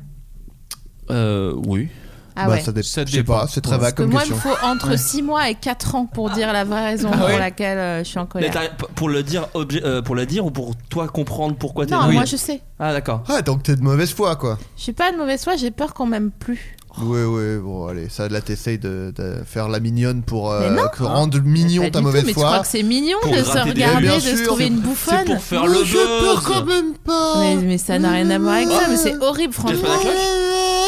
Euh, oui. Ah bah, ouais. ça dé- Ça je sais dépend. pas, c'est très Parce vague Parce que comme moi, question. il me faut entre 6 mois et 4 ans pour dire la vraie raison Ah pour ouais laquelle euh, je suis en Mais colère. t'as- p- pour le dire, objet- euh, pour la dire ou pour toi comprendre pourquoi t'es. Non, Oui. moi je sais. Ah d'accord. Ah, donc t'es de mauvaise foi, quoi. Je suis pas de mauvaise foi, j'ai peur qu'on m'aime plus. Ouais, ouais, bon, allez, ça là t'essayes de, de faire la mignonne pour euh, Mais non. Ah, que- rendre mignon Pas ta du tout, mauvaise Mais tu foi. crois que c'est mignon Pour de se gratter des- regarder, Bien de se sûr, trouver c'est- une bouffonne C'est pour faire Mais le je peux buzz. quand même pas. Mmh. mais, mais ça n'a rien à voir avec ça, mais c'est horrible, T'as fait la franchement. cloche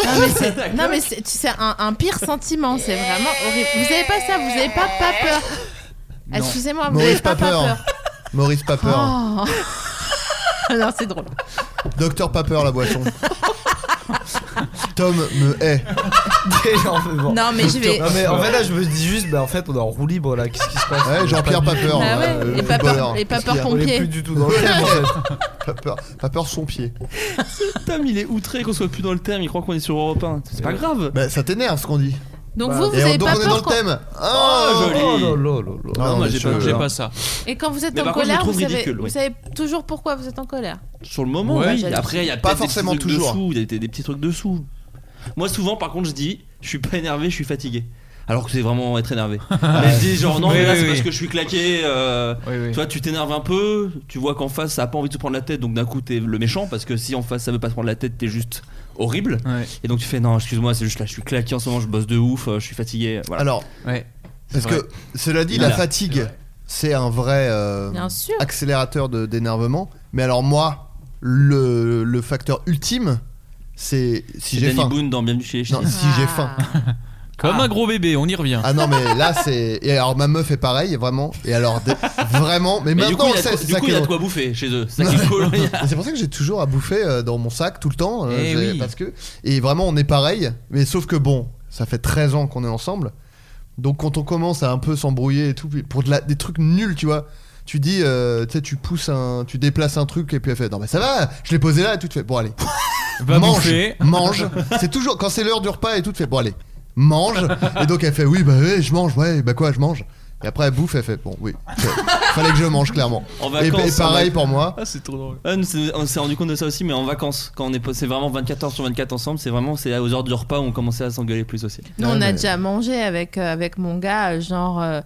Non, mais c'est- Non, mais c'est tu sais, un, un pire sentiment, c'est vraiment horrible. Vous avez pas ça, vous avez pas, pas peur. Ah, Excusez-moi, vous Maurice avez pas, pas Papeur. peur. Maurice Paper, Oh. non, c'est drôle. Oh. Docteur Paper la boisson. Tom me hait. Énormément. Non, mais je vais- Non, mais en fait, là, je me dis juste, bah en fait, on est en roue libre là. Qu'est-ce qui se passe Ouais, Jean-Pierre Pas du- Paper. Ah ouais, euh, et Paper- footballeur. et Paper Qu'est-ce qu'il y a On est pompier. plus du tout dans le thème en fait. Paper, Paper son pied. Tom, il est outré qu'on soit plus dans le thème. Il croit qu'on est sur Europe 1. C'est pas grave. Bah, ça t'énerve ce qu'on dit. Donc Bah, vous, vous Et avez donc pas on est dans peur le quand... thème. Oh, Oh, joli. Oh là là là là. Non, Ah, moi mais j'ai je- pas, j'ai alors. pas ça. Et quand vous êtes Mais en par contre, je colère, trouve vous savez, ridicule, oui. vous savez toujours pourquoi vous êtes en colère. Sur le moment, Ouais, oui. j'allais- Après, il y a Pas peut-être des forcément petits trucs toujours. dessous. Il y a des, des petits trucs dessous. Moi, souvent, par contre, je dis, je suis pas énervé, je suis fatigué. Alors que c'est vraiment être énervé. mais je dis genre non, Oui, mais là oui, c'est oui. parce que je suis claqué. euh, Oui, oui. Tu vois, tu t'énerves un peu, tu vois qu'en face ça a pas envie de se prendre la tête, donc d'un coup t'es le méchant parce que si en face ça veut pas se prendre la tête, t'es juste horrible. Et donc tu fais non, excuse-moi, c'est juste là, je suis claqué en ce moment, je bosse de ouf, euh, je suis fatigué. Voilà. Alors, C'est parce vrai. que cela dit, la Voilà. fatigue, c'est un vrai euh, Bien sûr. accélérateur de- d'énervement. Mais alors moi, le, le facteur ultime, c'est si C'est j'ai Danny faim. Boone dans Bienvenue chez les Non, Ch'tis. si j'ai faim. Ah. Comme un gros bébé, on y revient. Ah non mais là c'est et alors ma meuf est pareil vraiment et alors dé- vraiment mais, Mais du coup, maintenant on il y a de sait, quoi- c'est du ça coup, qui il y est a de drôle. quoi bouffer chez eux. C'est ça qui est cool. Il y a- Et c'est pour ça que j'ai toujours à bouffer euh, dans mon sac tout le temps. euh, Eh j'ai- oui. parce que, et vraiment, on est pareil. Mais sauf que bon, ça fait 13 ans qu'on est ensemble. Donc quand on commence à un peu s'embrouiller et tout, puis pour de la- des trucs nuls, tu vois. Tu dis, euh, tu sais, tu pousses un. Tu déplaces un truc et puis elle fait Non, mais ça va, je l'ai posé là et tout. Tu fais Bon, allez. Va mange. bouffer. Mange. C'est toujours. Quand c'est l'heure du repas et tout, tu fais Bon, allez. Mange. Et donc elle fait Oui, bah ouais, je mange. Ouais, bah quoi, je mange. Et après elle bouffe, elle fait Bon, oui. Fallait que je mange, clairement. En Et- vacances, et pareil en vac- pour moi. Ah, c'est trop drôle. Ah, nous, c'est- on s'est rendu compte de ça aussi, mais en vacances, quand on est, pas- c'est vraiment 24 heures sur 24 ensemble, c'est vraiment c'est aux heures du repas où on commençait à s'engueuler plus aussi. Nous, on a déjà mangé avec, euh, avec mon gars, euh, genre euh,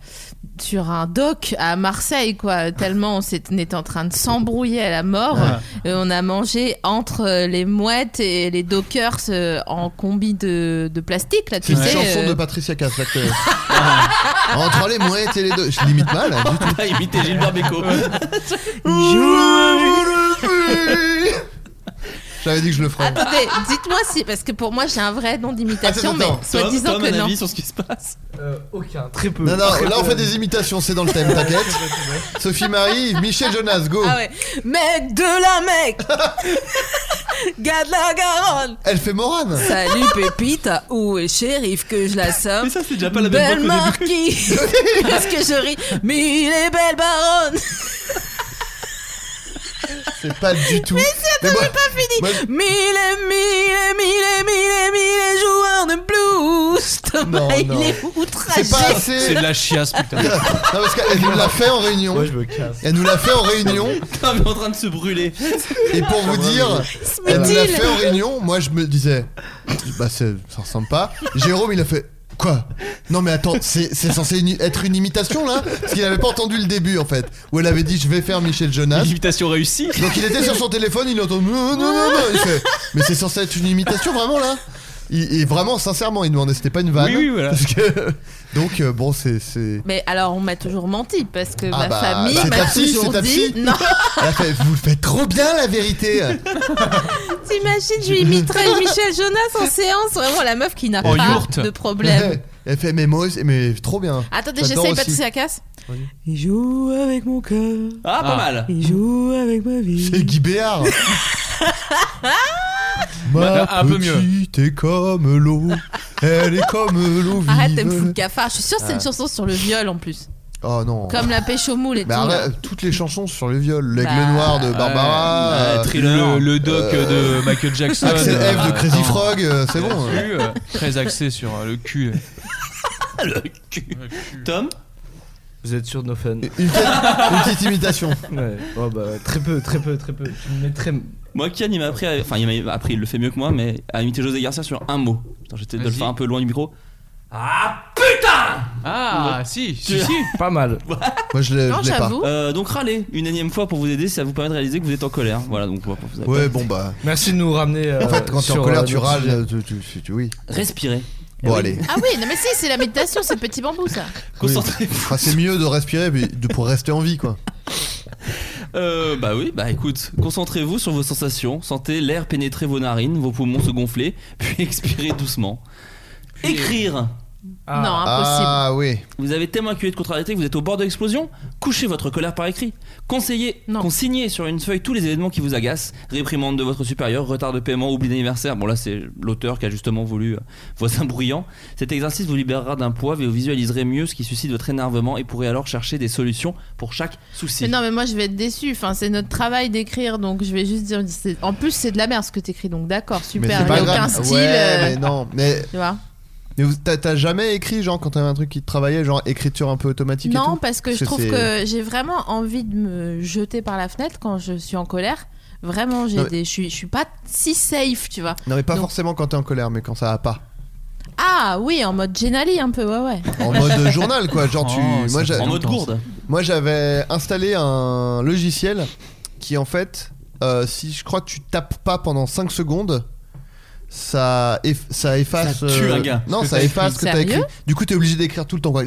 sur un dock à Marseille, quoi. Tellement on s'est- on était en train de s'embrouiller à la mort. Ah. Et on a mangé entre euh, les mouettes et les dockers euh, en combi de, de plastique, là, C'est tu une sais. chanson euh. de Patricia Cass, là, que- Entre les mouettes et les deux. Je l'imite mal, hein, du tout. T'as imité Gilbert Bécaud. J'avais dit que je le ferais. Attendez, dites-moi si, parce que pour moi j'ai un vrai nom d'imitation, mais soit disant que non. ce qui se passe Euh, Aucun, très peu. Non, non, Très là on peu. fait des imitations, c'est dans le thème, t'inquiète. Sophie Marie, Michel Jonas, go. Ah ouais. Mec de la mec Garde la Garonne Elle fait Morane. Salut Pépite, où est le shérif que je la somme Mais ça c'est déjà pas la même Belle voix qu'au marquise Parce que je ris, mais il est belle baronne C'est pas du tout. Mais c'est, attends, moi- j'ai pas fini moi- Mille et mille et mille et mille et mille et joueurs de blues Thomas, Non, il non. est outragé C'est pas assez. C'est de la chiasse, putain. Non, parce qu'elle nous l'a fait en réunion. Ouais, je me casse. Elle nous l'a fait en réunion. Putain, mais on est en train de se brûler. Et pour vous dire, mais- elle nous l'a Smith-il. fait en réunion. Moi, je me disais, bah, c'est- ça ressemble pas. Jérôme, il a fait. Quoi Non mais attends, c'est c'est censé une- être une imitation là Parce qu'il avait pas entendu le début en fait, où elle avait dit je vais faire Michel Jonas. L'imitation réussie. Donc il était sur son téléphone, il entend non non non non. Il fait, mais c'est censé être une imitation vraiment là Il- Et vraiment sincèrement, il demandait c'était pas une vanne. Oui, oui, voilà. Parce que- donc euh, bon c'est c'est. Mais alors on m'a toujours menti parce que Ah ma bah, famille c'est m'a ta psy, toujours c'est ta dit psy. non. Elle a fait, vous le faites trop bien la vérité. T'imagines, je lui imiterais Michel Jonas en séance, vraiment la meuf qui n'a En pas yourte. de problème. Ouais. Elle fait mais moi aussi- mais trop bien. Attendez, J'adore j'essaye aussi. Patricia Cass. Il joue avec mon cœur. Ah, pas mal. Il joue avec ma vie. C'est Guy Béard. Ma Bah, un peu mieux. petite est comme l'eau, elle est comme l'eau vive. Arrête de me foutre le cafard. Je suis sûre que c'est une Ah. chanson sur le viol en plus. Oh non. Comme la pêche au moule et Mais tout. arrête, là. toutes les chansons sur le viol, l'aigle Bah. noir de Barbara, Ouais, euh, le, le doc de Michael Jackson. Ah, Axel F de Crazy attends. Frog, euh, c'est Bien bon. euh. sûr, euh, Très axé sur euh, le cul. Ah, Le cul. Tom Vous êtes sûr de nos fans Une petite, une petite imitation. Ouais, oh bah, très peu, très peu, très peu. Je me mets très. Moi, Kian, il m'a appris, à- enfin, il m'a appris, il le fait mieux que moi, mais à imiter José Garcia sur un mot. Putain, j'étais de le Vas-y. faire un peu loin du micro. Ah, si, si, si. Pas mal. Moi je l'ai, Non, je l'ai pas. j'avoue. Euh, donc, râler une énième fois pour vous aider, ça vous permet de réaliser que vous êtes en colère. Voilà, donc vous vous avez Ouais, pas- bon bah. Merci de nous ramener. euh, En fait, quand t'es en sur, colère, euh, tu notre sujet. râles, tu, tu- tu- tu- oui. Respirer. Bon, allez. Ah oui, non mais si, c'est la méditation, c'est petit bambou ça. Concentrez-vous. Enfin, Ah, c'est mieux de respirer mais de, pour rester en vie, quoi. Euh, bah oui, bah écoute, concentrez-vous sur vos sensations, sentez l'air pénétrer vos narines, vos poumons se gonfler, puis expirez doucement. Écrire Non, impossible. Ah oui. Vous avez tellement accumulé de contrariétés que vous êtes au bord de l'explosion Couchez votre colère par écrit. Conseillez, Non. consignez sur une feuille tous les événements qui vous agacent, réprimande de votre supérieur, retard de paiement, oubli d'anniversaire. Bon là c'est l'auteur qui a justement voulu euh, voisin bruyant. Cet exercice vous libérera d'un poids et vous visualiserez mieux ce qui suscite votre énervement et pourrez alors chercher des solutions pour chaque souci. Mais non, mais moi je vais être déçu. Enfin, c'est notre travail d'écrire, donc je vais juste dire. c'est- En plus, c'est de la merde ce que t'écris, donc d'accord, mais super. c'est Il y a pas aucun grave. style. euh, ouais, mais non. Mais, Tu vois mais vous- t'as, t'as jamais écrit, genre, quand t'avais un truc qui te travaillait, genre écriture un peu automatique et tout Non, parce que je trouve c'est- que j'ai vraiment envie de me jeter par la fenêtre quand je suis en colère. Vraiment, j'ai Non, mais- des, je suis, je suis pas si safe, tu vois. Non, mais pas Donc- forcément quand t'es en colère, mais quand ça va pas. Ah oui, en mode Genali un peu, ouais, ouais. En mode euh, journal, quoi. Genre, tu. Oh, ça moi, j'a- en mode gourde. Moi, j'avais installé un logiciel qui, en fait, euh, si je crois que tu tapes pas pendant 5 secondes, ça, eff- ça efface. euh, Ça tue un gars. Non, Ce que ça t'as efface ce que écrit. t'as écrit. Sérieux Du coup, t'es obligé d'écrire tout le temps. quoi.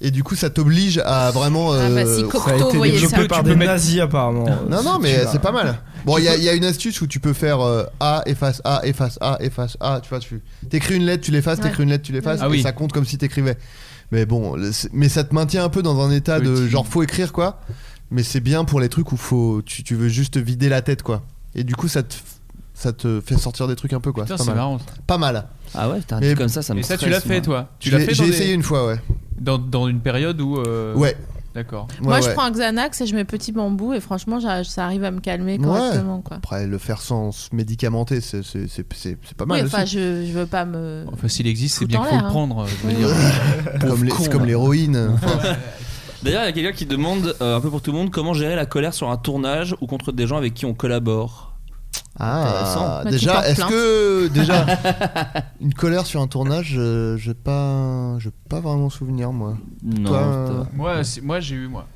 Et du coup, ça t'oblige à vraiment. Ah bah, euh, si Cocteau Ça a été voyait développé ça. par des nazis, apparemment. Non, non, Tu mais vas- c'est pas mal. Bon, Tu il y, a- peux- il y a une astuce où tu peux faire euh, A, efface A, efface A, efface A. Tu vois, tu écris une lettre, tu l'effaces, Ouais. t'écris une lettre, tu l'effaces, Ah et oui. ça compte comme si t'écrivais. Mais bon, le- c'est- mais ça te maintient un peu dans un état de genre faut écrire quoi. Mais c'est bien pour les trucs où faut, tu, tu veux juste te vider la tête quoi. Et du coup, ça te, ça te fait sortir des trucs un peu quoi. Putain, pas c'est mal. marrant. Pas mal. Ah ouais, t'as un Mais- truc comme ça, ça me Et ça, tu stresse, l'as fait, moi. toi Tu Je l'as l'ai- fait J'ai dans des- essayé une fois, ouais. Dans, dans une période où. euh, Ouais. D'accord. Moi, Ouais, je ouais. prends un Xanax et je mets petit bambou et franchement, j'a- ça arrive à me calmer correctement. Ouais. Quoi. Après, le faire sans se médicamenter, c'est c'est- c'est- c'est- c'est pas mal. oui, aussi. enfin, je, je veux pas me. Enfin, s'il existe, c'est Foutre bien en qu'il faut l'air, le hein. prendre. je veux Ouais. dire. Comme les- con, c'est comme là. l'héroïne. Enfin, D'ailleurs, il y a quelqu'un qui demande, euh, un peu pour tout le monde, comment gérer la colère sur un tournage ou contre des gens avec qui on collabore. Ah, Intéressant. déjà, Bah, tu est-ce portes que déjà une colère sur un tournage, euh, j'ai pas, j'ai pas vraiment souvenir moi. Non. Toi, ça euh, va. Moi, c'est- moi j'ai eu, moi.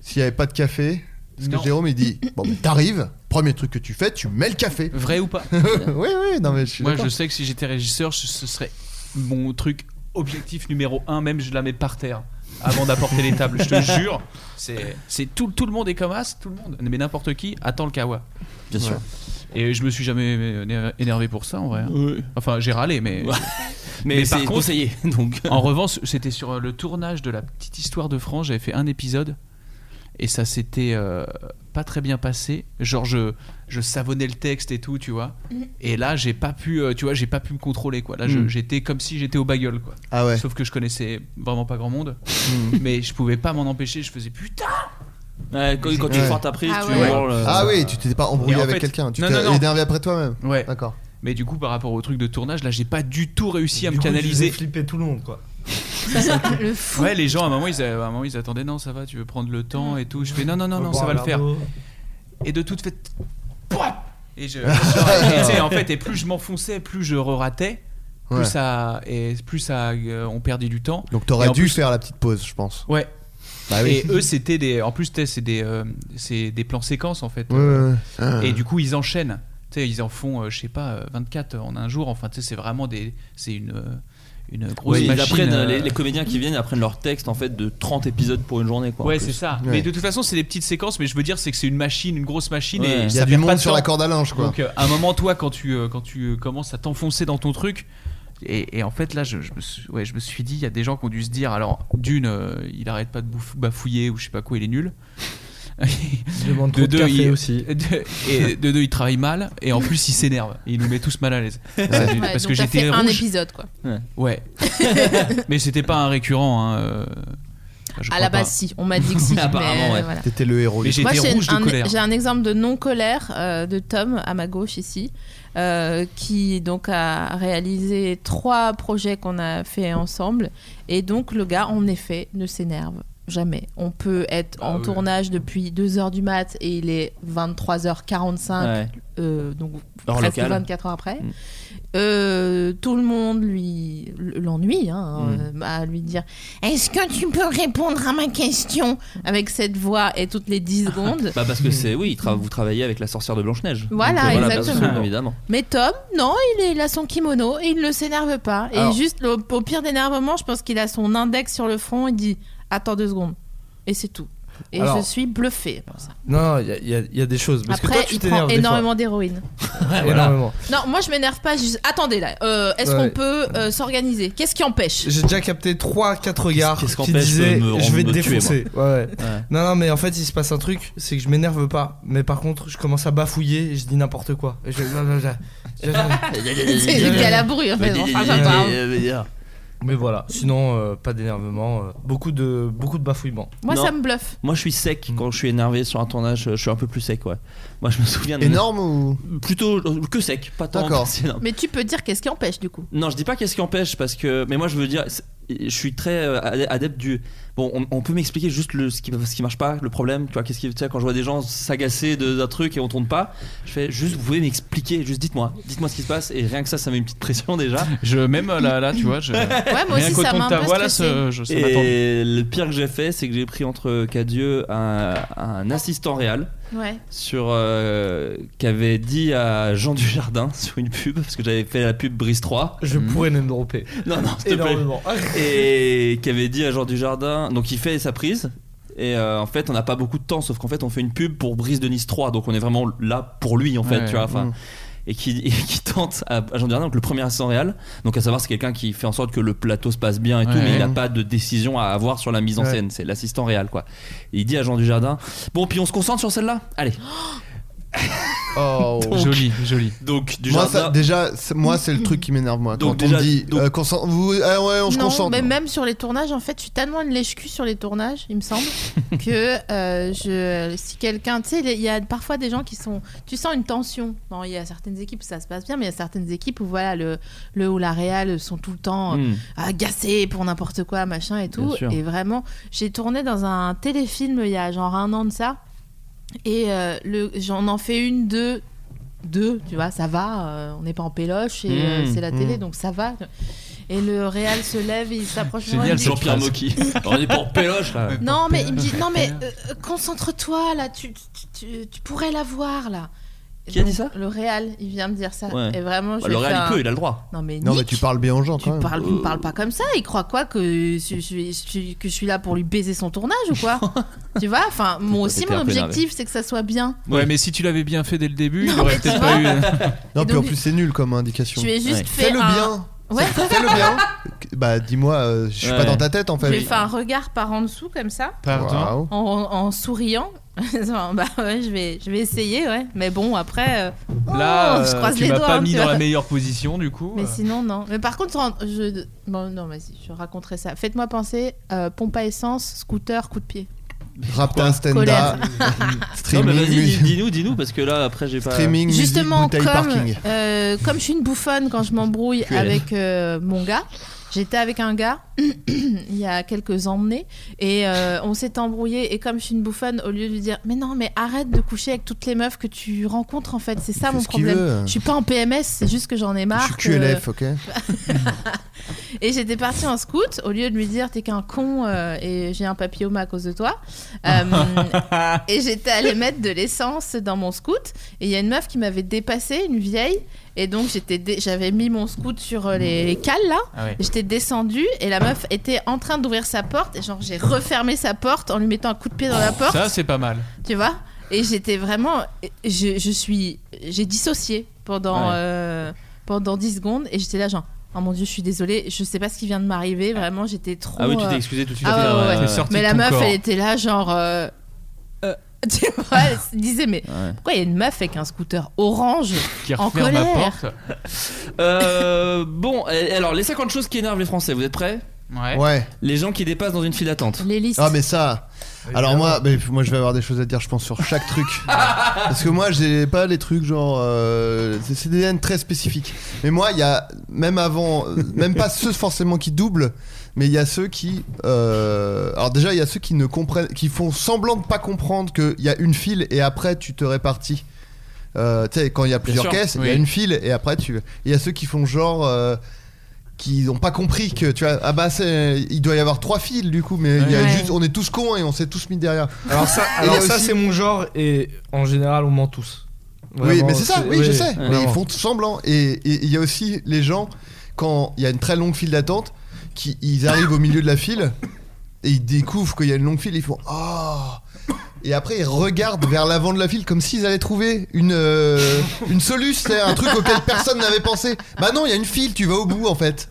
s'il y avait pas de café, parce Non. que Jérôme il dit bon, mais t'arrives, premier truc que tu fais, tu mets le café. Vrai ou pas Oui, oui, non mais je suis Moi, d'accord. je sais que si j'étais régisseur, je- ce serait mon truc objectif numéro un. Même, je la mets par terre avant d'apporter les tables. Je te jure, c'est c'est tout, tout le monde est comme as, tout le monde, mais n'importe qui attend le kawa. Bien sûr. Et je me suis jamais éner- énervé pour ça en vrai. hein. Ouais. Enfin, j'ai râlé, mais. Mais c'est conseillé, donc. En revanche, c'était sur euh, le tournage de la petite histoire de France. J'avais fait un épisode et ça s'était euh, pas très bien passé. Genre, je, je savonnais le texte et tout, tu vois. Et là, j'ai pas pu, euh, tu vois, j'ai pas pu me contrôler quoi. Là, je- Mm. j'étais comme si j'étais au bagueule quoi. Ah ouais. Mm. Sauf que je connaissais vraiment pas grand monde, mais je pouvais pas m'en empêcher. Je faisais putain. Ouais, quand- quand tu Ouais. te portes après, tu hurles, euh, Ah oui, tu t'étais pas embrouillé Et en avec fait- quelqu'un, tu Non, t'es non, non. énervé après toi-même. Ouais. D'accord. Mais du coup, par rapport au truc de tournage, là, j'ai pas du tout réussi à me Du coup, tu canaliser. fais flipper tout le monde, quoi. Le Ouais, les gens à un moment ils, à un moment ils attendaient non ça va, tu veux prendre le temps et tout. Je fais non non non Faut non boire ça va un le faire. verre d'eau. Et de toute fait, Pouah et je, et tu sais, en fait et plus je m'enfonçais, plus je ratais, plus Ouais. ça et plus ça euh, on perdait du temps. Donc t'aurais Et en dû plus- faire la petite pause, je pense. Ouais. Bah oui. Et eux c'était des en plus tu sais, c'est des euh, c'est des plans séquences en fait. Ouais, Euh, ouais, Ah, ouais. Et du coup ils enchaînent. Tu sais, ils en font euh, je sais pas euh, 24 en un jour. Enfin tu sais c'est vraiment des c'est une euh, une grosse Oui, ils machine, apprennent, euh, les, les comédiens qui viennent apprennent leur texte en fait de 30 épisodes pour une journée quoi. en Ouais, plus. c'est ça. Mais de toute façon, c'est des petites séquences, mais je veux dire, c'est que c'est une machine, une grosse machine. Ouais. Et Il y ça a du perd monde pas de sur temps. la corde à linge, quoi. Donc, euh, à un moment, toi, quand tu, euh, quand tu euh, commences à t'enfoncer dans ton truc, et, et en fait, là, je, je me suis, ouais, je me suis dit, il y a des gens qui ont dû se dire, alors, d'une, euh, il arrête pas de bouffe- bafouiller ou je sais pas quoi, il est nul. Il demande trop de café il, aussi. de- et de deux, il travaille mal, et en plus, il s'énerve. Il nous met tous mal à l'aise. Ça, c'est- Ouais, donc t'as fait un rouge. épisode, quoi. Ouais. Ouais. mais c'était pas un récurrent. Hein. euh, je à crois pas. la Ah, bah, base, si. On m'a dit que si. mais, euh, voilà. T'étais le héros. Mais du j'étais Moi, j'ai rouge de un, colère. j'ai un exemple de non-colère euh, de Tom à ma gauche ici, euh, qui donc a réalisé trois projets qu'on a fait ensemble. Et donc, le gars, en effet, ne s'énerve jamais. On peut être Bah en ouais. tournage depuis 2h du mat et il est 23h45, Ouais. euh, donc Heure presque locale. 24 heures après. Mm. Euh, tout le monde lui l'ennuie hein, Mm. euh, à lui dire est-ce que tu peux répondre à ma question avec cette voix et toutes les 10 secondes Mm. Bah parce que c'est oui, tra- vous travaillez avec la sorcière de Blanche Neige. Voilà, exactement. évidemment. mais Tom non il, est, il a son kimono et il ne s'énerve pas et Alors- juste au, au pire d'énervement je pense qu'il a son index sur le front il dit attends deux secondes et c'est tout et Alors- je suis bluffée par ça. Non, il y a- il y, a- il y a des choses. Parce que après toi, tu il prend t'énerves des fois. énormément d'héroïne Énormément. non moi je m'énerve pas je dis, attendez là euh, est-ce Ouais. qu'on peut euh, s'organiser qu'est-ce qui empêche J'ai déjà capté 3-4 regards Qu'est-ce qui qu'empêche de disaient me rendre- je vais te me tuer, défoncer. moi. Ouais, ouais. Ouais. Non, non, mais en fait, il se passe un truc, c'est que je m'énerve pas. Mais par contre, je commence à bafouiller et je dis n'importe quoi. Et je- C'est le galabru, en fait, enfin, ça parle. Mais voilà, sinon, euh, pas d'énervement. euh, beaucoup, de, beaucoup de bafouillements. moi Non. ça me bluffe Moi je suis sec Mm. quand je suis énervé sur un tournage, je suis un peu plus sec ouais. Moi je me souviens de Énorme ou plutôt euh, que sec, pas tant D'accord. c'est énorme. mais tu peux dire qu'est-ce qui empêche du coup Non, je dis pas qu'est-ce qui empêche parce que mais moi je veux dire c'est- je suis très euh, adep- adepte du. Bon, on, on peut m'expliquer juste le, ce, qui, ce qui marche pas, le problème, tu vois, qu'est-ce qui. Tu sais, quand je vois des gens s'agacer de- d'un truc et on tourne pas, je fais juste, vous pouvez m'expliquer, juste dites-moi, dites-moi ce qui se passe, et rien que ça, ça met une petite pression déjà. Je, même euh, là, là, tu vois, je- Ouais, moi rien aussi, qu'au ça ton m'a de ta un peu voix, là, stressée. ce- je- ça Et m'attendait. le pire que j'ai fait, c'est que j'ai pris entre Cadieux un, un assistant réel Ouais. sur euh, qui avait dit à Jean Dujardin sur une pub parce que j'avais fait la pub Brise 3. Je pourrais même dropper. Hmm. Non, non, s'il te plaît. Énormément. Et qui avait dit à Jean Dujardin. Donc il fait sa prise. Et euh, en fait, on n'a pas beaucoup de temps, sauf qu'en fait, on fait une pub pour Brise de Nice 3. Donc on est vraiment là pour lui, en fait, Ouais. tu vois. Hmm. Enfin. Mm. Et qui, et qui tente à à Jean Dujardin, donc le premier assistant réel. Donc à savoir, c'est quelqu'un qui fait en sorte que le plateau se passe bien et tout, Ouais. mais il n'a pas de décision à avoir sur la mise en Ouais. scène. C'est l'assistant réel, quoi. Et il dit à Jean Dujardin Bon, puis on se concentre sur celle-là Allez. Oh, joli, joli. Donc, du moi, jardin- ça, déjà, c'est- moi, c'est le truc qui m'énerve, moi. Donc, quand on déjà- me dit, euh, concentre- vous- ah ouais, on se non, concentre. mais même sur les tournages, en fait, je suis tellement une lèche-cul sur les tournages, il me semble, que euh, je, si quelqu'un, tu sais, il y a parfois des gens qui sont, tu sens une tension. Bon, il y a certaines équipes où ça se passe bien, mais il y a certaines équipes où voilà, le, le ou la réal sont tout le temps euh, Mm. agacés pour n'importe quoi, machin et tout. Bien sûr. Et vraiment, j'ai tourné dans un téléfilm il y a genre un an de ça, et euh, le, j'en en fais une, deux, deux, tu vois, ça va, euh, on n'est pas en péloche et euh, Mmh, Mm. c'est la télé, Mm. donc ça va. Et le Real se lève et il s'approche de moi, il me Génial, dit- Jean-Pierre Mocky. On est pour Péloche là. Non, mais il me dit, non, mais euh, euh, concentre-toi là, tu, tu, tu- tu pourrais la voir là. Qui a dit ça Le Real, il vient me dire ça. Ouais. Et vraiment, je Bah, lui le ai Real, fait il un- peut, il a le droit. Non, mais Non, mais Nick, tu parles bien aux gens, quand même. parle- il me parle pas comme ça. Il croit quoi que je, suis- je suis- que je suis là pour lui baiser son tournage ou quoi Tu vois Enfin, moi aussi, T'étais mon un peu énervé. objectif, c'est que ça soit bien. Ouais, mais si tu l'avais bien fait dès le début, il Non, aurait mais tu peut-être pas eu. hein. euh, Non, Et puis en donc- plus, c'est nul comme indication. Je lui ai juste fait Fais-le un- bien. Ouais. Fais-le bien. Bah, dis-moi, euh, je suis Ouais. pas dans ta tête, en Je lui ai fait. fait un regard par en dessous comme ça. Pardon. en, en souriant. Genre, bah ouais, je vais, je vais essayer, ouais. Mais bon, après, euh, oh, Là, je euh, croise tu les m'as doigts. pas hein, mis tu dans vois. la meilleure position du coup. Mais Euh, sinon, non. Mais par contre, en- je. Bon, non, vas-y, je raconterai ça. Faites-moi penser euh, pompe à essence, scooter, coup de pied. Rapta, Colère. stand-up, Non, mais streaming, vas-y, dis- musique. dis-nous, dis-nous, parce que là, après, j'ai pas. Streaming, Justement, Bouteille comme, parking. euh, comme je suis une bouffonne quand je m'embrouille QLF. avec euh, mon gars, j'étais avec un gars il y a quelques emmenés et euh, on s'est embrouillé. Et comme je suis une bouffonne, au lieu de lui dire Mais non, mais arrête de coucher avec toutes les meufs que tu rencontres, en fait, c'est ça fait mon ce qu'il problème. veut. Je suis pas en PMS, c'est juste que j'en ai marre. Je suis que- QLF, ok Et j'étais partie en scout, au lieu de lui dire t'es qu'un con euh, et j'ai un papilloma à cause de toi. euh, et j'étais allée mettre de l'essence dans mon scout. Et il y a une meuf qui m'avait dépassée, une vieille. Et donc j'étais dé- j'avais mis mon scout sur euh, les, les cales là. Ah ouais. J'étais descendue et la meuf était en train d'ouvrir sa porte. Et genre j'ai refermé sa porte en lui mettant un coup de pied dans la porte. Ça, c'est pas mal. Tu vois Et j'étais vraiment. Je, je suis. J'ai dissocié pendant, Ouais. euh, pendant 10 secondes et j'étais là, genre. Oh mon dieu, je suis désolée, je sais pas ce qui vient de m'arriver, vraiment j'étais trop. Ah oui, tu t'es euh, excusée tout de suite ah après, ouais, ouais, ouais, ouais, ouais. ouais. Sorti Mais de la ton meuf, corps. elle était là, genre. euh, euh, tu vois, elle se disait, mais Ouais. pourquoi il y a une meuf avec un scooter orange Qui en referme colère la porte. Euh, bon, et- alors, les 50 choses qui énervent les Français, vous êtes prêts Ouais. Ouais. Les gens qui dépassent dans une file d'attente. Les listes. Ah mais ça. Alors moi, mais moi je vais avoir des choses à dire, je pense sur chaque truc. Parce que moi j'ai pas les trucs genre, euh, c'est- c'est des haines très spécifiques. Mais moi il y a même avant, euh, même pas ceux forcément qui doublent, mais il y a ceux qui, euh, alors déjà il y a ceux qui ne comprennent, qui font semblant de pas comprendre qu'il y a une file et après tu te répartis. Euh, tu sais quand il y a plusieurs sûr, caisses, il y a oui. une file et après tu. Il y a ceux qui font genre. euh, qui n'ont pas compris que tu vois ah bah c'est il doit y avoir trois fils du coup mais il y a Ouais. juste on est tous cons et on s'est tous mis derrière Alors ça, Et il y a alors ça aussi- c'est mon genre et en général on ment tous. oui Vraiment, mais c'est ça oui je ouais, sais mais ils vraiment. font semblant et et il y a aussi les gens quand il y a une très longue file d'attente qui ils arrivent au milieu de la file et ils découvrent qu'il y a une longue file ils font ah et après ils regardent vers l'avant de la file comme s'ils allaient trouver une euh, une solution c'est un truc auquel personne n'avait pensé bah non il y a une file tu vas au bout en fait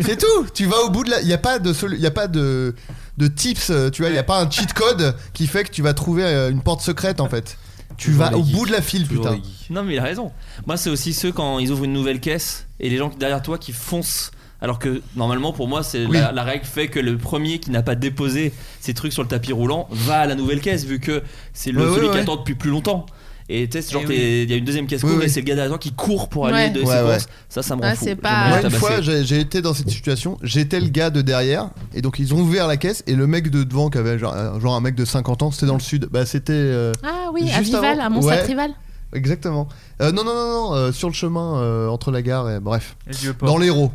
c'est tout. Tu vas au bout de la. Il n'y a pas de. sol- Y a pas de de tips, euh, tu vois, il n'y a pas un cheat code qui fait que tu vas trouver euh, une porte secrète en fait. Tu Toujours vas les au geeks. bout de la file, Toujours putain. les geeks. Non, mais il a raison. Moi, c'est aussi ceux quand ils ouvrent une nouvelle caisse et les gens derrière toi qui foncent. Alors que normalement, pour moi, c'est Oui. la, la règle fait que le premier qui n'a pas déposé ses trucs sur le tapis roulant va à la nouvelle caisse, vu que c'est le Ouais, celui ouais, qui ouais. attend depuis plus longtemps. Et tu sais, c'est genre, Eh t'es- oui. il y a une deuxième casse-cou, Oui, mais oui. c'est le gars derrière toi qui court pour aller Ouais. de Ouais, séquence. ouais. Ça, ça me rend Ouais, fou. c'est pas- J'aimerais Moi, le une tabasser. fois, j'ai j'ai été dans cette situation. J'étais le gars de derrière, et donc ils ont ouvert la caisse, et le mec de devant, qui avait genre, euh, genre un mec de 50 ans, c'était dans le sud. Bah, c'était. euh, Ah oui, à juste Vival, avant. à Mont-Saint-Rival. Exactement. Euh, non, non, non, non, euh, sur le chemin euh, entre la gare et bref. Et le vieux port. Dans l'héros.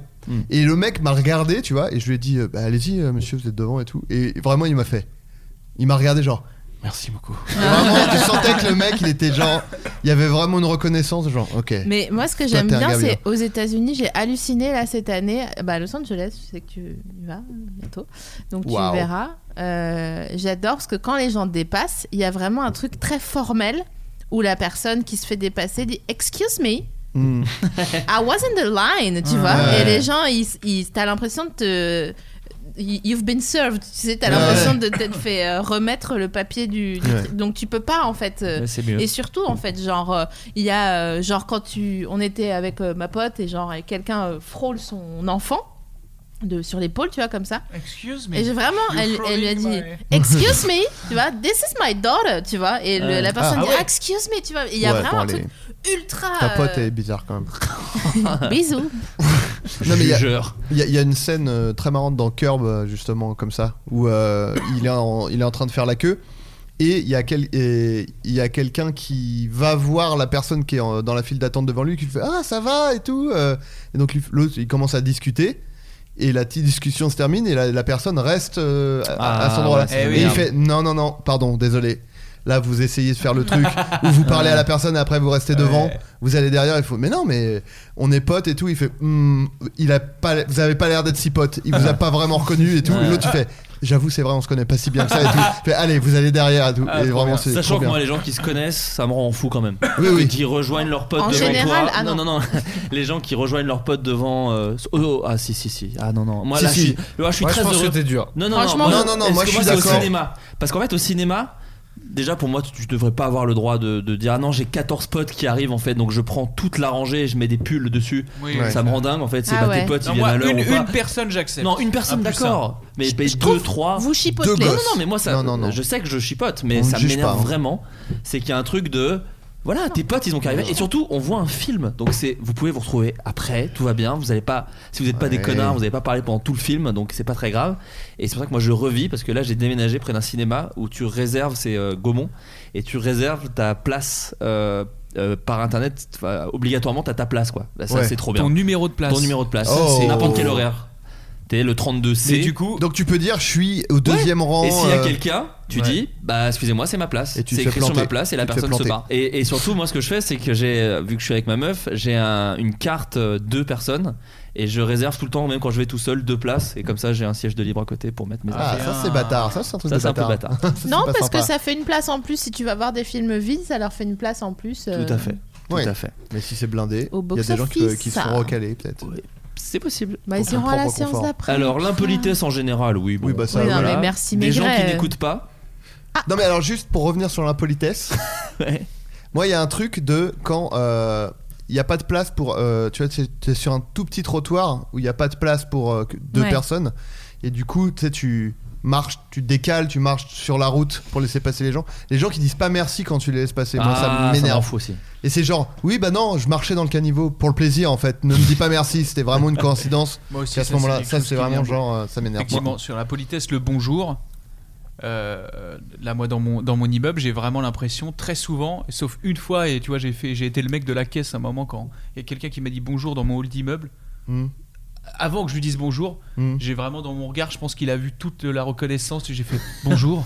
Et le mec m'a regardé, tu vois, et je lui ai dit, euh, bah, allez-y, euh, monsieur, vous êtes devant et tout. Et vraiment, il m'a fait. Il m'a regardé, genre. Merci beaucoup. Vraiment, tu sentais que le mec, il était genre. Il y avait vraiment une reconnaissance, genre, ok. Mais moi, ce que Toi, j'aime t'es un bien, gars c'est aux États-Unis, j'ai halluciné là cette année. Bah, à Los Angeles, je sais que tu y vas euh, bientôt, donc Waouh. tu verras. Euh, J'adore parce que quand les gens dépassent, il y a vraiment un truc très formel où la personne qui se fait dépasser dit Excuse me, Hmm. I was in the line, tu vois. Ouais. Et les gens, ils, ils- t'as l'impression de te. You've been served, tu sais, t'as Ouais. l'impression de t'être fait euh, remettre le papier du. du- Ouais. Donc tu peux pas en fait. euh, Ouais, c'est mieux. Et surtout en fait, genre, euh, il y a. euh, genre, quand tu. On était avec euh, ma pote et genre, et quelqu'un euh, frôle son enfant. De, sur l'épaule, tu vois, comme ça. Excuse Et j'ai vraiment, You're elle, elle lui a dit throwing my- Excuse me, tu vois, this is my daughter, tu vois. Et le- Ouais. la personne Ah, dit ouais. Excuse me, tu vois. Et Il y a Ouais, vraiment un bon, truc allez. ultra. Ta pote euh, est bizarre quand même. Bisous. Non, mais il y a- Jugeur. il y, a- il y a une scène euh, très marrante dans Curb, euh, justement, comme ça, où euh, il, est en, il est en train de faire la queue. Et il y a, quel- et il y a quelqu'un qui va voir la personne qui est en- dans la file d'attente devant lui, qui lui fait Ah, ça va et tout. euh. Et donc lui- l'autre, il commence à discuter. Et la petite discussion se termine et la, la personne reste euh, à, à Ah, cet endroit-là. ouais, c'est et il merde. fait Non, non, non, pardon, désolé. Là, vous essayez de faire le truc où vous parlez à la personne et après vous restez devant. Vous allez derrière, il faut. Mais non, mais on est potes et tout. Il fait. Hmm, il a pas. Vous avez pas l'air d'être si potes. Il vous a pas vraiment reconnu et tout. Ouais. Et L'autre, il fait. J'avoue, c'est vrai, on se connaît pas si bien que ça et tout. Il fait, allez, vous allez derrière et tout. Ah, et trop vraiment, bien. c'est. trop Sachant que bien. moi, les gens qui se connaissent, ça me rend fou quand même. Oui, oui. Qui rejoignent leurs potes En devant général, toi. ah non, non. non, non. Les gens qui rejoignent leurs potes devant. euh, oh, oh, ah, si, si, si. Ah, non, non. Moi, Si, là, si. je suis, là, je suis Moi, je très pense heureux. que t'es dur. Non, non, non, Franchement, non, non, non, parce moi, que je suis c'est au d'accord. cinéma. Parce qu'en fait, au cinéma. Déjà pour moi tu tu devrais pas avoir le droit de, de dire ah non j'ai 14 potes qui arrivent en fait donc je prends toute la rangée et je mets des pulls dessus Oui, ça oui. me rend dingue en fait c'est Ah pas ouais. tes potes Non, ils viennent moi, à l'heure une- ou pas. une personne, j'accepte. non une personne Ah, plus d'accord ça. mais mais deux trois vous chipotez. non, non, non, mais moi, ça, Non, non, non. je sais que je chipote, mais On ne ça juge m'énerve pas, hein. vraiment. C'est qu'il y a un truc de. Voilà, tes potes, ils ont qu'à arriver. Et surtout, on voit un film. Donc, c'est, vous pouvez vous retrouver après, tout va bien. Vous n'allez pas, si vous n'êtes pas des Ouais. connards, vous n'avez pas parlé pendant tout le film, donc c'est pas très grave. Et c'est pour ça que moi, je revis, parce que là, j'ai déménagé près d'un cinéma où tu réserves, c'est euh, Gaumont, et tu réserves ta place. euh, euh, par internet, enfin, obligatoirement, t'as ta place quoi. Là, ça, Ouais. c'est trop bien. Ton numéro de place. Ton numéro de place. Oh. C'est n'importe quel horaire. T'es le 32C. Mais du coup- Donc tu peux dire, je suis au deuxième rang. Et s'il y a euh, quelqu'un, tu ouais. dis, bah excusez-moi, c'est ma place. Et tu C'est te fais écrit sur planter. ma place et la Tu te fais personne se planter. barre. Et, et surtout, moi, ce que je fais, c'est que j'ai, euh, vu que je suis avec ma meuf, j'ai un- une carte euh, deux personnes et je réserve tout le temps, même quand je vais tout seul, deux places. Et comme ça, j'ai un siège de libre à côté pour mettre mes Ah, affaires. ça c'est bâtard. Ça c'est un truc Ça, de c'est un peu bâtard. bâtard. Ça, Non, c'est pas parce que sympa. ça fait une place en plus. Si tu vas voir des films vides, ça leur fait une place en plus. euh, Tout à fait. Tout Ouais. à fait. Mais si c'est blindé, Au il y a des gens qui, box-office, qui se ça. font recaler peut-être. C'est possible. Bah, ils Pour iront leur à la propre séance confort. d'après. Alors, l'impolitesse en général, oui. Bon. bah, ça, Oui, non, voilà. mais merci, Des gens qui Maigret. n'écoutent pas. Non mais alors juste pour revenir sur l'impolitesse, moi il y a un truc de quand euh, il n'y a pas de place pour... euh, tu vois, tu es- tu es sur un tout petit trottoir où il n'y a pas de place pour euh, que- deux Ouais. personnes. Et du coup, tu sais, tu marches, tu décales, tu marches sur la route pour laisser passer les gens. Les gens qui disent pas merci quand tu les laisses passer, moi ça Ah, ça m'en m'énerve. fout aussi. Et c'est genre, oui, bah non, je marchais dans le caniveau pour le plaisir en fait. Ne me dis pas merci, c'était vraiment une coïncidence. Moi aussi, Qu'à ce ça, c'est moment-là, quelque ça chose c'est qui vraiment m'énerve. genre, euh, ça m'énerve. Effectivement, sur la politesse, le bonjour. euh, là, moi, dans mon, dans mon immeuble, j'ai vraiment l'impression, très souvent, sauf une fois, et tu vois, j'ai fait- j'ai été le mec de la caisse à un moment quand il y a quelqu'un qui m'a dit bonjour dans mon hall d'immeuble. Hmm. Avant que je lui dise bonjour, Hmm. j'ai vraiment dans mon regard, je pense qu'il a vu toute la reconnaissance et j'ai fait bonjour.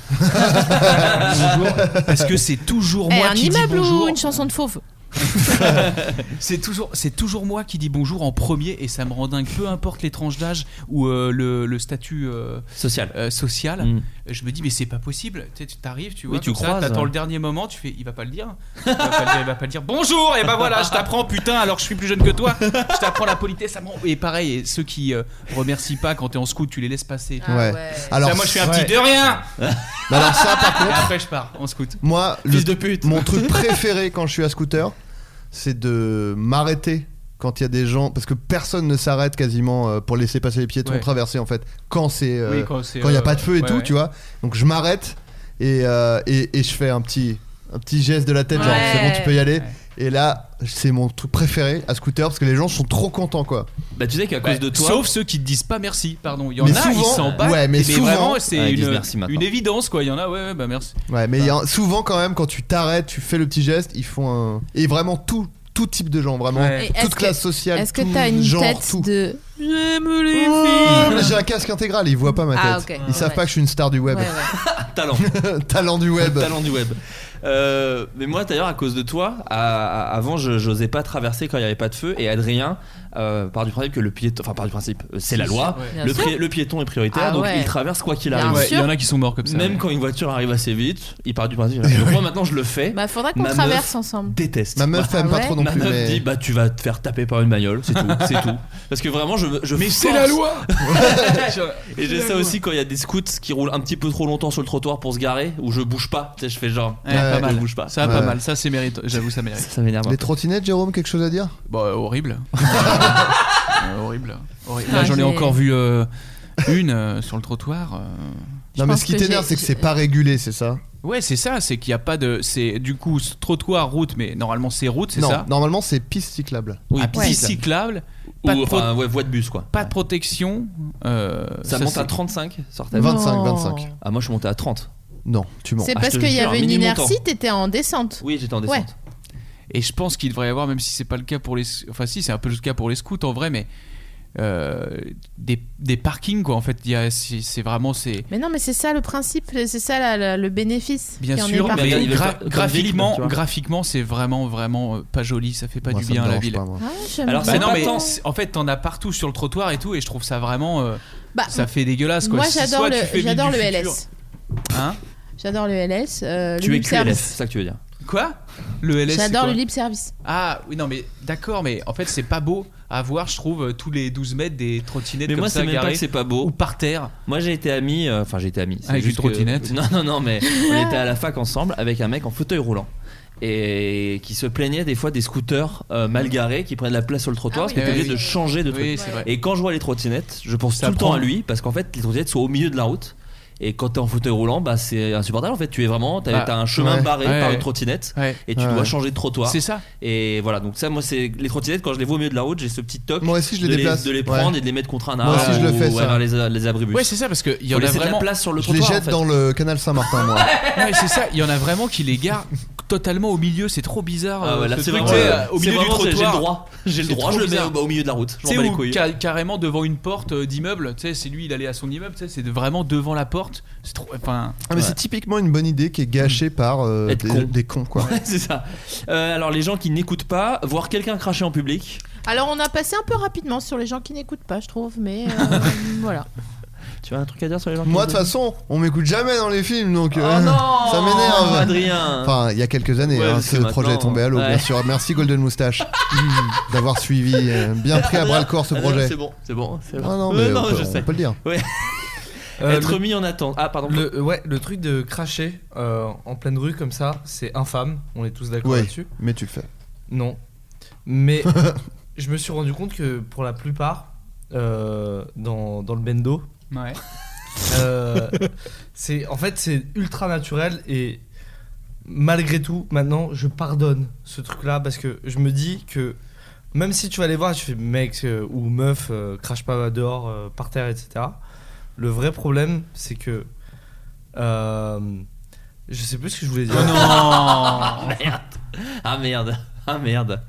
bonjour. Parce que c'est toujours Eh, moi un qui dis immeuble bonjour. ou une chanson de fauve c'est toujours c'est toujours moi qui dis bonjour en premier et ça me rend dingue peu importe les tranches d'âge ou euh, le, le statut euh, Social. euh, social Mm. je me dis mais c'est pas possible tu sais, tu t'arrives tu Oui, vois tu comme ça, croises. t'attends le dernier moment tu fais il va pas le dire il va pas le dire, il va pas le dire. bonjour et bah voilà je t'apprends putain alors je suis plus jeune que toi je t'apprends la politesse ça me rend- et pareil et ceux qui euh, remercient pas quand t'es en scout tu les laisses passer Ah ouais. Alors, Ça, moi je fais un ouais. petit de rien Bah alors ça, par contre- Et après je pars en scout Moi, le- mon truc préféré quand je suis à scooter, c'est de m'arrêter quand il y a des gens, parce que personne ne s'arrête quasiment euh, pour laisser passer les piétons Ouais. traverser en fait, quand c'est euh, Oui, quand c'est, il n'y a euh, pas de feu et ouais, tout, ouais. tu vois. Donc je m'arrête et, euh, et, et je fais un petit un petit geste de la tête, genre Ouais. c'est bon, tu peux y aller. Et là, c'est mon truc préféré à scooter parce que les gens sont trop contents quoi. Bah, tu sais qu'à cause de toi. Sauf ceux qui te disent pas merci, pardon. Il y en Mais a, ils souvent- s'en battent. ouais, mais souvent- vraiment, c'est Ouais, ils disent une, merci maintenant. une évidence, quoi. Il y en a, ouais, ouais, bah merci. Ouais, mais il y a un- souvent quand même, quand tu t'arrêtes, tu fais le petit geste, ils font un. Et vraiment tout, tout type de gens, vraiment. Ouais. Et est-ce Eh, Toute que- classe sociale. Est-ce que tout t'as une genre, tête tout. de. J'aime les Ah, filles mais J'ai un casque intégral, ils voient pas ma tête. Ah, ok. Ils Ouais, savent ouais. pas que je suis une star du web. Ouais, ouais. Talent. Talent du web. Talent du web. Euh, mais moi d'ailleurs à cause de toi, à- à- avant je j'osais pas traverser quand il y avait pas de feu et Adrien euh, part du principe que le piéton, enfin par du principe, euh, c'est la Si, loi, si, ouais. le, Bien sûr. pri- le piéton est prioritaire Ah donc ouais. il traverse quoi qu'il Bien arrive. Ouais, il y en a sûr. qui sont morts comme ça, Même ouais. quand une voiture arrive assez vite, il part du principe. Donc moi maintenant je le fais. Bah, faudra qu'on Ma meuf traverse ensemble. Déteste. Ma meuf Moi, aime pas Ah ouais trop non ma plus, meuf mais- dit bah tu vas te faire taper par une bagnole, c'est tout, c'est tout. Parce que vraiment je, je Mais c'est force. la loi Et j'ai C'est la ça loi. aussi quand il y a des scouts qui roulent un petit peu trop longtemps sur le trottoir pour se garer, où je bouge pas. Tu sais, je fais genre, Ouais, pas je mal. bouge pas. Ça, pas mal. Ça, c'est mérite. J'avoue, ça mérite. Ça m'énerve. Les trottinettes, Jérôme, quelque chose à dire Bah, euh, horrible. Euh, horrible. Horrible. Ah, Là, j'en ai j'ai- encore vu euh, une euh, sur le trottoir. euh. Non, mais ce qui t'énerve, c'est que c'est pas régulé, c'est ça Ouais, c'est ça, c'est qu'il n'y a pas de. C'est du coup ce trottoir, route, mais normalement c'est route, c'est Non, ça normalement c'est piste cyclable. Ah, Oui, piste cyclable. Ou Pas de pro- enfin, ouais, voie de bus quoi. Pas de protection. euh, Ça, monte c'est- à 35 sur ta 25, Non. 25. Ah, moi je suis monté à 30. Non, tu Ah, C'est parce qu'il y avait une inertie, t'étais en descente. Oui, j'étais en Ouais. descente. Et je pense qu'il devrait y avoir, même si c'est pas le cas pour les. Enfin, si, c'est un peu le cas pour les scouts en vrai, mais. euh, des, des parkings quoi en fait il y a- c'est c'est vraiment c'est Mais non, mais c'est ça le principe, c'est ça la- la- le bénéfice. bien qui en est sûr parti. mais il veut gra- faire comme Vélib', graphiquement tu vois. graphiquement c'est vraiment vraiment euh, pas joli ça fait pas Moi, du ça me bien à la dérange ville pas, moi. Ouais, j'aime alors pas c'est non mais tant. c'est- en fait t'en as partout sur le trottoir et tout et je trouve ça vraiment euh, Bah, ça fait dégueulasse quoi Moi, Si j'adore soit le, tu fais vite j'adore du le futur- LS. hein J'adore le LS. euh, le Tu es lip service. QLS, c'est ça que tu veux dire. quoi le LS c'est J'adore quoi le lip service. ah oui non mais d'accord mais en fait c'est pas beau à voir je trouve euh, tous les 12 mètres des trottinettes Mais comme moi, ça c'est même pas garées que c'est pas beau. ou par terre Moi j'ai été ami, euh, enfin j'ai été ami. c'est Avec juste une trottinette. que- Non, non, non, mais on était à la fac ensemble avec un mec en fauteuil roulant. Et qui se plaignait des fois des scooters euh, mal garés qui prennent la place sur le trottoir Ah oui. parce que t'es Oui, obligé oui. de changer de Oui, truc. c'est vrai. Et quand je vois les trottinettes, je pense Ça tout le temps prend. à lui parce qu'en fait les trottinettes sont au milieu de la route. Et quand t'es en fauteuil roulant, bah c'est insupportable en fait. Tu es vraiment, t'as Ah, t'as un chemin ouais. barré Ouais, par ouais. une trottinette Ouais. et tu Ouais, dois ouais. changer de trottoir. C'est ça. Et voilà, donc ça, moi, c'est les trottinettes quand je les vois au milieu de la route, j'ai ce petit toc. Moi aussi, je les de déplace. de les prendre Ouais. et de les mettre contre un arbre. Moi aussi, je le ou- fais, ouais, ça. vers les, les abribus. Ouais, c'est ça, parce que il y Faut en a laisser de vraiment- la place sur le Je les trottoir. jette en fait. dans le canal Saint-Martin, moi. Ah, Ouais, c'est ça, il y en a vraiment qui les garent totalement au milieu, c'est trop bizarre. Ah ouais, euh, là, ce c'est truc, vraiment, tu sais, euh, au c'est milieu du vraiment, c'est- trottoir. j'ai le droit. J'ai le C'est droit, trop je le mets bizarre. au- bah, au milieu de la route, je Tu sais, m'en bats les ou couilles. ca- carrément devant une porte euh, d'immeuble, tu sais, c'est lui, il allait à son immeuble, tu sais, c'est de- vraiment devant la porte. C'est trop. Enfin. Ah, mais c'est typiquement une bonne idée qui est gâchée par euh, des, Être con. des cons, quoi. Ouais, c'est ça. Euh, alors, les gens qui n'écoutent pas, voir quelqu'un cracher en public. Alors, on a passé un peu rapidement sur les gens qui n'écoutent pas, je trouve, mais euh, voilà. Tu as un truc à dire sur les gens qui Moi, de n'écoutent toute façon, on m'écoute jamais dans les films, donc euh, Oh non, ça m'énerve. Adrien. Enfin, il y a quelques années, Ouais, hein, parce ce que projet est maintenant- tombé à l'eau, Ouais. bien sûr. Merci Golden Moustache mm, d'avoir suivi, euh, bien pris à bras le corps ce Adrien, projet. Ah, C'est bon, c'est bon. c'est bon. Ah non, Ouais, mais on peut- je on sais. peut le dire. Ouais. Euh, Être le- mis en attente. Ah, pardon. Le, euh, ouais, le truc de cracher euh, en pleine rue comme ça, c'est infâme, on est tous d'accord Ouais, là-dessus. mais tu le fais. Non. Mais je me suis rendu compte que pour la plupart, euh, dans, dans le bendo, Ouais. euh, c'est en fait c'est ultra naturel et malgré tout maintenant je pardonne ce truc là parce que je me dis que même si tu vas les voir tu fais mec euh, ou meuf euh, crache pas dehors euh, par terre etc le vrai problème c'est que euh, je sais plus ce que je voulais dire Oh non Merde. Ah merde. Ah merde.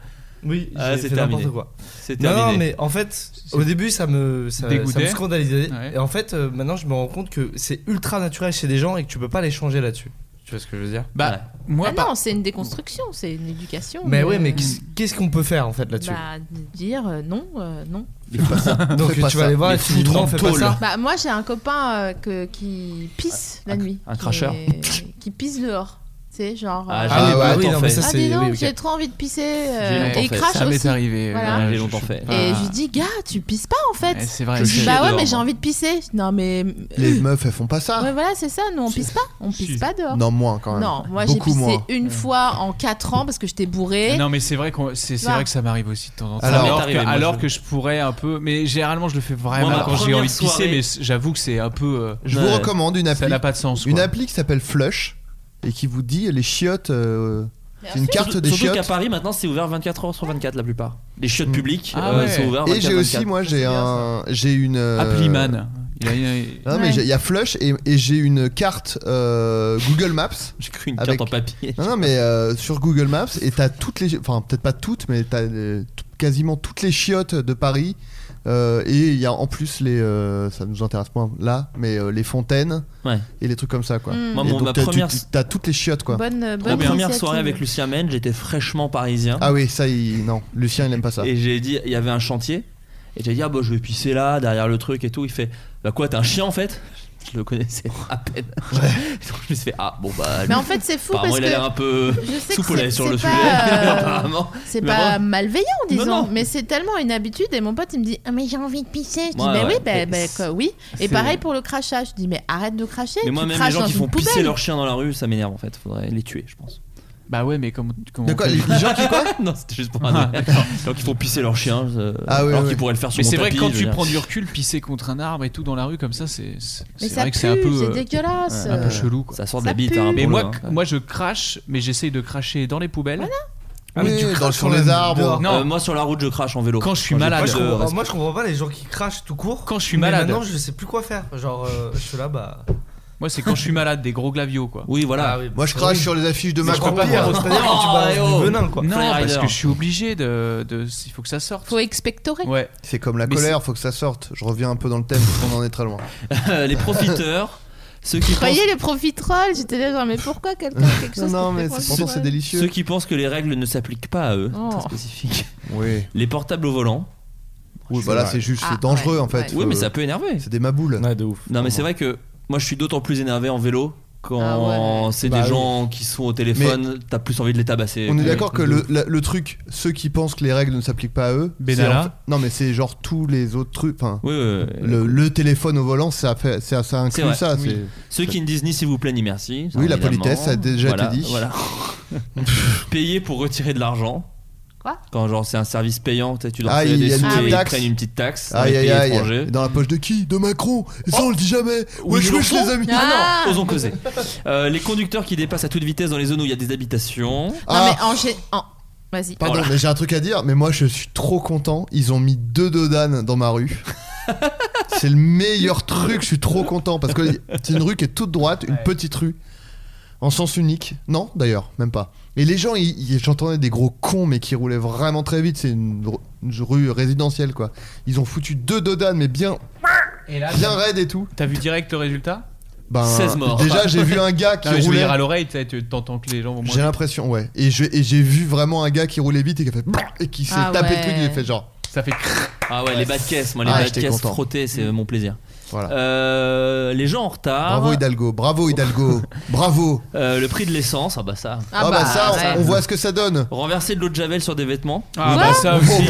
oui, Ah, j'ai c'est fait n'importe terminé. quoi. C'est non, terminé. non, mais en fait, au début, ça me, ça, Dégoûté. ça me scandalisait. Ouais. Et en fait, euh, maintenant, je me rends compte que c'est ultra naturel chez des gens et que tu peux pas les changer là-dessus. Tu vois ce que je veux dire Bah, moi, Ah non, c'est une déconstruction, c'est une éducation. Mais euh, ouais, mais qu'est- qu'est-ce qu'on peut faire en fait là-dessus Bah, dire euh, non, euh, non. Donc Fais tu pas vas ça. les voir et Les tu dis foutre en non, fais pas tôle. ça. Bah, moi, j'ai un copain euh, que, qui pisse la nuit. un qui cracheur. est- Qui pisse dehors. Tu sais, genre. Ah, euh, j'ai- Ah oui, bah ah, oui, non, mais ça, dis c'est- donc, oui, ok. j'ai trop envie de pisser. euh, J'ai longtemps et il fait. crache Ça m'est aussi. arrivé, Voilà. euh, j'ai longtemps fait. Et Ah. je lui dis, gars, tu pisses pas en fait. Eh, c'est vrai, Je je dis, suis bah ouais, dehors, mais j'ai moi. envie de pisser. Non, mais. euh, Euh. Les meufs, elles font pas ça. Ouais, voilà, c'est ça. Nous, on pisse pas. On pisse pas dehors. Non, moins quand même. Non, moi, j'ai Beaucoup pissé moins. une fois en 4 ans parce que j'étais bourré. Non, mais c'est vrai, qu'on- c'est c'est Bah. vrai que ça m'arrive aussi de temps en temps. Alors- alors Ça m'est arrivé, que, moi, alors je- que je pourrais un peu. Mais généralement, je le fais vraiment Moi, ma quand j'ai première envie de pisser, soirée- mais j'avoue que c'est un peu. euh, Je vous recommande une appli. Ça n'a pas de sens. Une appli qui s'appelle Flush. et qui vous dit les chiottes. euh, Bien c'est une sûr. carte Surtout- des surtout chiottes. qu'à Paris maintenant c'est ouvert 24 heures sur 24 la plupart. Les chiottes publiques Ah euh, ouais. sont ouvertes 24 Et j'ai aussi, 24. moi, j'ai un, j'ai une. euh, Applyman. Il a- il a- Non, mais Ouais. j'ai- il y a Flush et, et j'ai une carte euh, Google Maps. J'ai cru une avec- carte en papier. Non, non, mais euh, sur Google Maps, et t'as toutes les. Enfin, peut-être pas toutes, mais t'as euh, tout- quasiment toutes les chiottes de Paris. Euh, et il y a en plus les. euh, ça nous intéresse moins là, mais euh, les fontaines Ouais. et les trucs comme ça, quoi. Mm. euh, Moi, Et mon- donc, ma t'as- tu- première- tu- T'as toutes les chiottes, quoi. Bonne, La Euh, bonne première initiative. soirée avec Lucien Mène, j'étais fraîchement parisien. Ah oui, ça, il... non. Lucien, il aime pas ça. Et j'ai dit, il y avait un chantier. Et j'ai dit, ah bah je vais pisser là, derrière le truc et tout. Il fait, bah quoi, t'es un chien en fait Je le connaissais à peine. Donc je me suis fait, ah bon bah. Mais lui, en fait, c'est fou apparemment, parce il a que l'air un peu je sais que soupolé c'est- sur c'est le pas, sujet. euh, apparemment. C'est Mais pas vraiment, malveillant, disons, Non, non. mais c'est tellement une habitude. Et mon pote, il me dit Ah, mais j'ai envie de pisser. Je dis Ouais, Mais ouais. oui, bah, Mais bah, c'est- quoi, oui. Et c'est- pareil pour le crachat. Je dis Mais arrête de cracher. Mais tu moi, même les craches gens dans qui une font pisser poubelle. leur chien dans la rue, ça m'énerve en fait. Faudrait les tuer, je pense. Bah ouais, mais comment. comment De quoi, comment- les gens qui quoi Non, c'était juste pour un. Ah, Donc ils font pisser leur chien. euh, Ah ouais, alors ouais. qu'ils pourraient le faire sur Mais mon c'est vrai que tapis, quand je veux tu dire. prends du recul, pisser contre un arbre et tout dans la rue comme ça, c'est c'est- c'est Mais ça vrai que c'est un pue, peu c'est euh, dégueulasse. un peu chelou. Quoi. Ça sort de la Ça bite, pue. hein, mais pour moi, le- que- moi je crache, mais j'essaye de cracher dans les poubelles. Ah, mais tu craches quand même dehors. Euh, moi sur la route, je euh, crache en vélo. Quand je suis malade, euh, pas je de comprends- respect. moi je comprends pas les gens qui crachent tout court. Quand je suis Mais malade. Maintenant je sais plus quoi faire. Genre euh, je suis là bah. ah Moi, c'est quand je suis malade, des gros glavios quoi. Oui, voilà. Ah Ah, Moi, je crache sur les affiches de Mais je Macron. peux pas Pierre, faire- c'est-à-dire que tu Oh, balances eh du oh. venin, quoi. Non, Flyer parce Rider. que je suis obligé de. de- Il faut que ça sorte. Faut expectorer. Ouais. C'est comme la Mais colère, faut que ça sorte. Je reviens un peu dans le thème, parce qu'on en est très loin. les profiteurs, ceux qui Vous voyez les profiteroles J'étais là, genre, mais pourquoi quelqu'un a quelque chose qui fait profiterole Ceux qui pensent que les règles ne s'appliquent pas à eux, Oh. très spécifique. Oui. Les portables au volant. Oui, bah là, c'est juste, c'est Ah, dangereux, ouais, en fait. ouais. Oui, mais Faut- ça peut énerver. C'est des maboules. Ouais, de ouf. Non, mais c'est vrai que moi je suis d'autant plus énervé en vélo quand Ah ouais. c'est Bah des oui. gens qui sont au téléphone, t'as plus envie de les tabasser. On est que- d'accord que le, la- le truc, ceux qui pensent que les règles ne s'appliquent pas à eux, c'est Benalla. en fait- non mais c'est genre tous les autres trucs. Enfin, Oui, oui, oui. le, le téléphone au volant, ça fait, ça, ça inclut C'est vrai. ça. Oui. c'est- Ceux qui ne disent ni s'il vous plaît ni merci. ça, Oui, la évidemment. politesse, ça a déjà Voilà, été dit. Voilà. Payer pour retirer de l'argent. Quoi Quand genre c'est un service payant, tu sais, tu dois Ah, retirer il y des a sous une et petite ils taxe. prennent une petite taxe. Aïe, aïe, aïe. étranger. Et Dans la poche de qui De Macron. Et ça on le dit jamais. Oh Oui, wesh ils le wesh les font. amis. Ah non, osons causer. Euh, les conducteurs qui dépassent à toute vitesse dans les zones où il y a des habitations. Non, Ah, mais en gé- en- Vas-y. Pardon, mais j'ai un truc à dire. Mais moi je suis trop content. Ils ont mis deux dodanes dans ma rue. c'est le meilleur truc. Je suis trop content parce que c'est une rue qui est toute droite, une petite rue. En sens unique Non, d'ailleurs, même pas. Et les gens, ils- ils- j'entendais des gros cons, mais qui roulaient vraiment très vite. C'est une, r- une rue résidentielle, quoi. Ils ont foutu deux dodanes, mais bien, Et là, bien t'as- raide et tout. T'as vu direct le résultat Ben, Déjà, j'ai vu un gars qui Non, mais Je veux roulait. dire à l'oreille, t'as- tu- t'entends que les gens vont moins. J'ai l'impression, ouais. Et je- et j'ai vu vraiment un gars qui roulait vite et qui a fait et qui s'est Ah tapé le ouais. truc. Il a fait genre. Ça fait. Ah ouais, les bas de caisse, moi les Ah, bas de j'étais caisse content. frottés, c'est mon plaisir. Voilà. Euh, les gens en retard. Bravo Hidalgo, bravo Hidalgo, bravo. Euh, le prix de l'essence, ah bah ça. Ah, bah, ça, on- on voit ce que ça donne. Renverser de l'eau de javel sur des vêtements. Ah, Quoi bah, ça aussi.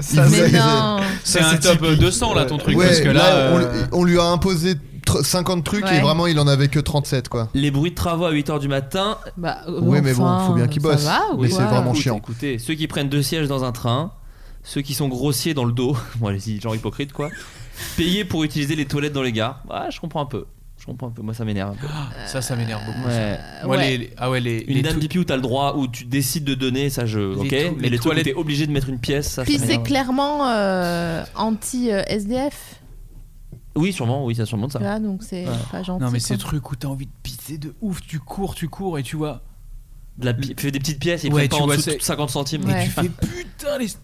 Ça, Mais c'est- non. C'est un top 200 là ton truc Ouais, parce que là. on, euh, lui- on lui a imposé tr- 50 trucs Ouais. et vraiment il en avait que 37 quoi. Les bruits de travaux à 8h du matin. Bah, Oui, mais bon, enfin, faut bien qu'ils ça bossent. va ou Mais c'est quoi vraiment Écoutez, chiant. Écoutez, ceux qui prennent deux sièges dans un train, ceux qui sont grossiers dans le dos, bon, les gens hypocrites quoi, payer pour utiliser les toilettes dans les gares. Ah, je comprends un peu. Je comprends un peu. Moi, ça m'énerve un peu. Ah, Ça, ça m'énerve beaucoup. Ouais. ça. Moi, les- les- ah Euh, ouais, les, Une les dame tou- d'IPI où t'as le droit, où tu décides de donner, ça je. Les ok, tou- mais les les toilettes. toilettes- T'es obligé de mettre une pièce, ça Puis ça c'est m'énerve. clairement euh, anti-SDF. Oui, sûrement, oui, ça sûrement de ça. Là, donc c'est Ouais. pas gentil. Non, mais quoi. ces trucs où t'as envie de pisser de ouf, tu cours, tu cours et tu vois. De la pi- fais des petites pièces, ils Ouais, prennent pas tu en vois, dessous de c'est- 50 centimes. Et tu fais putain les.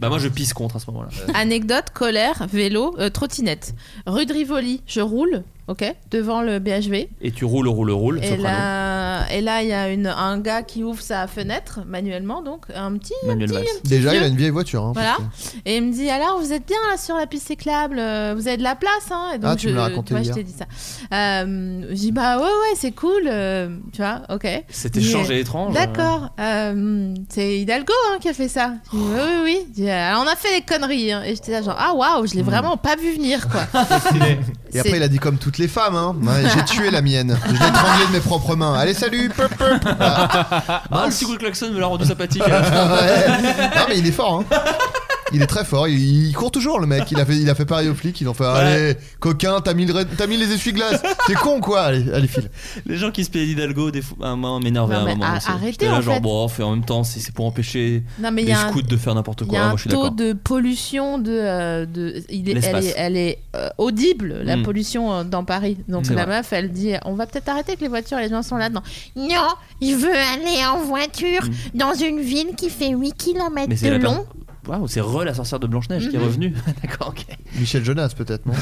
Bah, moi je pisse contre à ce moment-là. Ah, Anecdote, colère, vélo, euh, trottinette. Rue de Rivoli, je roule, ok, devant le BHV. Et tu roules, roules, roules. Et soprano. là, et là, il y a une, un gars qui ouvre sa fenêtre manuellement, donc un petit, un Manuel petit, Valls. un petit Déjà, vieux. il a une vieille voiture. hein, Voilà. parce que- Et il me dit alors vous êtes bien là sur la piste cyclable, euh, vous avez de la place hein. Et donc Ah, tu je, me l'as raconté vois, je hier. t'ai dit ça. Euh, je dis bah ouais ouais c'est cool, euh, tu vois, ok. Cet Il dit, échange est étrange. D'accord. euh, c'est Hidalgo hein, qui a fait ça. Je dis, oui oui oui. Je dis, alors on a fait des conneries hein. Et j'étais là genre ah waouh je Hmm. l'ai vraiment pas vu venir quoi. Et après, il a dit comme toutes les femmes, hein. Ouais, j'ai tué la mienne. Je l'ai étranglée de mes propres mains. Allez, salut. Pop, pop. Bah, Ah, Ah, le petit coup de klaxon me l'a rendu sympathique. ouais. Non, mais il est fort. Hein. Il est très fort, il, il court toujours le mec. Il a fait, il a fait pareil aux flics, ils ont fait Allez, coquin, t'as mis, le ra- t'as mis les essuie-glaces, t'es con quoi Allez, allez file. Les gens qui se plaignent d'Hidalgo, des fois, à moi, m'énervaient à Non, un mais moment. a- aussi. arrêtez, J'étais là, en genre, fait. bon, fait en même temps, si c'est pour empêcher Non, mais il y les a un- scouts de faire n'importe Il y quoi, hein, a un moi je suis taux d'accord. de pollution de, euh, de- il est, elle L'espace. est, elle est, euh, audible la Mm. pollution euh, dans Paris. Donc C'est la vrai. meuf, elle dit, on va peut-être arrêter avec les voitures. Les gens sont là dedans. Non, il veut aller en voiture dans une ville qui fait 8 km Hmm. Mais c'est de la long. per- Waouh, c'est re la sorcière de Blanche-Neige qui est Mhm. revenue. D'accord, ok. Michel Jonas peut-être, non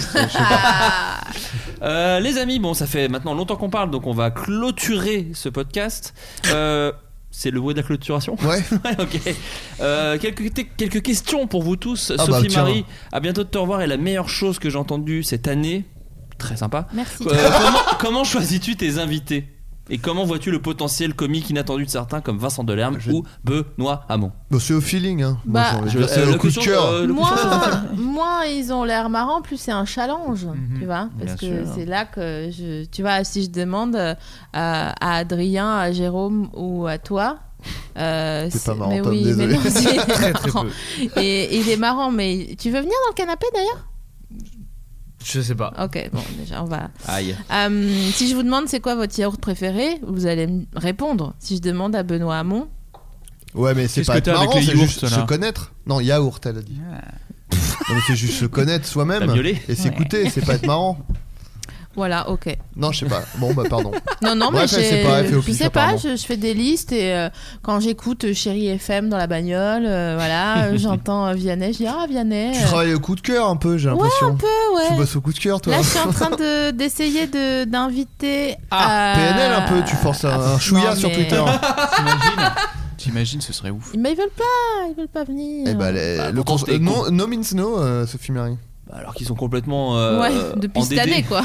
Euh, les amis, bon, ça fait maintenant longtemps qu'on parle, donc on va clôturer ce podcast. Euh, c'est le bruit de la clôturation Ouais. ok. Euh, quelques, quelques questions pour vous tous. Ah bah, Sophie tiens. Marie, à bientôt de te revoir. Et la meilleure chose que j'ai entendue cette année, très sympa. Merci. Euh, comment comment choisis-tu tes invités Et comment vois-tu le potentiel comique inattendu de certains comme Vincent Delerme ou Benoît Hamon Bah, c'est au feeling, hein. Moi, j'ai Bah, envie de Je- dire, c'est euh, au le coup de cushion, cœur. euh, le- Moi, moi, ils ont l'air marrants. Plus c'est un challenge, tu vois, parce Mhm. Bien que sûr. c'est là que je, tu vois, si je demande euh, à, à Adrien, à Jérôme ou à toi. euh, C'est pas marrant, mais Tom, oui, mais désolé. non, si, il est Très, très marrant. Et il est marrant, mais tu veux venir dans le canapé d'ailleurs Je sais pas. Ok, bon, déjà on va. Ah. Aïe. Euh, si je vous demande c'est quoi votre yaourt préféré, vous allez me répondre. Si je demande à Benoît Hamon, Ouais, mais c'est Qu'est-ce pas que être t'as avec marrant, les c'est yaourts, juste là se connaître. Non, yaourt, elle a dit. Non, mais c'est juste se connaître soi-même T'as violé et s'écouter, Ouais. c'est pas être marrant. voilà, ok. Non, je sais pas. Bon, bah, pardon. Non, non, mais Bref, elle j'ai- sait pas, elle fait au je pif, sais pas, apparemment. je, je fais des listes et euh, quand j'écoute euh, Chérie FM dans la bagnole, euh, voilà, euh, j'entends euh, Vianney, je dis Ah, Vianney. Tu euh, travailles au coup de cœur un peu, j'ai l'impression. un peu, ouais. Tu bosses au coup de cœur, toi. Là, je suis en train de- d'essayer de- d'inviter. à- PNL un peu, Euh, tu forces un, un chouïa Non, sur mais- Twitter. ah, T'imagines, ce serait ouf. Mais ils veulent pas, ils veulent pas venir. Eh bah, les- le pourtant, cons- t'es euh, con. Bah, non, no means no, euh, Sophie Marie. Alors qu'ils sont complètement. euh, ouais, depuis cette endettés. année, quoi.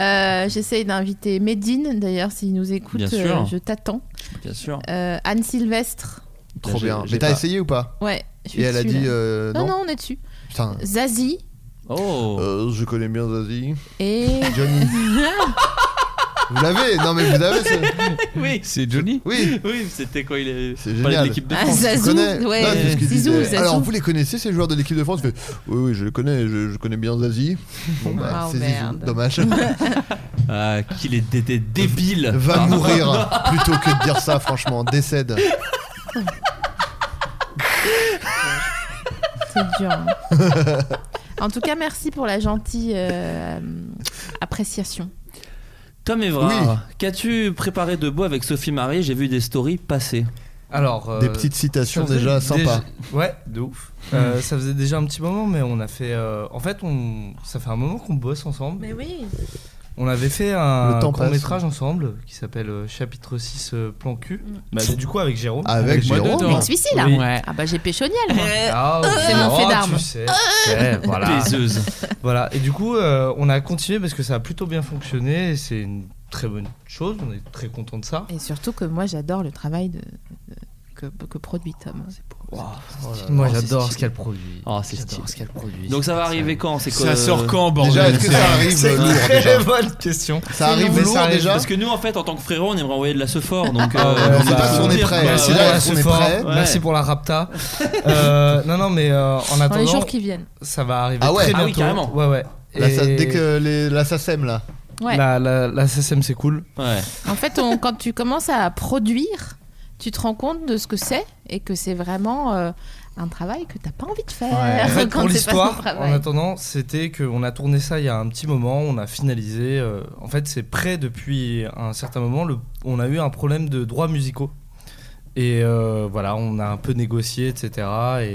Euh, J'essaye d'inviter Medine, d'ailleurs, s'il nous écoute, Bien euh, sûr. je t'attends. Bien sûr. Euh, Anne Sylvestre, Trop j'ai- bien. j'ai Mais t'as pas. essayé ou pas ouais. je suis Et elle a dessus, dit là. euh, non, non. on est dessus. Putain. Zazie Oh. Euh, je connais bien Zazie. et. Johnny. Vous l'avez Non, mais vous l'avez. ce- Oui. C'est Johnny Oui. Oui, c'était quand il est. C'est Pas génial. de l'équipe de Ah, France. Tu Zazou, connais ouais, Non, c'est ce qu'il Zizou, disait. Zazou. Alors, vous les connaissez, ces joueurs de l'équipe de France Tu fais, Oui, oui, je les connais, je, je connais bien Zazie. Bon, bah, Oh, c'est Zizou, merde. dommage. Ah, qu'il était débile. Va Pardon. mourir plutôt que de dire ça, franchement. Décède. C'est dur. hein. Ah en tout cas, merci pour la gentille euh, appréciation. Tom Evra, Oui. qu'as-tu préparé de beau avec Sophie Marie J'ai vu des stories passer. Alors, Des euh, petites citations ça faisait déjà sympas. Hmm. Ouais, de ouf. Euh, ça faisait déjà un petit moment, mais on a fait. euh, en fait, on, ça fait un moment qu'on bosse ensemble. Mais oui. On avait fait un Le temps court passe. métrage ensemble qui s'appelle euh, Chapitre 6 euh, Plan Cul. Bah, C'est du coup avec Jérôme. Avec moi Jérôme. dedans. Hmm. Avec celui-ci là. Oui. Ouais. Ah bah j'ai péchoniel moi. Ah, C'est mon oh, fait d'armes. tu sais, tu sais, voilà. Baiseuse. Voilà, et du coup, euh, on a continué parce que ça a plutôt bien fonctionné. et C'est une très bonne chose. On est très content de ça. Et surtout que moi j'adore le travail de, de- que, que produit Tom. C'est pour- Moi, Oh, c'est j'adore ce stylé. qu'elle produit. Oh, c'est stylé. J'adore ce qu'elle produit. Donc ça va arriver quand C'est quoi Ça euh, sort quand, bordel Déjà, est-ce que ça arrive euh, C'est lourd une déjà très bonne question. Ça arrive Mais ça lourd arrive déjà Parce que nous, en fait, en tant que frérot, on aimerait envoyer de la sephore. Donc, euh, Ah ouais, on c'est va pas si on est dire, prêt, quoi. c'est Ouais, là, c'est on est fort. prêt. Ouais. Merci pour la rapta. Euh, non, non, mais euh, en Dans les attendant, jours qui viennent. ça va arriver Ah ouais. très Ah oui, bientôt. carrément. Ouais, ouais. Là, ça- Et dès que les, la SACEM là. Ouais. la, la, la SSM, c'est cool. Ouais. En fait, on- quand tu commences à produire, tu te rends compte de ce que c'est et que c'est vraiment euh, un travail que t'as pas envie de faire. En fait, Euh, quand pour c'est pas ton l'histoire, travail. en attendant, c'était qu'on a tourné ça il y a un petit moment, on a finalisé. euh, en fait, c'est prêt depuis un certain moment. le- on a eu un problème de droits musicaux. Et euh, voilà, on a un peu négocié, etc. Et,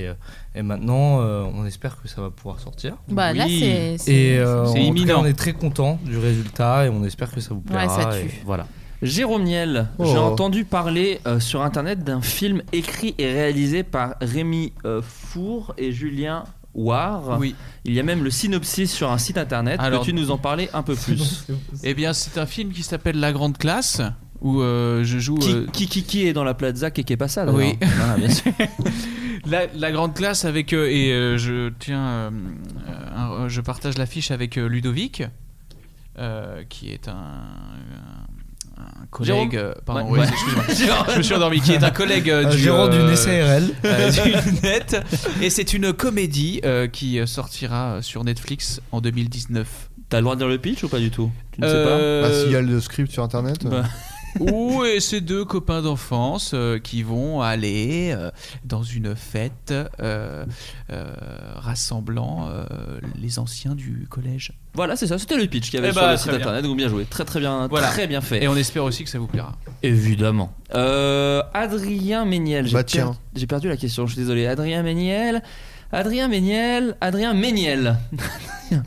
euh, et maintenant, euh, on espère que ça va pouvoir sortir. Bah là Oui. c'est. c'est- Et euh, c'est en tout cas, imminent. on est très content du résultat et on espère que ça vous plaira. Ouais, ça et tue. voilà. Jérôme Niel, Oh. j'ai entendu parler euh, sur internet d'un film écrit et réalisé par Rémi euh, Four et Julien War. Oui. Il y a même le synopsis sur un site internet. Alors- Peux-tu nous en parler un peu plus Eh bien, c'est un film qui s'appelle La Grande Classe, où euh, je joue. qui, euh, qui, qui, qui est dans la plaza qui est pas ça Oui. Voilà, bien sûr. la, la grande classe avec euh, et euh, je tiens euh, euh, un- je partage l'affiche avec euh, Ludovic euh, qui est un, un- un Jérôme collègue, euh, pardon, Ouais. oui, excuse-moi, Jérôme. je me suis endormi, qui est un collègue euh, Euh, du Jérôme d'une SARL. euh, du net, et c'est une comédie euh, qui sortira sur Netflix en 2019. T'as le droit de dire le pitch ou pas du tout Tu ne Euh, sais pas Bah, s'il y a le script sur internet. Bah. Ou et ces deux copains d'enfance euh, qui vont aller euh, dans une fête euh, euh, rassemblant euh, les anciens du collège. Voilà, c'est ça, c'était le pitch qu'il y avait Eh sur bah, le site très bien. internet, donc bien joué. Très très bien, Voilà. très bien fait. Et on espère aussi que ça vous plaira. Évidemment. Euh, Adrien Méniel, j'ai Bah, per- tiens. j'ai perdu la question, je suis désolé. Adrien Méniel, Adrien Méniel, Adrien Méniel.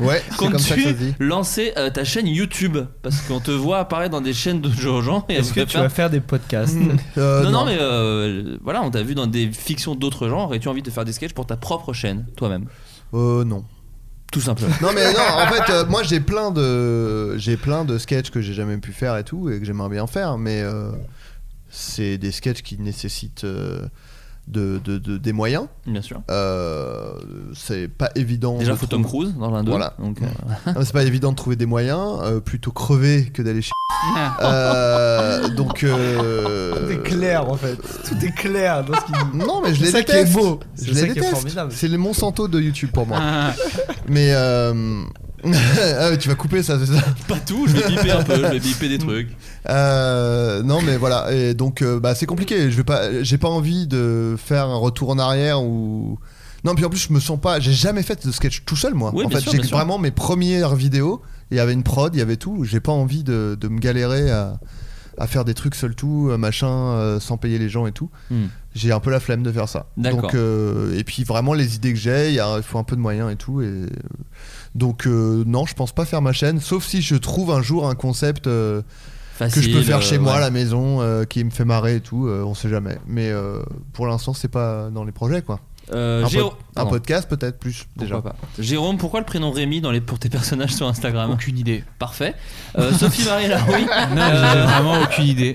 Ouais, c'est comme ça que ça se dit. Comptes-tu lancer euh, ta chaîne YouTube Parce qu'on te voit apparaître dans des chaînes de gens et Est-ce que après tu vas faire des podcasts Euh, non, non, mais euh, voilà, on t'a vu dans des fictions d'autres genres. Aurais-tu envie de faire des sketchs pour ta propre chaîne, toi-même Euh, non. Tout simplement. Non mais non, en fait, euh, moi j'ai plein de j'ai plein de sketchs que j'ai jamais pu faire et tout et que j'aimerais bien faire, mais euh, c'est des sketchs qui nécessitent euh, de, de- de- des moyens. Bien sûr. Euh, c'est pas évident. Déjà, de faut trouver- Tom Cruise dans l'un d'eux, Voilà. donc, euh. Non, mais c'est pas évident de trouver des moyens. euh, plutôt crever que d'aller chez. Euh, donc. euh, Tout est clair en fait. Tout est clair dans ce qu'il dit. Non, mais je les C'est ça qui déteste. est beau. Je C'est les ça qui est déteste. formidable. C'est le Monsanto de YouTube pour moi. Ah. mais euh, ah, tu vas couper ça, c'est ça Pas tout, je vais biper un peu, je vais biper des trucs. Euh, non mais voilà et donc euh, bah, c'est compliqué je vais pas j'ai pas envie de faire un retour en arrière ou non puis en plus je me sens pas j'ai jamais fait de sketch tout seul moi Oui, en bien fait sûr, j'ai bien sûr. vraiment mes premières vidéos il y avait une prod il y avait tout j'ai pas envie de, de me galérer à, à faire des trucs seul tout euh, machin euh, sans payer les gens et tout Hmm. j'ai un peu la flemme de faire ça D'accord. donc euh, et puis vraiment les idées que j'ai il y a- il faut un peu de moyens et tout et donc euh, non je pense pas faire ma chaîne sauf si je trouve un jour un concept euh, Facile, que je peux faire chez euh, moi ouais. à la maison euh, qui me fait marrer et tout euh, on sait jamais mais euh, pour l'instant c'est pas dans les projets quoi Euh, un, Géo- pod- un pardon. podcast peut-être plus déjà Pourquoi pas. Jérôme, pourquoi le prénom Rémi dans les, pour tes personnages sur Instagram Aucune idée. Parfait. Euh, Sophie Marie Laroui. Non, j'ai vraiment aucune idée.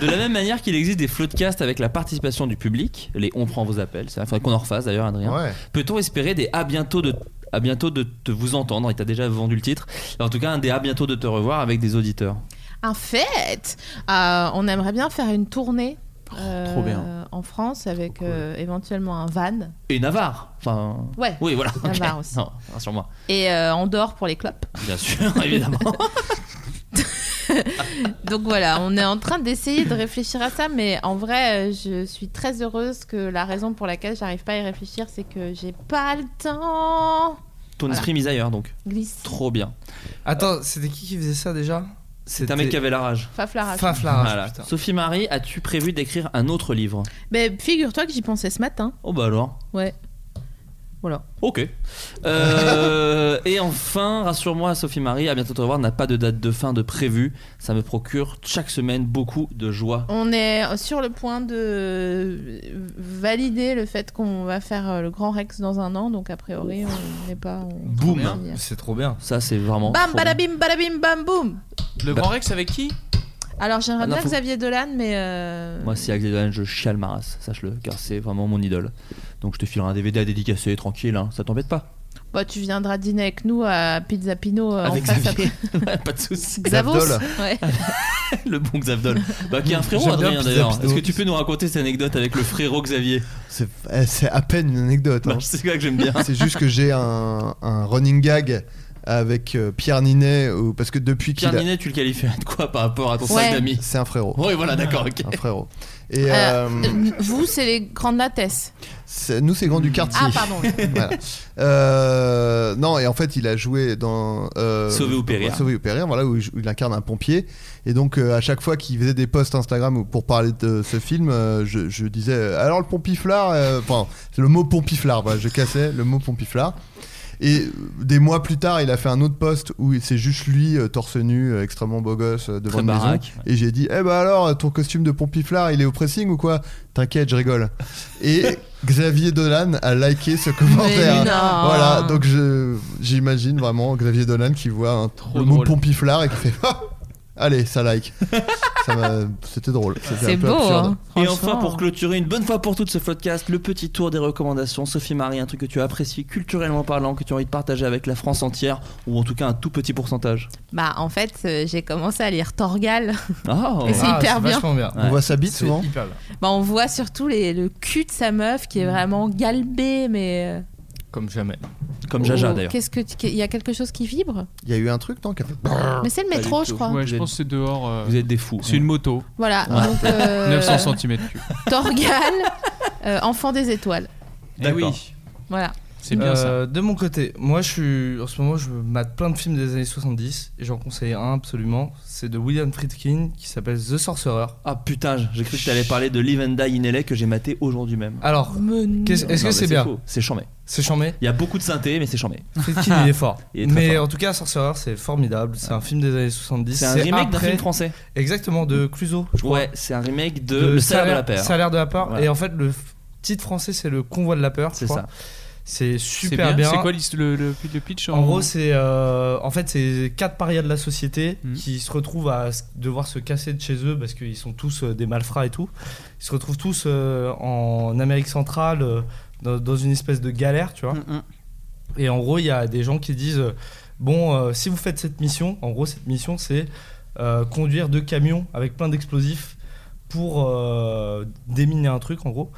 De la même manière qu'il existe des floodcasts avec la participation du public, les On prend vos appels, ça faudrait qu'on en refasse d'ailleurs, Adrien. Ouais. Peut-on espérer des à bientôt de à bientôt de te vous entendre, il t'a déjà vendu le titre. En tout cas, un des à bientôt de te revoir avec des auditeurs. En fait, euh, on aimerait bien faire une tournée Oh, euh, trop bien. en France avec euh, éventuellement un van Et Navarre. Enfin. Ouais. Oui, voilà. ok. Navarre aussi. Non, rassure-moi. et euh, en dehors pour les clopes. Bien sûr, évidemment. Donc voilà, on est en train d'essayer de réfléchir à ça, mais en vrai, euh, je suis très heureuse que la raison pour laquelle j'arrive pas à y réfléchir, c'est que j'ai pas le temps. Ton Voilà. esprit mise ailleurs donc. Glisse. Trop bien. Attends, c'était qui qui faisait ça déjà C'est un mec qui avait la rage. Faf la rage. Faf la rage, Voilà. putain. Sophie Marie, as-tu prévu d'écrire un autre livre Mais figure-toi que j'y pensais ce matin. Oh bah alors. Ouais. Voilà. Ok. Euh, et enfin, rassure-moi, Sophie Marie, à bientôt te revoir, n'a pas de date de fin de prévu. Ça me procure chaque semaine beaucoup de joie. On est sur le point de valider le fait qu'on va faire euh, le Grand Rex dans un an, donc a priori, on n'est pas. on- Boum C'est trop bien. Ça, c'est vraiment. Bam, trop bien. badabim, badabim, bam, boum Le Grand Rex avec qui Alors j'aimerais Ah non, bien faut- Xavier Dolan, mais. euh, Moi, si Axel Dolan, je chiale ma race, sache-le, car c'est vraiment mon idole. Donc, je te filerai un DVD à dédicacer, tranquille, hein, ça t'embête pas. bah, tu viendras dîner avec nous à Pizza Pino euh, Avec en face Xavier. après. pas de soucis. Xavos Ouais. Le bon Xavdol. Bah, qui est un frérot, J'aime bien Adrien, Pizza d'ailleurs. Pizza. Est-ce que tu peux nous raconter cette anecdote avec le frérot Xavier c'est eh, c'est à peine une anecdote hein. Bah, C'est ça que j'aime bien. c'est juste que j'ai un, un running gag avec euh, Pierre Ninet ou- parce que depuis qu'il Pierre a- Ninet, tu le qualifies de quoi par rapport à ton Ouais. sac d'amis c'est un frérot Oui, voilà, d'accord, ok. un frérot et euh, Euh, Vous, c'est les grandes latesses. C'est- nous, c'est Grand du quartier. Ah, pardon. Voilà. Euh, non, et en fait, il a joué dans. euh, Sauvé ou périr. Sauvé ou périr, voilà, où il, où il incarne un pompier. Et donc, euh, à chaque fois qu'il faisait des posts Instagram ou- pour parler de ce film, euh, je, je disais euh, Alors, le pompiflard. euh, Enfin, c'est le mot pompiflard, voilà, je cassais le mot pompiflard. Et euh, des mois plus tard, il a fait un autre post où il- c'est juste lui, euh, torse nu, euh, extrêmement beau gosse, euh, devant Très une maison. baraque. Et j'ai dit, eh ben alors, ton costume de pompiflard, il est au pressing ou quoi T'inquiète, je rigole. Et Xavier Dolan a liké ce commentaire. Mais non. Voilà, donc je- j'imagine vraiment Xavier Dolan qui voit un, le mot drôle. pompiflard et qui fait, ah, Allez, ça like. Ça m'a- C'était drôle. C'était un peu absurde. hein. Et enfin, pour clôturer une bonne fois pour toutes ce podcast, le petit tour des recommandations. Sophie Marie, un truc que tu apprécies culturellement parlant, que tu as envie de partager avec la France entière, ou en tout cas un tout petit pourcentage. Bah, en fait, euh, j'ai commencé à lire Torgal. Oh. Et c'est Ah, hyper bien. c'est vachement bien. On voit sa bite C'est souvent. hyper bien. Bah, on voit surtout les- le cul de sa meuf Mm. qui est vraiment galbé, mais. euh, Comme jamais. Comme oh, Qu'est-ce que tu- qu'il y a quelque chose qui vibre Il y a eu un truc, tant qu'à Mais c'est le Pas métro, du je tout. crois. Ouais, je pense que c'est dehors. euh, Vous êtes des fous. C'est une moto. Voilà, Ouais. donc, euh, 900 cm3. Torgal, euh, enfant des étoiles. Eh Voilà. C'est bien ça. Euh, De mon côté, moi je suis en ce moment je mate plein de films des années 70 et j'en conseille un absolument, c'est de William Friedkin qui s'appelle The Sorcerer. Ah putain, j'ai cru que tu allais parler de Live and Die in LA que j'ai maté aujourd'hui même. Alors, qu'est-ce- est-ce Non, que Oh, mais c'est bien faux. C'est chambé. C'est chambé Il y a beaucoup de synthé, mais c'est chambé. Friedkin il est fort. Il est très Mais fort. en tout cas Sorcerer c'est formidable, c'est un film des années 70. C'est un remake d'un après- film français. Exactement de Cluzo, je crois. Ouais, c'est un remake de, Le Salaire de la Peur. Salaire de la peur. Voilà. Et en fait, le f- titre français, c'est Le Convoi de la Peur. C'est ça. C'est C'est super bien. C'est quoi l'hist- le, le, le pitch En gros, c'est euh, en fait c'est quatre parias de la société qui se retrouvent à s- devoir se casser de chez eux parce qu'ils sont tous euh, des malfrats et tout. Ils se retrouvent tous euh, en Amérique centrale euh, dans, dans une espèce de galère, tu vois. Et en gros, il y a des gens qui disent euh, bon, euh, si vous faites cette mission, en gros cette mission c'est euh, conduire deux camions avec plein d'explosifs pour euh, déminer un truc en gros.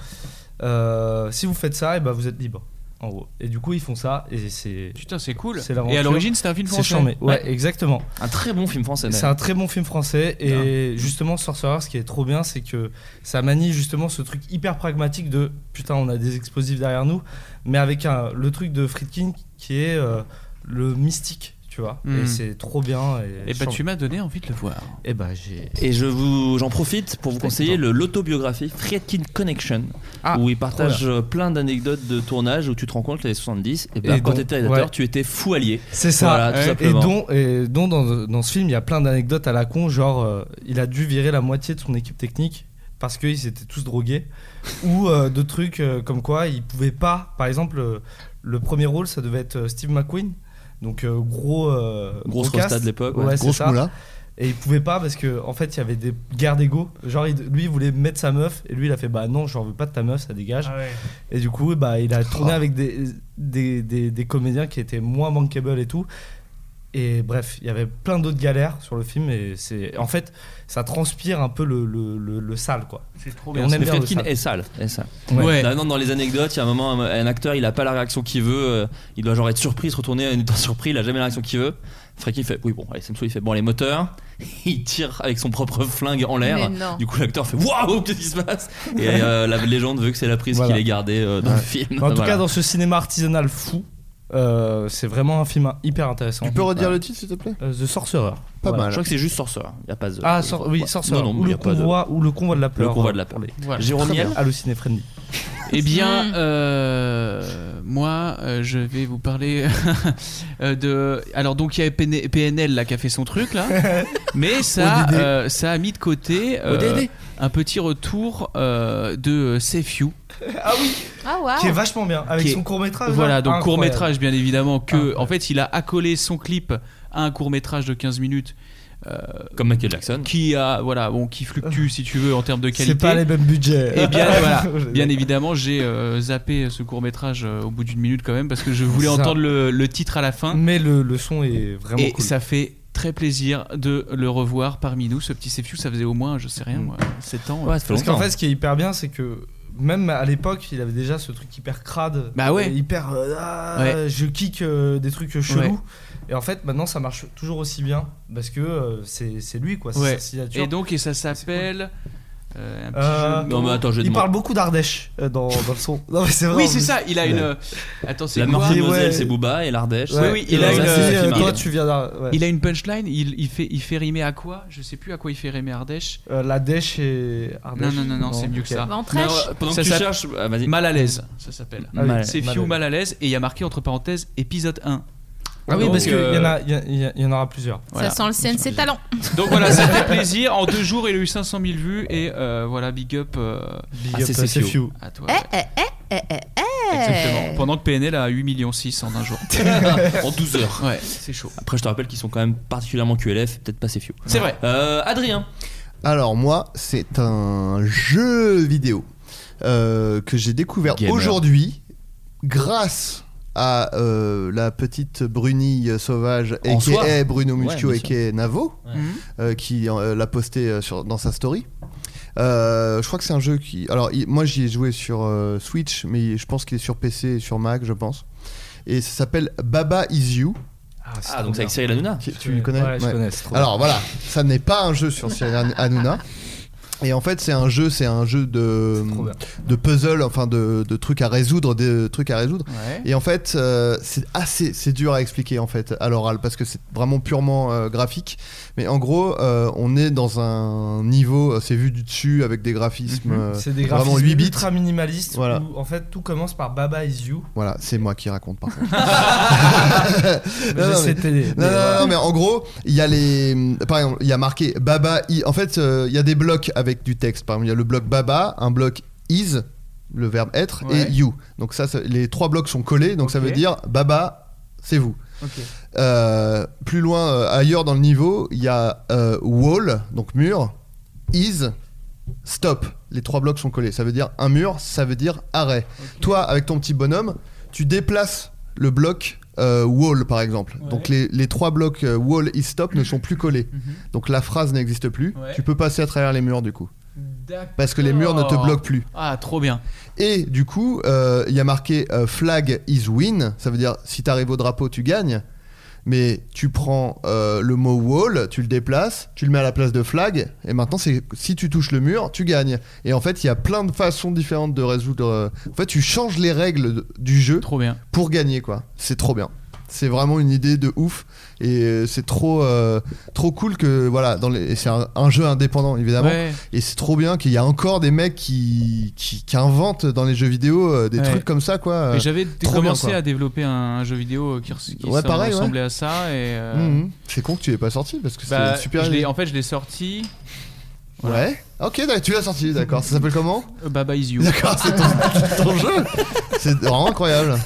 Euh, si vous faites ça, et ben vous êtes libre. En gros. Et du coup, ils font ça et c'est. Putain, c'est cool. C'est Et l'aventure. à l'origine, c'était un film C'est français. charmé. Ouais, Ouais. exactement. Un très bon film français, C'est d'ailleurs. Ah. un très bon film français et justement, Sorcerer, ce qui est trop bien, c'est que ça manie justement ce truc hyper pragmatique de putain, on a des explosifs derrière nous, mais avec un- le truc de Friedkin qui est euh, le mystique, tu vois. Mm. Hmm. Et c'est trop bien. Et, Eh ben, tu m'as donné envie de le voir. Et bah j'ai. Et je vous, j'en profite pour vous conseiller le l'autobiographie Friedkin Connection, Ah, où il partage trop euh, plein d'anecdotes de tournage où tu te rends compte que les 70, et ben Et quand donc, t'étais réalisateur, ouais. tu étais fou allié. C'est ça. Voilà, tout et simplement. dont, et dont dans, dans ce film, il y a plein d'anecdotes à la con, genre euh, il a dû virer la moitié de son équipe technique parce qu'ils étaient tous drogués, ou euh, de trucs euh, comme quoi il pouvait pas. Par exemple, euh, le premier rôle, ça devait être euh, Steve McQueen, donc euh, gros, euh, Grosse gros cast. resta de l'époque, ouais. ouais, c'est Grosse ça. moula. Et il pouvait pas parce que en fait il y avait des guerres d'ego. Genre il- lui il voulait mettre sa meuf et lui il a fait bah non j'en veux pas de ta meuf ça dégage. Ah ouais. Et du coup bah Oh. il a tourné avec des, des, des- des comédiens qui étaient moins bankable et tout. Et bref il y avait plein d'autres galères sur le film et c'est en fait ça transpire un peu le, le, le- le sale quoi. C'est Trop bien. Mais Friedkin est sale. est sale. Ouais. Ouais. Là, Bah, non, dans les anecdotes, il y a un moment, un, un acteur, il a pas la réaction qu'il veut. euh, il doit genre être surpris, se retourner, en étant surpris, il a jamais la réaction qu'il veut. Friedkin fait, oui, bon, allez, ça me saoule, il fait, bon, les moteurs. Il tire avec son propre flingue en l'air. Mais non. Du coup, l'acteur fait, waouh, qu'est-ce qui se passe Et euh, la légende veut que c'est la prise Voilà. qu'il ait gardée euh, dans Ouais. le film. En tout Voilà. cas dans ce cinéma artisanal fou euh, c'est vraiment un film hyper intéressant. Tu peux redire Voilà. le titre, s'il te plaît Euh, The Sorcerer. Pas mal. Je crois que c'est juste Sorcerer. Il y a pas de. Ah, sor- oui, Sorcerer. Non, non, ou, il y le a pas de- convoi, ou le convoi de la peur. Ah, Le convoi de la peur. Voilà. Jérôme Ah, Très Niel bien. Allociné Friendly. Eh bien, euh, moi, euh, je vais vous parler euh, de. Alors, donc, il y a PN- PNL là, qui a fait son truc, là. mais ça, ODD. euh, ça a mis de côté euh, ODD. un petit retour euh, de Safe You. Ah oui Ah, waouh Qui est vachement bien, avec qui est- son court-métrage. Voilà, là, donc incroyable. court-métrage, bien évidemment. Que, En fait, il a accolé son clip à un court-métrage de 15 minutes. euh, Comme Michael Jackson. Qui, a, voilà, bon, qui fluctue, si tu veux, en termes de qualité. C'est pas les mêmes budgets. Et bien, voilà. bien évidemment, j'ai euh, zappé ce court métrage au bout d'une minute quand même parce que je voulais Ça. entendre le, le titre à la fin. Mais le, le son est vraiment et cool. ça fait très plaisir de le revoir parmi nous. Ce petit Sefiu, ça faisait au moins, je sais rien, moi, 7 ans. euh. Mm. Parce qu'en fait, ce qui est hyper bien, c'est que même à l'époque, il avait déjà ce truc hyper crade. Bah ouais. euh, Hyper. euh, ah, Ouais. Je kick euh, des trucs chelous. Ouais. Et en fait, maintenant, ça marche toujours aussi bien. Parce que euh, c'est c'est lui, quoi. C'est Ouais. sa signature. Et donc, et ça s'appelle. euh, un petit Euh, jeu de Non, mais mots. attends, je il demande. parle beaucoup d'Ardèche euh, dans, dans le son. Non, mais c'est vrai, Oui, en c'est plus. ça, il a une. euh, Attends, c'est La quoi Meurthe et Moselle, Ouais. c'est Booba et l'Ardèche. Oui, c'est- oui, il a Ça, une. c'est euh, Sophie Marie. Il a une punchline, il, il fait, il fait rimer à quoi Je sais plus à quoi il fait rimer Ardèche. Euh, la dèche et Ardèche. Non, non, non, non, c'est mieux que Bah, ça. euh, Ventrèche. Mais alors, pendant que tu s'appelle- cherches, ah, vas-y. Mal à l'aise, ça s'appelle. Ah oui. Mal à- C'est mal à Fiu l'aise. mal à l'aise et il y a marqué entre parenthèses épisode 1. Ah oui, Donc, parce qu'il euh, y, en a- il y a- il y a- il y en aura plusieurs. voilà. Ça sent le CNC talent. Donc voilà, ça fait plaisir. En deux jours, il a eu 500 000 vues et euh, voilà, big up. euh, Big à Ah, up CC à CC Fiu. Fiu. À toi. Eh, eh, eh, eh, eh, eh. Exactement. Pendant que PNL a 8 millions 6 en un jour. en 12 heures. Ouais, c'est chaud. Après, je te rappelle qu'ils sont quand même particulièrement QLF, peut-être pas Cefio. C'est vrai. Euh, Adrien. Alors moi, c'est un jeu vidéo euh, que j'ai découvert Gamer. aujourd'hui grâce à euh, la petite brunille sauvage En soi. et Bruno Ouais, Muschio bien et Navo Mhm. euh, qui euh, l'a posté euh, sur, dans sa story. Euh, je crois que c'est un jeu qui. Alors, il- moi, j'y ai joué sur euh, Switch, mais je pense qu'il est sur PC et sur Mac, je pense. Et ça s'appelle Baba Is You. Ah, donc c'est avec Cyril Hanouna. Qui- Tu le connais Ouais, je connais, c'est trop bien. Alors voilà, ça n'est pas un jeu sur Cyril Han- Hanouna. Et en fait, c'est un jeu, c'est un jeu de de puzzle, enfin de, de trucs à résoudre, de trucs à résoudre. Ouais. Et en fait, euh, c'est assez, c'est dur à expliquer en fait à l'oral parce que c'est vraiment purement euh, graphique. Mais en gros, euh, on est dans un niveau, euh, c'est vu du dessus avec des graphismes, Mmh. euh, Mhm. C'est des vraiment graphismes 8 bits. ultra minimalistes Voilà. où en fait tout commence par Baba is you. Voilà, c'est moi qui raconte par contre. J'essaie de mais, t'aider, non, mais non, voilà. non, mais en gros, il y a les. Par exemple, il y a marqué Baba. i- En fait, euh, il y a des blocs avec du texte. Par exemple, il y a le bloc Baba, un bloc is, le verbe être, Ouais. et you. Donc, ça, ça- les trois blocs sont collés. Donc, ça Ok. veut dire Baba, c'est vous. Ok. Euh, plus loin, euh, ailleurs dans le niveau, il y a euh, wall, donc mur, is, stop. Les trois blocs sont collés. Ça veut dire un mur, ça veut dire arrêt. Toi, avec ton petit bonhomme, tu déplaces le bloc euh, wall, par exemple. Donc les, les trois blocs euh, wall et stop ne sont plus collés. Donc la phrase n'existe plus. Ouais. Tu peux passer à travers les murs, du coup. Parce que les murs ne te bloquent plus. Ah, trop bien. Et du coup, euh, il y a marqué euh, flag is win, ça veut dire si t'arrives au drapeau, tu gagnes. Mais tu prends euh, le mot wall, tu le déplaces, tu le mets à la place de flag, et maintenant c'est si tu touches le mur, tu gagnes. Et en fait, il y a plein de façons différentes de résoudre. euh, En fait, tu changes les règles de- du jeu pour gagner, quoi. C'est trop bien. C'est vraiment une idée de ouf et euh, c'est trop euh, trop cool que voilà dans les et c'est un, un jeu indépendant évidemment Ouais. et c'est trop bien qu'il y a encore des mecs qui, qui, qui inventent dans les jeux vidéo euh, des Ouais. trucs comme ça, quoi. Euh, Et j'avais trop commencé bien, quoi. à développer un, un jeu vidéo qui, res- qui Ouais, se pareil, ouais. ressemblait à ça. Et, euh, Mhm. C'est con que tu l'aies pas sorti parce que bah, c'est super. je l'ai- en fait, je l'ai sorti. voilà. Ouais. Ok, d'accord, tu l'as sorti, d'accord. Ça s'appelle comment Euh, Baba is you. D'accord, c'est ton, ton jeu. C'est vraiment incroyable.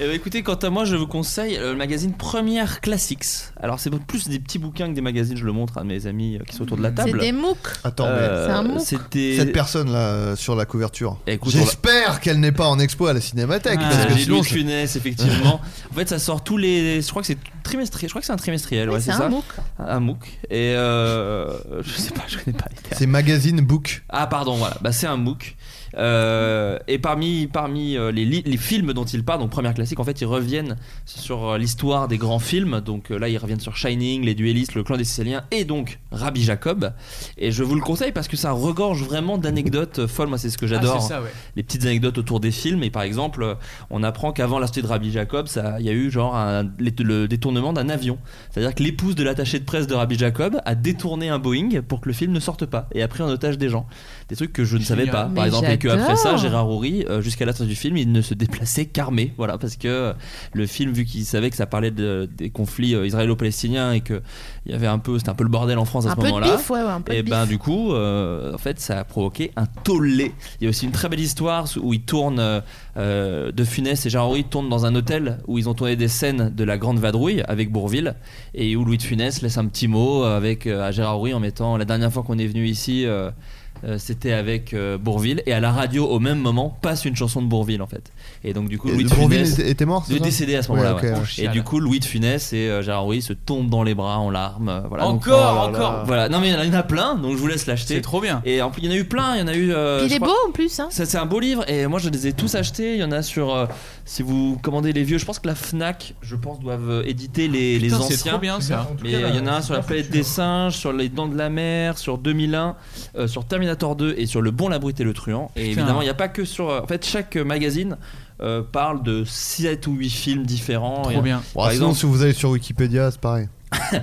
Eh ben, écoutez, quant à moi, je vous conseille euh, le magazine Première Classics. Alors, c'est plus des petits bouquins que des magazines, je le montre à mes amis euh, qui sont autour de la table. C'est des MOOC. Attends, Euh, C'est un MOOC. C'était. Cette personne là euh, sur la couverture. Écoute, on J'espère qu'elle n'est pas en expo à la Cinémathèque Ah, parce que j'ai sinon. Louis de Funès, effectivement. en fait, ça sort tous les. Je crois que c'est trimestriel. Je crois que c'est un trimestriel. Oui, ouais, c'est c'est un ça. MOOC. Un MOOC. Et euh, je sais pas, je connais pas les termes. C'est magazine book. Ah pardon, voilà, bah, c'est un MOOC. Euh, et parmi, parmi euh, les, li- les films dont il parle, donc première classique, en fait ils reviennent sur euh, l'histoire des grands films. Donc euh, là ils reviennent sur Shining, Les Duellistes, Le Clan des Siciliens et donc Rabbi Jacob. Et je vous le conseille parce que ça regorge vraiment d'anecdotes euh, folles. Moi c'est ce que j'adore. Ah, c'est ça, ouais. Les petites anecdotes autour des films. Et par exemple, euh, on apprend qu'avant la sortie de Rabbi Jacob, ça- il y a eu genre un- les- le détournement d'un avion. C'est-à-dire que l'épouse de l'attaché de presse de Rabbi Jacob a détourné un Boeing pour que le film ne sorte pas et a pris en otage des gens. Des trucs que je ne savais pas. Par Mais exemple, et que après ça, j'adore. Gérard Rory, euh, jusqu'à la fin du film, il ne se déplaçait qu'armé. Voilà, parce que euh, le film, vu qu'il savait que ça parlait de- des conflits euh, israélo-palestiniens et que il y avait un peu, c'était un peu le bordel en France à Un ce peu de moment-là. bif, ouais, ouais, un peu de et ben bif. du coup, euh, en fait, ça a provoqué un tollé. Il y a aussi une très belle histoire où ils tournent euh, euh, de Funès et Gérard Rory tournent dans un hôtel où ils ont tourné des scènes de la Grande Vadrouille avec Bourville et où Louis de Funès laisse un petit mot euh, avec euh, à Gérard Rory en mettant la dernière fois qu'on est venu ici. euh, euh, c'était avec euh, Bourville et à la radio au même moment passe une chanson de Bourville en fait et donc du coup Et Louis de Bourville Funès était- était mort, c'est de ça décédé à ce Ouais, moment-là ok, ouais. Oh, ouais. et du coup Louis de Funès et euh, Gérard Rory se tombent dans les bras en larmes euh, voilà Donc- Encore, Oh là là. encore. voilà Ah, non mais il y en a- il y en a plein donc je vous laisse l'acheter c'est trop bien et en plus il y en a eu plein il y en a eu euh, Puis il je est crois- beau en plus. Hein. ça, c'est un beau livre et moi je les ai tous achetés. Il y en a sur. euh, si vous commandez les vieux, je pense que la Fnac, je pense, doivent euh, éditer les, les Putain, c'est anciens. trop bien, ça. En tout Mais cas, euh, il y en a là, un c'est sur la bien planète foutu, des singes, sur les dents de la mer, sur 2001, euh, sur Terminator 2 et sur Le Bon, la Brute et le Truand. Et Putain. évidemment, il n'y a pas que sur. euh, En fait, chaque euh, magazine. euh, parle de 7 ou 8 films différents. Et, euh, Bon, Par Oh, sinon, exemple, si vous allez sur Wikipédia, c'est pareil.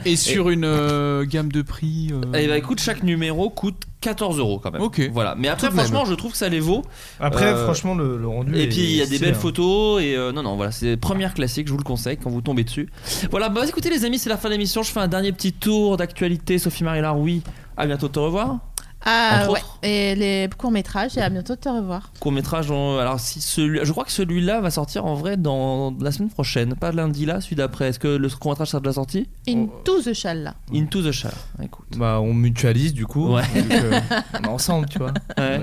Et sur une euh, gamme de prix. euh, Eh bah écoute, chaque numéro coûte 14 euros quand même. Ok. Voilà. Mais après, Tout de même. franchement, je trouve que ça les vaut. Après, Euh, franchement, le, le rendu. Et est puis il y a des stylé, belles hein. photos et euh, non non voilà c'est première classique je vous le conseille quand vous tombez dessus. Voilà bah écoutez les amis c'est la fin de l'émission je fais un dernier petit tour d'actualité Sophie Marie Laroui à bientôt au revoir. Ah Entre ouais. Et les courts métrages. Et à bientôt de te revoir. Court métrage. Alors si celui, je crois que celui-là va sortir en vrai dans la semaine prochaine, pas lundi là, celui d'après. Est-ce que le court métrage sera déjà sorti Into the Shell là. Into the Shell. Écoute. Bah, on mutualise du coup. Ouais. vu que on est ensemble, tu vois. Ouais.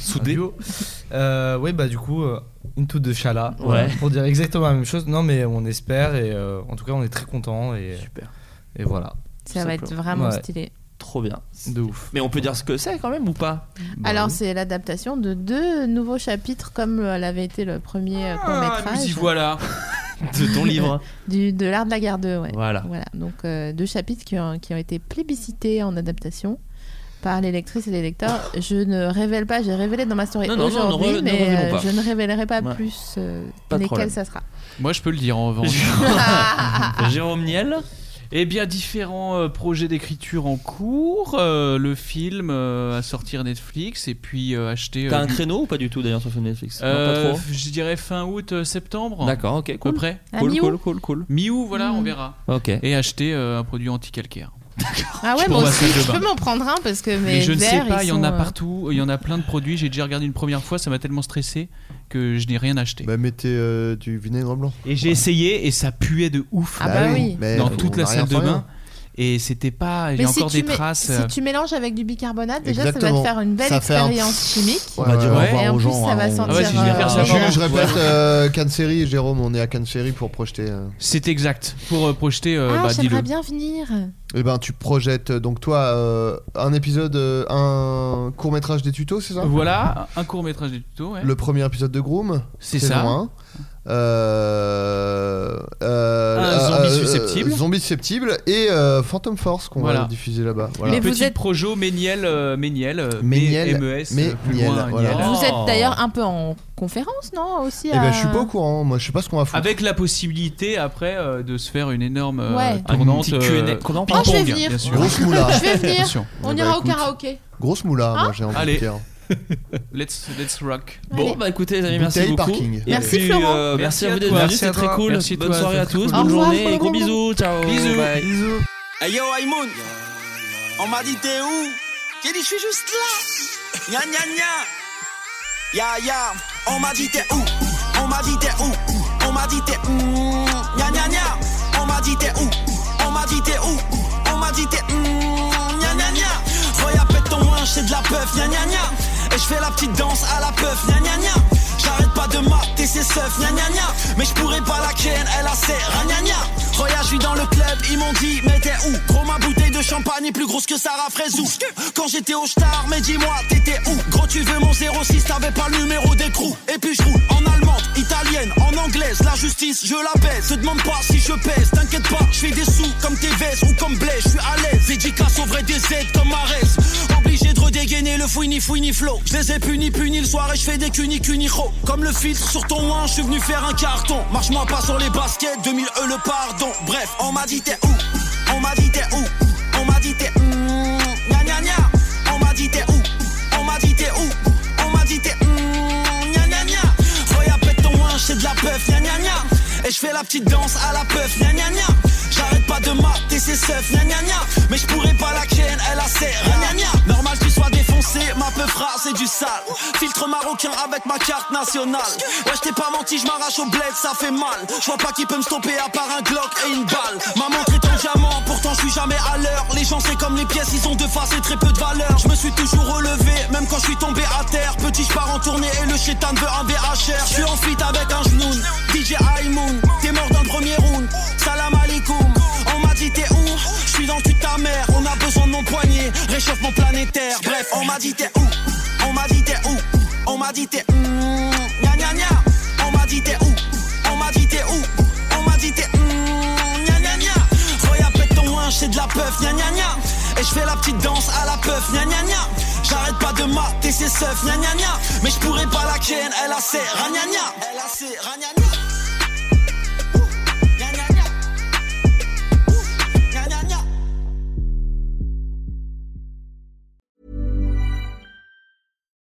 Soudé. ouais, bah du coup, euh, Into the Shala. Ouais. Voilà, pour dire exactement la même chose. Non, mais on espère et euh, en tout cas, on est très content et. Super. Et voilà. Ça va être vraiment Ouais. stylé. Trop bien. De ouf. Mais on peut dire ce que c'est quand même ou pas Bah Alors c'est l'adaptation de deux nouveaux chapitres comme euh, l'avait été le premier Ah, court métrage. nous y voilà. de ton livre. Du, de l'art de la guerre 2, ouais. Voilà. Donc euh, deux chapitres qui ont, qui ont été plébiscités en adaptation par les lectrices et les lecteurs. Je ne révèle pas, j'ai révélé dans ma story Oh. Non, non, non, ne aujourd'hui, re- ne mais révélons euh, pas. je ne révélerai pas Ouais. plus euh, Pas de lesquels problème. ça sera. Moi, je peux le dire en revanche. Jérôme Niel Eh bien, différents euh, projets d'écriture en cours. euh, le film euh, à sortir Netflix et puis euh, acheter. euh, T'as un du- créneau ou pas du tout d'ailleurs sur Netflix Non, Euh, Pas trop. f- Je dirais fin août, euh, septembre. D'accord, ok, cool. À peu près. Ah, Cool, mi-août. cool, cool, cool. Mi-août, voilà, Mm. on verra. Ok. Et acheter euh, un produit anti-calcaire. Ah ouais, Pour moi ma aussi, salle de je bain. peux m'en prendre un parce que mes Mais je ne sais verres, pas, ils il y en a sont, euh, partout, il y en a plein de produits. J'ai déjà regardé une première fois, ça m'a tellement stressé que je n'ai rien acheté. Bah, mettez du vinaigre blanc. Et j'ai essayé et ça puait de ouf. Ah bah oui. Mais Dans on toute la n'a rien salle de fait, bain. hein. Et c'était pas. J'ai Mais si encore tu des mets- traces. euh, Si tu mélanges avec du bicarbonate, déjà ça va Exactement. te faire une belle Ça fait un- expérience chimique. On va dire Euh, au revoir Et en aux plus, gens, ça hein, va on- sentir. euh, je vais faire ça Jules, avant. je répète, Ouais. euh, Cannes série et Jérôme, on est à Cannes série pour projeter. euh. C'est exact. Pour euh, projeter, euh, Ah, bah, dis-le. j'aimerais bien venir. Eh ben, tu projettes euh, donc toi euh, un épisode, euh, un court métrage des tutos, c'est ça euh, Voilà, un court métrage des tutos. ouais. Le premier épisode de Groom. C'est saison ça. 1. Euh, euh, Un euh, zombie euh, susceptible. zombie susceptible et euh, Phantom Force qu'on Voilà. va diffuser là-bas. Les Voilà. petits projets Méniel, euh, Méniel, euh, Méniel, B-M-E-S, euh, Méniel, plus loin, voilà. Niel. Vous êtes d'ailleurs un peu en conférence, non Aussi Eh à- ben, je suis pas au courant. Moi, je sais pas ce qu'on va faire. Avec la possibilité après euh, de se faire une énorme euh, Ouais. Ah, tournante. Un petit Q&A. euh, Comment Oh, je vais ping-pong, venir. bien sûr. Grosse moula. Je vais venir. Attention. On Eh ben, ira écoute. au karaoké. Grosse moula, moi Hein j'ai envie Ah. Allez. de dire. Let's, let's rock. Bon, bah écoutez, les amis, merci Bouteille beaucoup. parking. Et Merci, puis, Florent. euh, Merci merci à vous à d'être toi. venus, Merci c'était à très toi. cool. Merci à Bonne toi, soirée à c'était tous, cool. bonne Au revoir, journée et gros Florent. bisous. Ciao. Bisous. Bye. Hey yo, Aïmoun On m'a dit t'es où J'ai dit je suis juste là Gna gna gna Ya ya On m'a dit t'es où On m'a dit t'es où On m'a dit t'es où Gna gna gna On m'a dit t'es où On m'a dit t'es où On m'a dit t'es où Gna gna gna Voyage pète ton linge c'est de la peuf Gna gna gna Et je fais la petite danse à la peuf Gna gna gna J'arrête pas de mater ses seufs, gna gna gna Mais je pourrais pas la ken, elle a ses rats, gna gna Regarde, je suis dans le club, ils m'ont dit, mais t'es où Gros, ma bouteille de champagne est plus grosse que Sarah Fraisou Quand j'étais au star, mais dis-moi, t'étais où Gros, tu veux mon 06, t'avais pas le numéro d'écrou Et puis je roule en allemande, italienne, en anglaise La justice, je la baisse, te demande pas si je pèse T'inquiète pas, je fais des sous comme tes vestes ou comme blé Je suis à l'aise, dédicace au vrai des aides comme Arès Obligé de redégainer le fouini fouini flow Je les ai punis punis le soir et je fais des cunis cunichos Comme le filtre sur ton win, je suis venu faire un carton Marche-moi pas sur les baskets, 2000 E le pardon Bref, on m'a dit t'es où On m'a dit t'es où On m'a dit t'es où Gna gna gna On m'a dit t'es où On m'a dit t'es où On m'a dit t'es où Gna gna gna Regarde pète ton win, c'est de la peuf Gna gna gna Et je fais la petite danse à la peuf Gna gna gna J'arrête pas de mater ses seufs Gna gna gna Mais je pourrais pas la ken, elle a ses rats, gna gna Normal que tu sois défoncé, ma peufra c'est du sale Filtre marocain avec ma carte nationale Ouais je t'ai pas menti, je m'arrache au bled, ça fait mal Je vois pas qui peut me stopper à part un Glock et une balle Ma montre est en diamant, pourtant je suis jamais à l'heure Les gens c'est comme les pièces, ils ont deux faces et très peu de valeur Je me suis toujours relevé, même quand je suis tombé à terre Petit je pars en tournée et le chétan veut un VHR Je suis en fit avec un genou, DJ Aïmoun T'es mort d'un premier round, salam alaikum on m'a dit t'es où Je suis dans le cul de ta mère On a besoin de mon poignet Réchauffement planétaire Bref on m'a dit t'es où On m'a dit t'es où On m'a dit t'es où Gna gna gna On m'a dit t'es où On m'a dit t'es où On m'a dit t'es où Gna gna gna Regarde pète ton linge c'est de la peuf Gna gna gna Et je fais la petite danse à la peuf Gna gna gna J'arrête pas de mater ses seufs Gna gna gna Mais je pourrais pas la ken Elle a ses rats, gna gna Elle a ses rats, gna gna Gna gna gna Gna gna gna